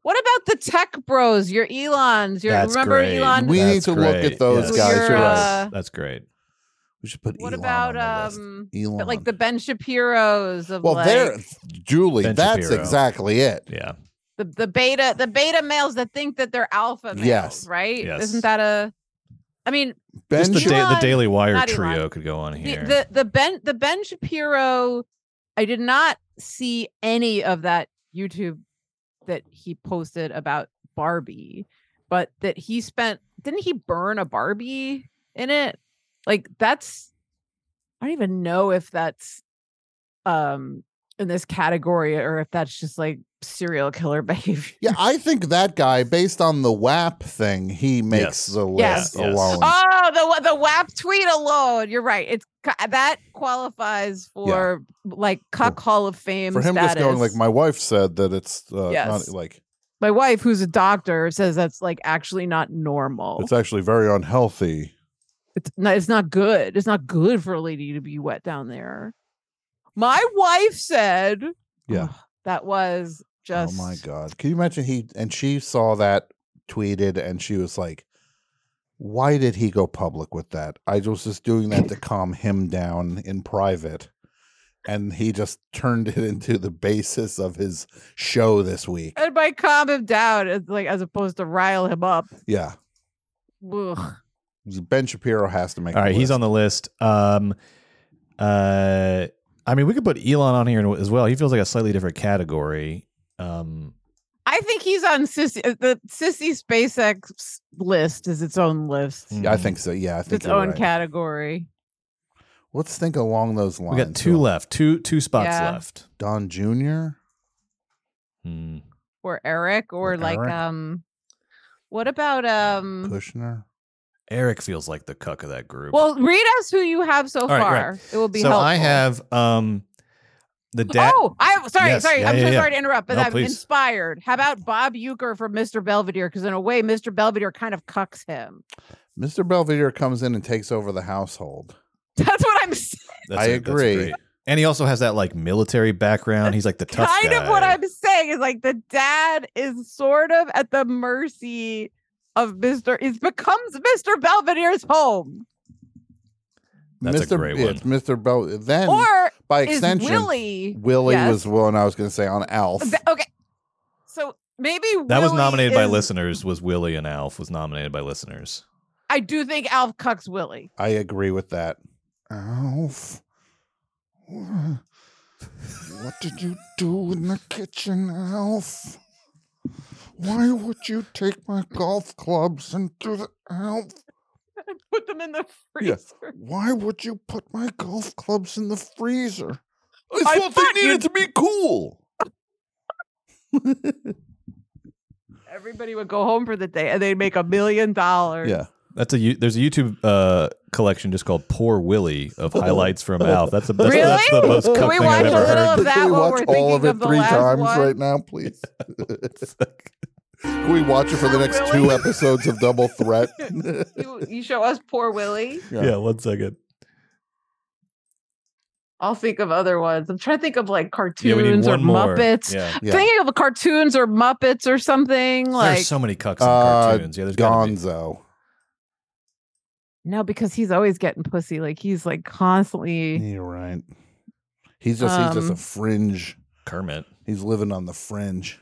C: What about the tech bros? Your Elons. Your
D: That's
C: remember
D: great.
C: Elon.
B: We need
D: That's
B: to look at
D: great.
B: those
D: Yes.
B: guys. You're
C: right. uh,
D: That's great.
B: We should put
C: What
B: Elon
C: about
B: on the list.
C: um
B: Elon?
C: like the Ben Shapiro's of
B: well,
C: like
B: there, Julie.
D: Ben
B: that's
D: Shapiro.
B: exactly it.
D: Yeah.
C: the, the beta the beta males that think that they're alpha males,
B: Yes.
C: right?
D: Yes.
C: Isn't that a I mean
D: Just the, da- the
C: Elon-
D: Daily Wire
C: not
D: trio
C: Elon.
D: could go on
C: the,
D: here.
C: the the Ben the Ben Shapiro I did not see any of that YouTube that he posted about Barbie, but that he spent didn't he burn a Barbie in it? Like that's I don't even know if that's um in this category or if that's just like serial killer behavior.
B: Yeah, I think that guy, based on the WAP thing, he makes
D: Yes.
B: the
C: Yes.
B: list
D: Yes.
B: alone.
C: Oh, the wa- the WAP tweet alone. You're right. It's ca- that qualifies for like cuck Hall of Fame
B: For him,
C: status.
B: just going like my wife said that it's uh,
C: Yes.
B: not, like
C: My wife, who's a doctor, says that's like actually not normal.
B: it's actually very unhealthy.
C: it's not, it's not good. It's not good for a lady to be wet down there. My wife said
B: Yeah.
C: that was just
B: oh my god! Can you imagine he and she saw that tweeted and she was like, "Why did he go public with that? I was just doing that to calm him down in private." And he just turned it into the basis of his show this week.
C: and by calm him down, it's like as opposed to rile him up.
B: Yeah,
C: Ugh.
B: Ben Shapiro has to make.
D: All
B: the
D: right, he's
B: list.
D: on the list. Um, uh, I mean, we could put Elon on here as well. He feels like a slightly different category. Um,
C: I think he's on sissy. uh, The sissy SpaceX list is its own list,
D: Mm.
B: I think so. Yeah, I think
C: its
B: you're
C: own
B: right.
C: category.
B: Let's think along those lines.
D: we got two
B: though.
D: left, two two spots
C: Yeah.
D: left.
B: Don Jr.
D: Hmm.
C: Or Eric, or like
B: Eric?
C: um, what about um,
B: Kushner.
D: Eric feels like the cuck of that group.
C: Well, read us who you have so
D: All
C: far.
D: right, right.
C: It will be
D: so
C: helpful.
D: I have um the dad.
C: Oh, I sorry,
D: Yes,
C: sorry.
D: yeah,
C: I'm
D: yeah,
C: so
D: yeah.
C: sorry to interrupt, but
D: No,
C: I'm
D: please.
C: inspired. How about Bob Euchre from Mr. Belvedere? Because in a way, Mr. Belvedere kind of cucks him.
B: Mr. Belvedere comes in and takes over the household.
C: That's what I'm s-
D: That's
B: I
D: it, that's
B: agree.
D: great. And he also has that like military background. He's like the tough
C: kind
D: guy.
C: of what I'm saying is like the dad is sort of at the mercy of Mr. It becomes Mr. Belvedere's home.
D: That's a
B: Mr.
D: great
B: yeah,
D: one.
B: it's Mr. Bel then
C: Or
B: by
C: is
B: extension
C: Willie-
B: Willie
C: yes.
B: was one I was going to say on Alf.
C: Th- Okay. So maybe
D: that was
C: Willie
D: nominated by
C: is-
D: listeners. Was Willie and Alf was nominated by listeners.
C: I do think Alf cucks Willie.
B: I agree with that. Alf, what did you do in the kitchen, Alf? Why would you take my golf clubs into the Alf?
C: Put them in the
B: Yeah.
C: freezer.
B: Why would you put my golf clubs in the freezer? I
C: I
B: thought
C: thought
B: they needed
C: you'd-
B: to be cool.
C: Everybody would go home for the day and they'd make a million dollars.
D: That's a you- there's a YouTube uh, collection just called Poor Willie of highlights from Alf. That's, a, that's,
C: Oh. Really?
D: that's the most
C: Can
D: cuck
C: we
D: thing
C: watch
D: I've
C: a
D: ever
C: little
D: heard.
C: of
B: Can
C: that
B: we
C: while
B: watch
C: we're
B: all
C: thinking
B: of it
C: of the
B: three
C: last
B: times
C: one?
B: right now, please? Can we watch it for the next
C: Willie?
B: two episodes of Double Threat?
C: you, you show us poor Willie.
D: Yeah. one second.
C: I'll think of other ones. I'm trying to think of like
D: Yeah, we need
C: cartoons or
D: one more.
C: Muppets.
D: Yeah.
C: I'm Thinking of cartoons or Muppets or something like
D: there's so many cucks in
B: Uh,
D: cartoons. Yeah, there's gotta be.
B: Gonzo.
C: no, because he's always getting pussy. Like he's like constantly.
B: You're right. He's just he's just
C: Um,
B: a fringe.
D: Kermit.
B: He's living on the fringe.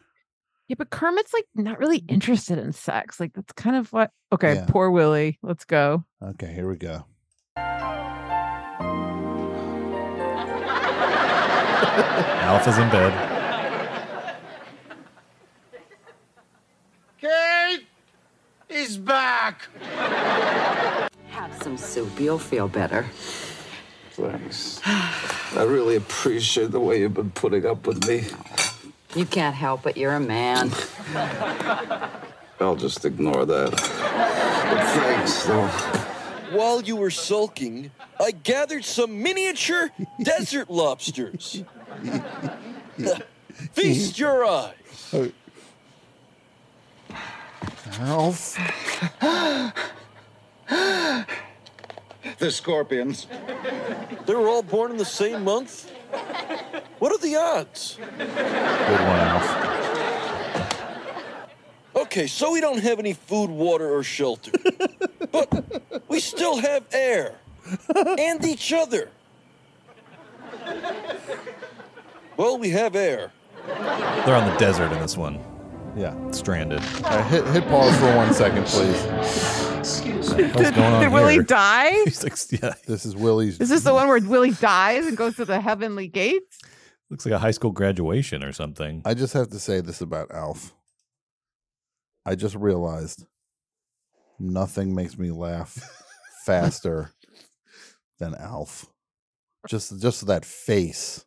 C: Yeah, but Kermit's like not really interested in sex. Like that's kind of what. Okay,
B: Yeah.
C: poor Willie. Let's go.
B: Okay, here we go.
D: Alf is in bed.
M: Kate is back.
R: Have some soup. You'll feel better.
S: Thanks. I really appreciate the way you've been putting up with me.
R: You can't help it. You're a man.
S: I'll just ignore that. But thanks, though.
T: While you were sulking, I gathered some miniature desert lobsters. Feast your eye.
B: Alf.
T: They're scorpions. They were all born in the same month? What are the odds?
B: Good one, Alf.
T: Okay, so we don't have any food, water, or shelter. but we still have air and each other. Well, we have air.
D: They're on the desert in this one.
B: Yeah.
D: Stranded.
B: All right, hit hit pause for one second, please.
D: Excuse
C: Did, did Willie die?
D: yeah.
B: This is Willie's.
C: Is this the one where Willie dies and goes to the heavenly gates?
D: Looks like a high school graduation or something.
B: I just have to say this about Alf. I just realized nothing makes me laugh faster than Alf. Just just that face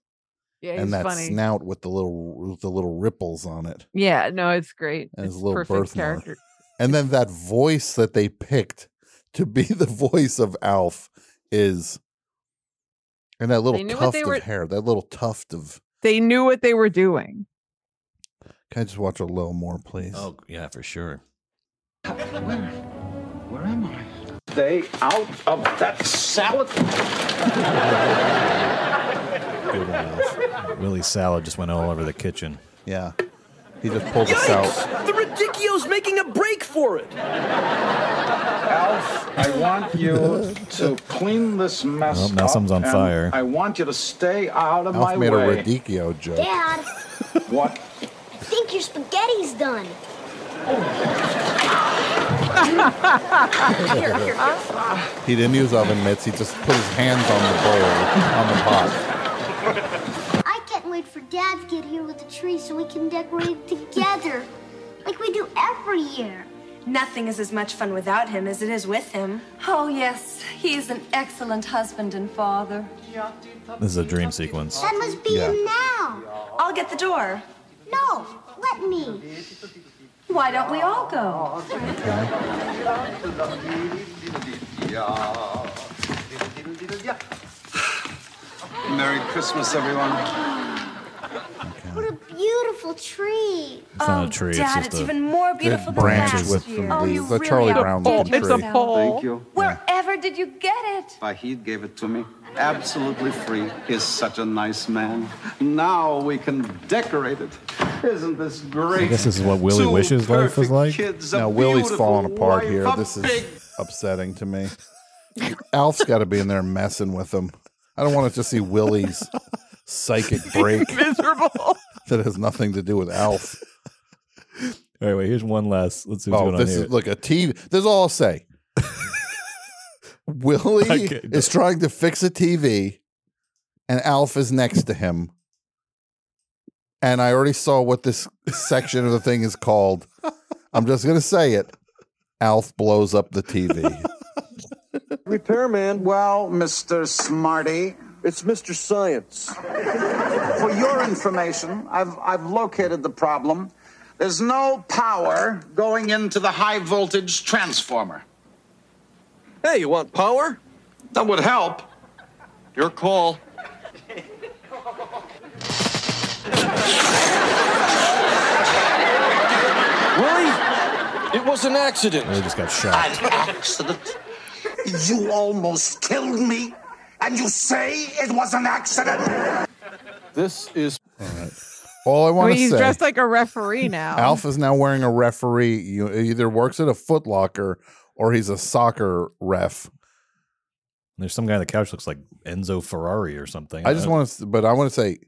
C: Yeah, he's
B: and that
C: funny.
B: snout with the little with the little ripples on it
C: Yeah, no, it's great.
B: and
C: it's
B: his little
C: perfect
B: birthmark.
C: character.
B: And then that voice that they picked to be the voice of Alf is and that
C: They
B: little
C: knew what
B: tuft
C: they
B: of
C: were-
B: hair, that little tuft of
C: They knew what they were doing.
B: can I just watch a little more, please?
D: Oh yeah, for sure.
S: Where am I? Stay out of that salad.
D: Good one, Alf. Willie's salad just went all over the kitchen.
B: Yeah. He just pulled
D: us out.
T: The Radicchio's making a break for it.
S: Alf, I want you to clean this mess
D: Well, now
S: up,
D: something's on
S: and
D: fire.
S: I want you to stay out of my
B: Alf made
S: way.
B: a radicchio joke.
A: Dad,
S: what?
A: I think your spaghetti's done.
B: Here, here, He didn't use oven mitts. He just put his hands on the bowl, on the pot.
A: I can't wait for Dad to get here with a tree so we can decorate together, like we do every year.
U: Nothing is as much fun without him as it is with him. Oh, yes. He is an excellent husband and father.
D: This is a dream sequence.
A: That must be
D: Yeah.
A: him now.
U: I'll get the door.
A: No, let me.
U: Why don't we all go?
S: Merry Christmas, everyone.
A: What a beautiful tree.
D: It's not a tree. it's
U: Oh, Dad,
D: just
U: it's
D: a-
U: even more beautiful than
D: branches
U: last
D: with
U: year.
D: some
U: Oh, you
D: leaves. The
U: really
D: Charlie
U: are
D: Brown looking
U: kidding
D: tree. Oh, It's a
U: yourself.
S: Thank you.
U: Wherever did you get it?
S: Fahid gave it to me. Absolutely free. He's such a nice man. Now we can decorate it. Isn't this great?
D: this is what Willie wishes life was like.
S: Kids, a
B: Now Willie's
S: beautiful
B: falling apart
S: wife,
B: here.
S: a
B: This
S: big-
B: is upsetting to me. Alf's got to be in there messing with him. I don't want to just see Willie's psychic break
C: miserable.
B: that has nothing to do with Alf.
D: All right, wait. Here's one last. Let's see what's
B: oh,
D: going
B: this
D: on here.
B: is like a TV. This is all I'll say. Willie
D: Okay,
B: is trying to fix a TV, and Alf is next to him. And I already saw what this section of the thing is called. I'm just gonna say it. Alf blows up the TV.
S: Repairman. Well, Mr. Smarty. It's Mr. Science.
V: For your information, I've, I've located the problem. There's no power going into the high voltage transformer.
T: Hey, you want power?
V: That would help.
T: Your call. Willie, it was an accident.
D: I just got
V: An accident? You almost killed me, and you say it was an accident?
T: This is
B: All I
C: I
B: want
C: mean,
B: to
C: he's
B: say,
C: dressed like a referee now.
B: Alf is now wearing a referee. You either works at a Foot Locker or he's a soccer ref.
D: There's some guy on the couch looks like Enzo Ferrari or something. Uh,
B: I just want to, but I want to say,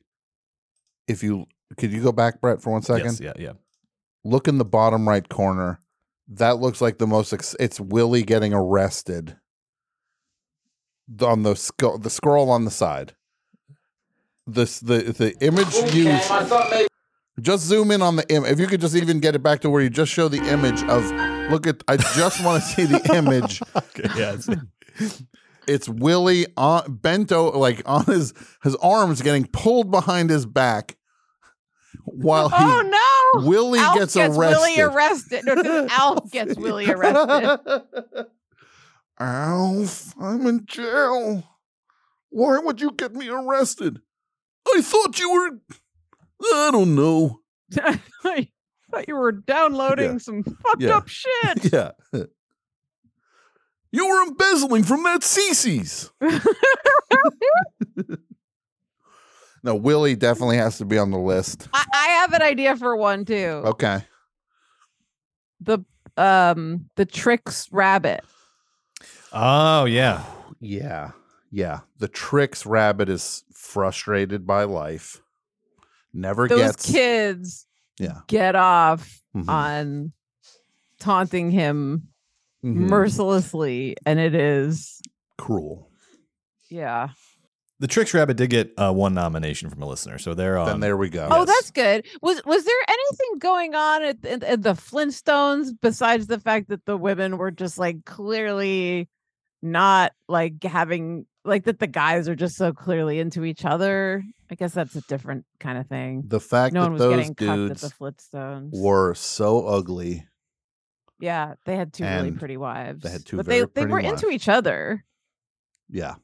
B: if you could, you go back, Brett, for one second.
D: Yes, yeah, yeah.
B: Look in the bottom right corner. That looks like the most. Ex- it's Willie getting arrested. On the sc- the scroll on the side. This the the image used. Just zoom in on the image. If you could just even get it back to where you just show the image of. Look at. I just want to see the image.
D: okay, yes.
B: It's Willie on bento, like on his his arms getting pulled behind his back, while he
C: oh no!
B: Willie
C: Alf
B: gets
C: Willie
B: arrested.
C: arrested. No, this is Alf gets Willie arrested.
B: Alf, I'm in jail. Why would you get me arrested? I thought you were. I don't know.
C: I thought you were downloading
B: Yeah.
C: some fucked
B: Yeah.
C: up shit.
B: Yeah. You were embezzling from that Cece's. no, Willie definitely has to be on the list.
C: I, I have an idea for one too.
B: Okay.
C: The um the tricks rabbit.
D: Oh yeah,
B: Yeah. Yeah. The tricks rabbit is frustrated by life. Never
C: Those
B: gets
C: kids
B: Yeah.
C: get off
B: Mhm.
C: on taunting him
B: Mhm.
C: mercilessly, and it is
B: cruel.
C: yeah.
D: The Tricks Rabbit did get uh, one nomination from a listener, so they're um, on.
B: Then there we go.
C: Oh, that's good. Was was there anything going on at, at, at the Flintstones besides the fact that the women were just like clearly not like having like that the guys are just so clearly into each other? I guess that's a different kind of thing.
B: the fact
C: no
B: that
C: one was
B: those
C: getting cucked at the
B: dudes
C: Flintstones.
B: were so ugly.
C: yeah, they had two really
B: and
C: pretty wives.
B: they had two
C: but
B: very
C: they they
B: pretty
C: were into
B: wives.
C: each other.
B: Yeah.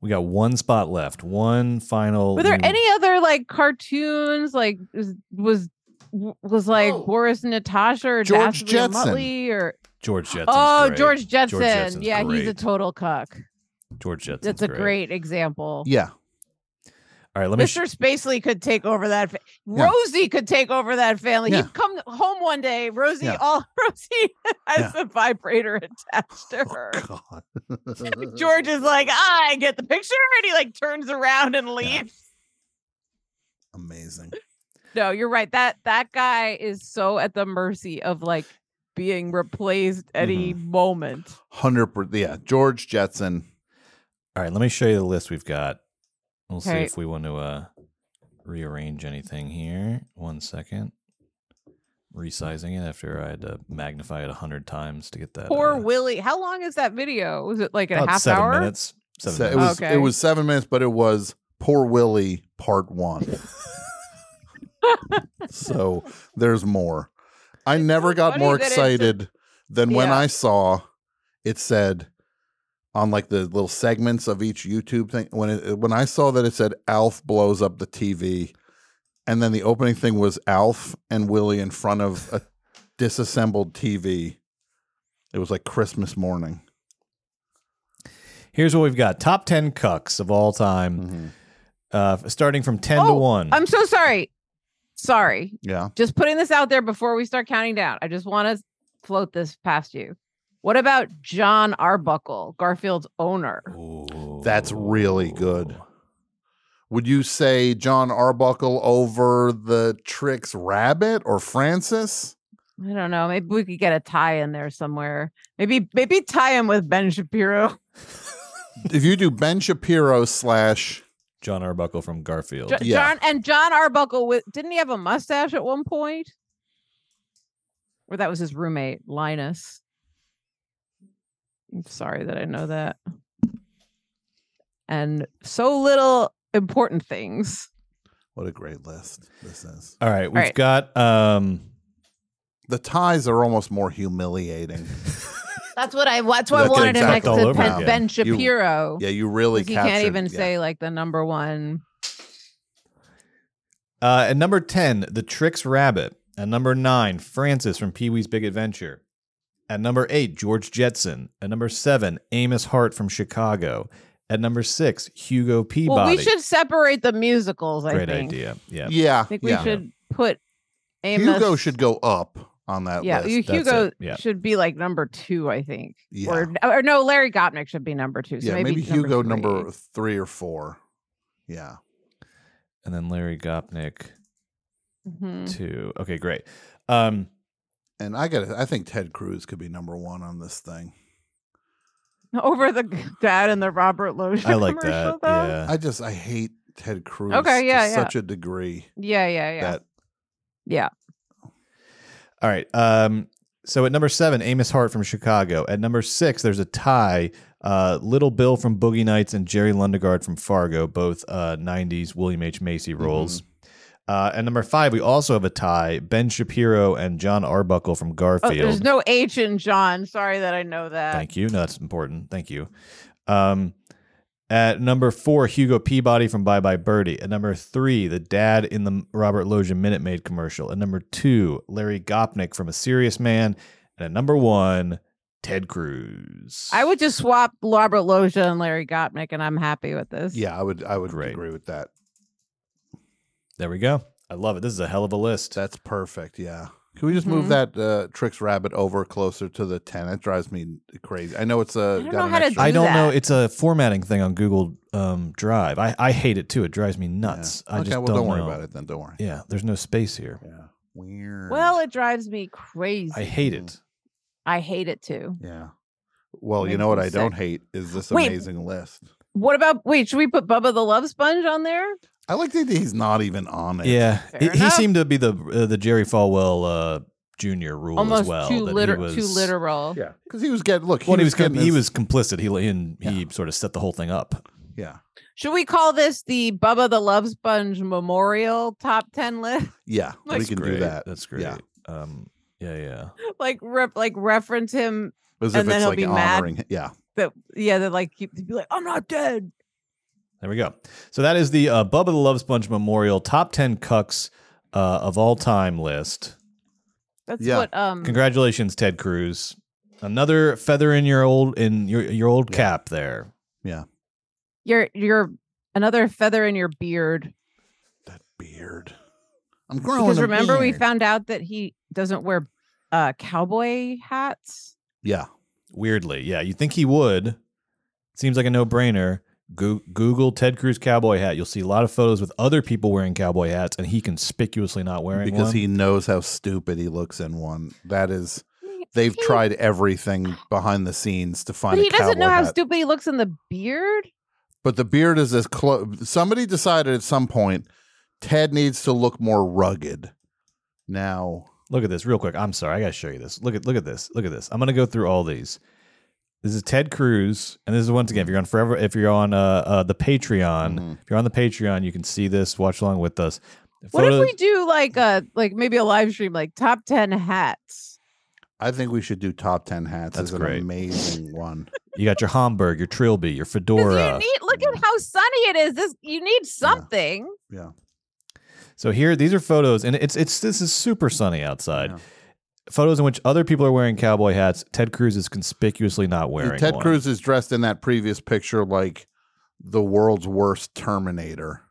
D: we got one spot left. One final.
C: Were there
D: new-
C: any other like cartoons like was was, was like Boris and Natasha or
B: Oh. George
C: Dastardly and
B: Jetson.
C: Mutley or
D: George Jetson?
C: oh, George Jetson.
D: Jetson's
C: yeah, he's a
D: great.
C: total cuck.
D: George Jetson.
C: That's a great, example.
B: Yeah.
D: All right, let me. sh-
C: Mr. Spacely could take over that. Fa-
D: Yeah.
C: Rosie could take over that family.
D: Yeah.
C: He'd come home one day. Rosie,
D: Yeah.
C: all Rosie has a vibrator attached to her. George is like, "Ah, I get the picture, and he like turns around and leaves.
B: Amazing.
C: No, you're right. That that guy is so at the mercy of like being replaced any
D: Mm-hmm.
C: moment.
B: Hundred percent. Yeah, George Jetson.
D: All right, let me show you the list we've got. We'll see
C: Okay.
D: if we want to uh, rearrange anything here. One second. Resizing it after I had to magnify it a hundred times to get that. uh,
C: Poor Willie. How long is that video? Was it like a
D: about
C: half
D: seven
C: hour? Oh,
D: minutes. Seven
B: So it
D: minutes.
B: was it was seven minutes, but it was Poor Willie Part One. so there's more. I never got
C: funny
B: more
C: that it's a-
B: excited than when
C: Yeah.
B: I saw it said on like the little segments of each YouTube thing when it when I saw that it said Alf blows up the TV and then the opening thing was Alf and Willie in front of a disassembled TV. It was like Christmas morning.
D: Here's what we've got: top ten cucks of all time,
B: Mm-hmm.
D: uh, starting from ten
C: Oh,
D: to one.
C: I'm so sorry. Sorry.
B: yeah.
C: Just putting this out there before we start counting down. I just want to float this past you. What about John Arbuckle, Garfield's owner?
B: That's really good. Would you say John Arbuckle over the Tricks Rabbit or Francis?
C: I don't know. Maybe we could get a tie in there somewhere. Maybe maybe tie him with Ben Shapiro.
B: if you do Ben Shapiro slash
D: John Arbuckle from Garfield,
C: Jo- John and John Arbuckle with didn't he have a mustache at one point? Or that was his roommate, Linus. I'm sorry that I know that. And so little important things.
B: What a great list this is.
D: All right,
C: All we've right.
D: got um
B: the ties are almost more humiliating.
C: That's what I that's what I
B: That's
C: wanted him
B: exact
C: next
B: all
C: to
B: over
C: Ben,
B: again.
C: ben
B: You-
C: Shapiro.
B: yeah, you really
C: 'cause he can't
D: captured-
C: even
D: yeah.
C: say like the number one.
D: uh, at number ten, the Tricks Rabbit. At number nine, Francis from Pee Wee's Big Adventure. At number eight, George Jetson. At number seven, Amos Hart from Chicago. At number six, Hugo Peabody.
C: Well, we should separate the musicals, I
D: Great
C: think.
D: idea. Yeah.
C: I
B: Yeah.
C: think we
B: yeah.
C: should put Amos
B: Hugo should go up on that
C: yeah,
B: list.
C: you- Hugo should be like number two, I think. Or, or no, Larry Gottmik should be number two. So
B: yeah,
C: maybe,
B: maybe
C: number
B: Hugo
C: three.
B: number three or four. Yeah.
D: and then Larry Gopnik
C: Mhm.
D: two. Okay, great. Um,
B: and I got. I think Ted Cruz could be number one on this thing.
C: over the dad and the Robert Loja. commercial, Though.
B: I just I hate Ted Cruz.
C: Okay,
B: to
C: yeah, yeah.
B: Such a degree.
C: Yeah, yeah, yeah.
B: That
C: yeah.
D: All right. Um, so at number seven, Amos Hart from Chicago. At number six, there's a tie. Uh, Little Bill from Boogie Nights and Jerry Lundegaard from Fargo, both uh, 90s William H. Macy roles. Uh, at number five, we also have a tie Ben Shapiro and John Arbuckle from
C: Oh,
D: Garfield.
C: there's no H in John. Sorry that I know that.
D: Thank you. No, that's important. Thank you. Um, at number four, Hugo Peabody from Bye Bye Birdie. At number three, the dad in the Robert Loggia Minute Maid commercial. At number two, Larry Gopnik from A Serious Man. And at number one, Ted Cruz.
C: I would just swap Robert Loja and Larry Gottmik, and I'm happy with this.
B: Yeah, I would. I would agree with that.
D: There we go. I love it. This is a hell of a list.
B: That's perfect. Yeah. Can we just move
C: Mhm.
B: that uh, Tricks Rabbit over closer to the ten? It drives me crazy. I know it's uh, a.
C: don't know how to do
D: I don't know.
C: that.
D: It's a formatting thing on Google um, Drive. I, I hate it too. It drives me nuts. I
B: Okay,
D: just
B: well,
D: don't,
B: don't worry
D: know.
B: about it then. Don't worry.
D: Yeah, there's no space here.
B: Yeah. Weird.
C: Well, it drives me crazy.
D: I hate it.
C: I hate it too.
B: Yeah. Well, you
C: Makes
B: know what
C: me
B: I don't
C: sick.
B: hate is this
C: Wait.
B: amazing list.
C: What about wait? Should we put Bubba the Love Sponge on there?
B: I like that he's not even on it.
D: Yeah,
C: Fair
D: he, he
C: enough.
D: seemed to be the uh, the Jerry Falwell uh, Jr. rule as
C: Almost
D: well.
C: too
D: that he
C: liter-
D: was-
C: too literal.
B: Yeah, because he was getting look.
D: Well, he was com-
B: getting
D: he
B: his-
D: was complicit. He and he sort of set the whole thing up.
B: Yeah,
C: Should we call this the Bubba the Love Sponge Memorial Top Ten list?
B: yeah. we
D: That's
B: can do
D: great.
B: that.
D: That's great.
B: Yeah.
D: Um, yeah, yeah.
C: like rep, like reference him,
B: As
C: and
B: if
C: then
B: it's
C: he'll
B: like
C: be
B: honoring.
C: mad.
B: Yeah.
C: That yeah, that like keep be like, I'm not dead.
D: There we go. So that is the uh, Bubba the Love Sponge Memorial Top Ten Cucks uh, of All Time list.
C: That's what um.
D: Congratulations, Ted Cruz. Another feather in your old in your your old cap there.
B: Yeah.
C: You're you're another feather in your beard.
B: I'm growing.
C: Because
B: a
C: remember, we
B: beard.
C: found out that he doesn't wear uh cowboy hats.
B: Yeah.
D: Weirdly, yeah. You think he would? Seems like a no-brainer. Goo- Google Ted Cruz cowboy hat. You'll see a lot of photos with other people wearing cowboy hats, and he conspicuously not wearing
B: because
D: one.
B: he knows how stupid he looks in one. That is, they've tried everything behind the scenes to find.
C: But he
B: a
C: doesn't
B: cowboy
C: know how
B: hat.
C: stupid he looks in the beard.
B: But the beard is as close. Somebody decided at some point Ted needs to look more rugged. Now,
D: look at this real quick. I'm sorry, I gotta show you this. Look at look at this. Look at this. I'm gonna go through all these. This is Ted Cruz, and this is once again if you're on
B: Mm-hmm.
D: forever. If you're on uh, uh the Patreon, if you're on the Patreon, you can see this. Watch along with us.
C: What if we
D: Photos-
C: do like a like maybe a live stream like top ten hats?
B: I think we should do top ten hats. That's an
D: great.
B: amazing one.
D: You got your Hamburg, your Trilby, your
C: You
D: fedora.
C: need look at how sunny it is. This you need something.
B: Yeah.
D: So here, these are photos, and it's it's this is super sunny outside. Photos in which other people are wearing cowboy hats. Ted Cruz is conspicuously not
B: Yeah,
D: wearing.
B: Ted
D: one.
B: Cruz is dressed in that previous picture like the world's worst Terminator.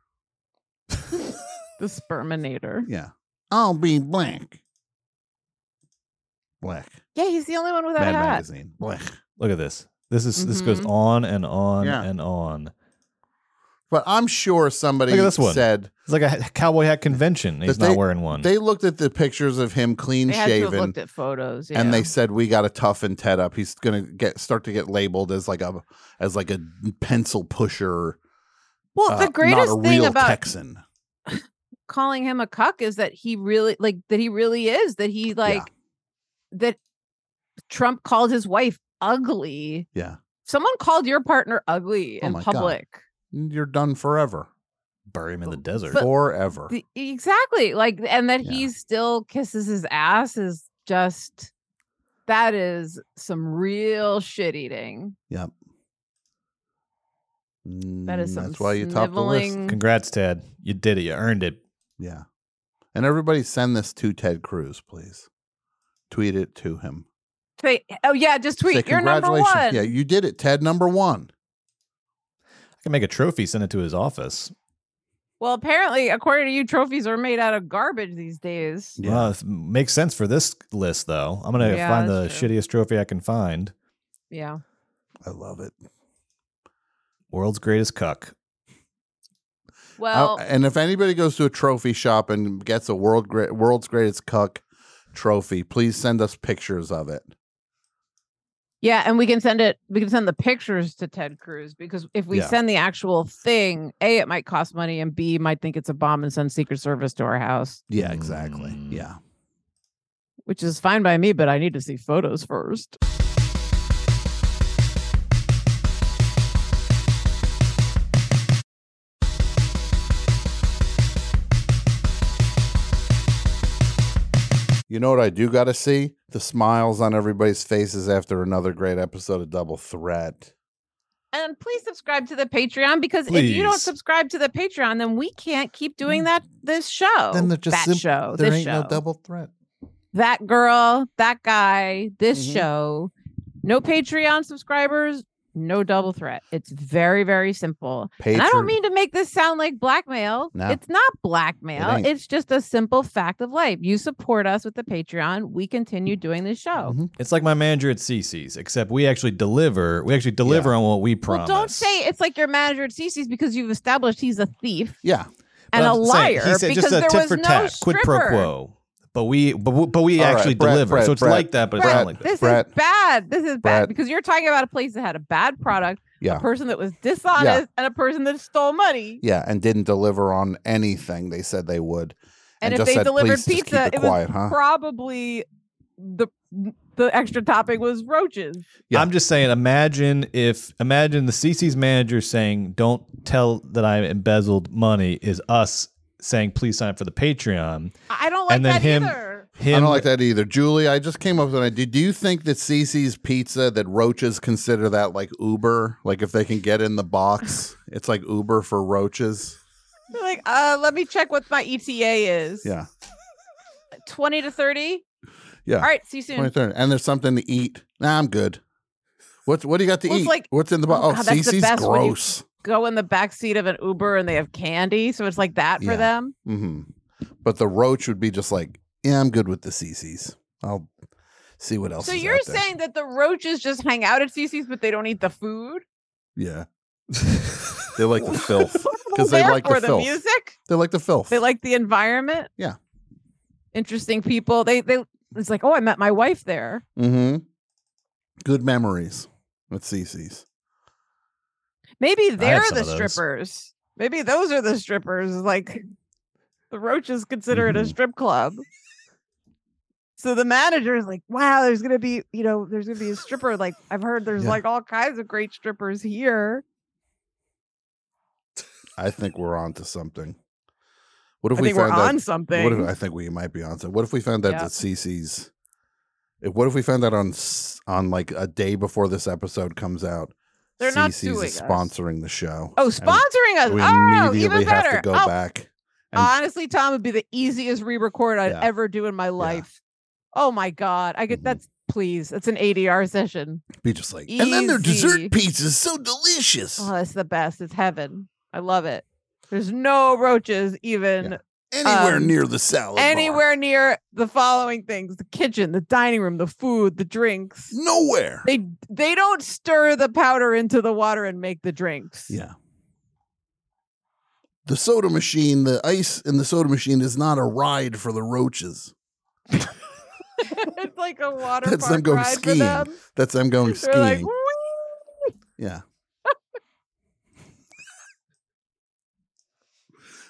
C: The sperminator.
B: Yeah. I'll be blank. Black.
C: Yeah, he's the only one without
B: Mad
C: a hat.
B: Magazine. Black.
D: Look at this. This is this goes
C: Mhm.
D: on and on
B: Yeah.
D: and on.
B: But I'm sure somebody
D: Look at this one. Hmm.
B: said
D: It's like a ha- cowboy hat convention. and He's
B: that
D: not
B: they-
D: wearing one.
B: They looked at the pictures of him clean
C: They had to have
B: shaven
C: looked at photos. Yeah.
B: and they said we got to toughen Ted up. He's going to get start to get labeled as like a as like a pencil pusher.
C: Well,
B: uh,
C: the greatest
B: not a
C: thing
B: real
C: about
B: Texan.
C: calling him a cuck is that he really like that he really is that he like that Trump called his wife ugly.
B: Yeah.
C: Someone called your partner ugly
B: Oh
C: in
B: my God.
C: public.
B: You're done forever.
D: Bury him in the desert.
C: But-
B: forever.
C: The- exactly. Like and that he still kisses his ass is just that is some real shit eating.
B: Yep.
C: That is
B: Mm,
C: some
B: That's why you top the list.
C: sniveling-
D: Congrats, Ted. You did it. You earned it.
B: Yeah. And everybody send this to Ted Cruz, please. Tweet it to him.
C: Say, oh yeah, just tweet.
B: Say,
C: You're number
B: "Congratulations."
C: one.
B: Yeah, you did it, Ted. Number one.
D: I can make a trophy, send it to his office.
C: Well, apparently, according to you, trophies are made out of garbage these days.
D: Yeah. Well, it makes sense for this list, though. I'm gonna
C: Yeah,
D: find the
C: that's true.
D: shittiest trophy I can find.
C: Yeah.
B: I love it.
D: World's greatest cuck.
B: I'll-
C: Well,
B: and if anybody goes to a trophy shop and gets a world great world's greatest cuck trophy, please send us pictures of it.
C: yeah, and we can send it. We can send the pictures to Ted Cruz because if we
B: Yeah.
C: send the actual thing, a it might cost money, and b might think it's a bomb and send Secret Service to our house,
B: Yeah, exactly. Yeah.
C: which is fine by me. But I need to see photos first.
B: You know what I do got to see? The smiles on everybody's faces after another great episode of Double Threat.
C: And please subscribe to the Patreon because if you don't
B: Please. Mm.
C: subscribe to the Patreon, then we can't keep doing that. This show,
B: then they're just
C: Oh, that
B: simp-
C: show,
B: there
C: this
B: ain't
C: show.
B: no double threat.
C: that girl, that guy, this
D: Mm-hmm.
B: Mhm.
C: show. No Patreon subscribers, no double threat. It's very, very simple. And I
B: Patron-
C: don't mean to make this sound like blackmail.
B: No.
C: It's not blackmail.
B: ain't.
C: it's just a simple fact of life. You support us with the Patreon. We continue doing this show.
D: It's like my manager at CC's, except we actually deliver. We actually deliver on what we
C: Well,
D: promise.
C: don't say it's like your manager at CC's because you've established he's a thief
B: Yeah.
C: and a
D: But I'm saying-
C: liar
D: he said
C: because
D: just a
C: there
D: tit
C: was
D: for
C: no
D: tat, quid
C: stripper.
D: pro quo. But we, but, we- but we
B: All right,
D: actually
B: Brett,
D: deliver.
B: Brett,
D: so it's
B: Brett,
D: like that, but it's
B: Brett,
D: not like that.
C: This
B: Brett.
C: is bad. This is bad
B: Brett.
C: because you're talking about a place that had a bad product,
B: Yeah.
C: a person that was dishonest, and a person that stole money.
B: Yeah, and didn't deliver on anything they said they would.
C: And, if
B: just
C: they
B: said,
C: delivered
B: "Please just keep
C: pizza, it,
B: quiet,
C: was
B: huh?"
C: probably the the extra topping was roaches.
D: I'm just saying, imagine if, imagine the CC's manager saying, don't tell that I embezzled money is us saying, please sign up for the Patreon.
C: I don't like
D: and then
C: that
D: him,
C: either.
D: him,
B: I don't like that either. Julie, I just came up with an idea. Do you think that CC's pizza that roaches consider that like Uber? Like if they can get in the box, it's like Uber for roaches.
C: They're like, uh, let me check what my ETA is.
B: Yeah.
C: Twenty to thirty.
B: Yeah.
C: All right, see you soon.
B: 23rd. And there's something to eat. Nah, I'm good. What's what do you got to
C: Well, it's
B: eat?
C: like-
B: What's in the box? Oh,
C: God, that's the
B: CC's
C: best when you
B: gross.
C: Go in the back seat of an Uber and they have candy, so it's like that for
B: Yeah.
C: them.
B: hmm But the roach would be just like, yeah, I'm good with the CC's. I'll see what else.
C: So
B: is
C: you're
B: out there."
C: saying that the roaches just hang out at CC's, but they don't eat the food?
B: yeah. they like the filth because they
C: There
B: like
C: for
B: the
C: the
B: filth.
C: music?
B: They like the filth.
C: They like the environment.
B: Yeah.
C: Interesting people. They they it's like, oh, I met my wife there.
B: Mm-hmm. Good memories with CC's.
C: Maybe they're
B: some
C: the
B: of those.
C: strippers. Maybe those are the strippers. Like the roaches consider it a
B: Mm-hmm.
C: strip club. So the manager is like, wow, there's gonna be, you know, there's gonna be a stripper. Like I've heard there's
B: Yeah.
C: like all kinds of great strippers here.
B: I think we're on to something. What if
C: I
B: we
C: think we're
B: found out,
C: on something.
B: What if, I think we might be on something. What if we found out
C: Yeah.
B: that Cece's? If, what if we found out on s- on like a day before this episode comes out?
C: They're not
B: Cece's
C: suing
B: is
C: us.
B: sponsoring the show.
C: Oh,
B: And
C: sponsoring us.
B: We
C: Oh,
B: immediately
C: even
B: have
C: better.
B: to go
C: Oh.
B: back.
C: Honestly, Tom would be the easiest re-record I'd
B: Yeah. Mm-hmm.
C: ever do in my life. Oh my god, I get that's please. It's an ADR session.
B: Be just like, and then their
C: Easy.
B: dessert pizza is so delicious.
C: Oh, that's the best. It's heaven. I love it. There's no roaches even
B: Anywhere
C: um,
B: near the salad. bar.
C: anywhere near the following things the kitchen the dining room the food the drinks
B: Mm. nowhere
C: they they don't stir the powder into the water and make the drinks
B: Yeah. The soda machine, the ice in the soda machine is not a ride for the roaches.
C: it's like a water
B: That's them
C: park
B: going
C: ride
B: skiing.
C: for them
B: That's them going
C: They're like,
B: skiing. yeah.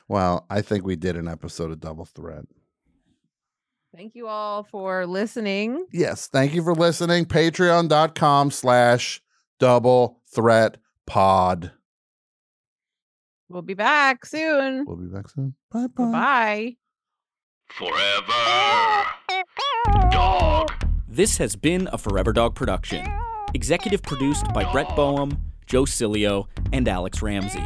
B: wow, I think we did an episode of Double Threat.
C: thank you all for listening
B: Yes, thank you for listening. Patreon.com slash double threat pod.
C: we'll be back soon
B: We'll be back soon. bye
C: bye
E: Forever Dog. This has been a Forever Dog production. Executive produced by Brett Boehm, Joe Cilio, and Alex Ramsey.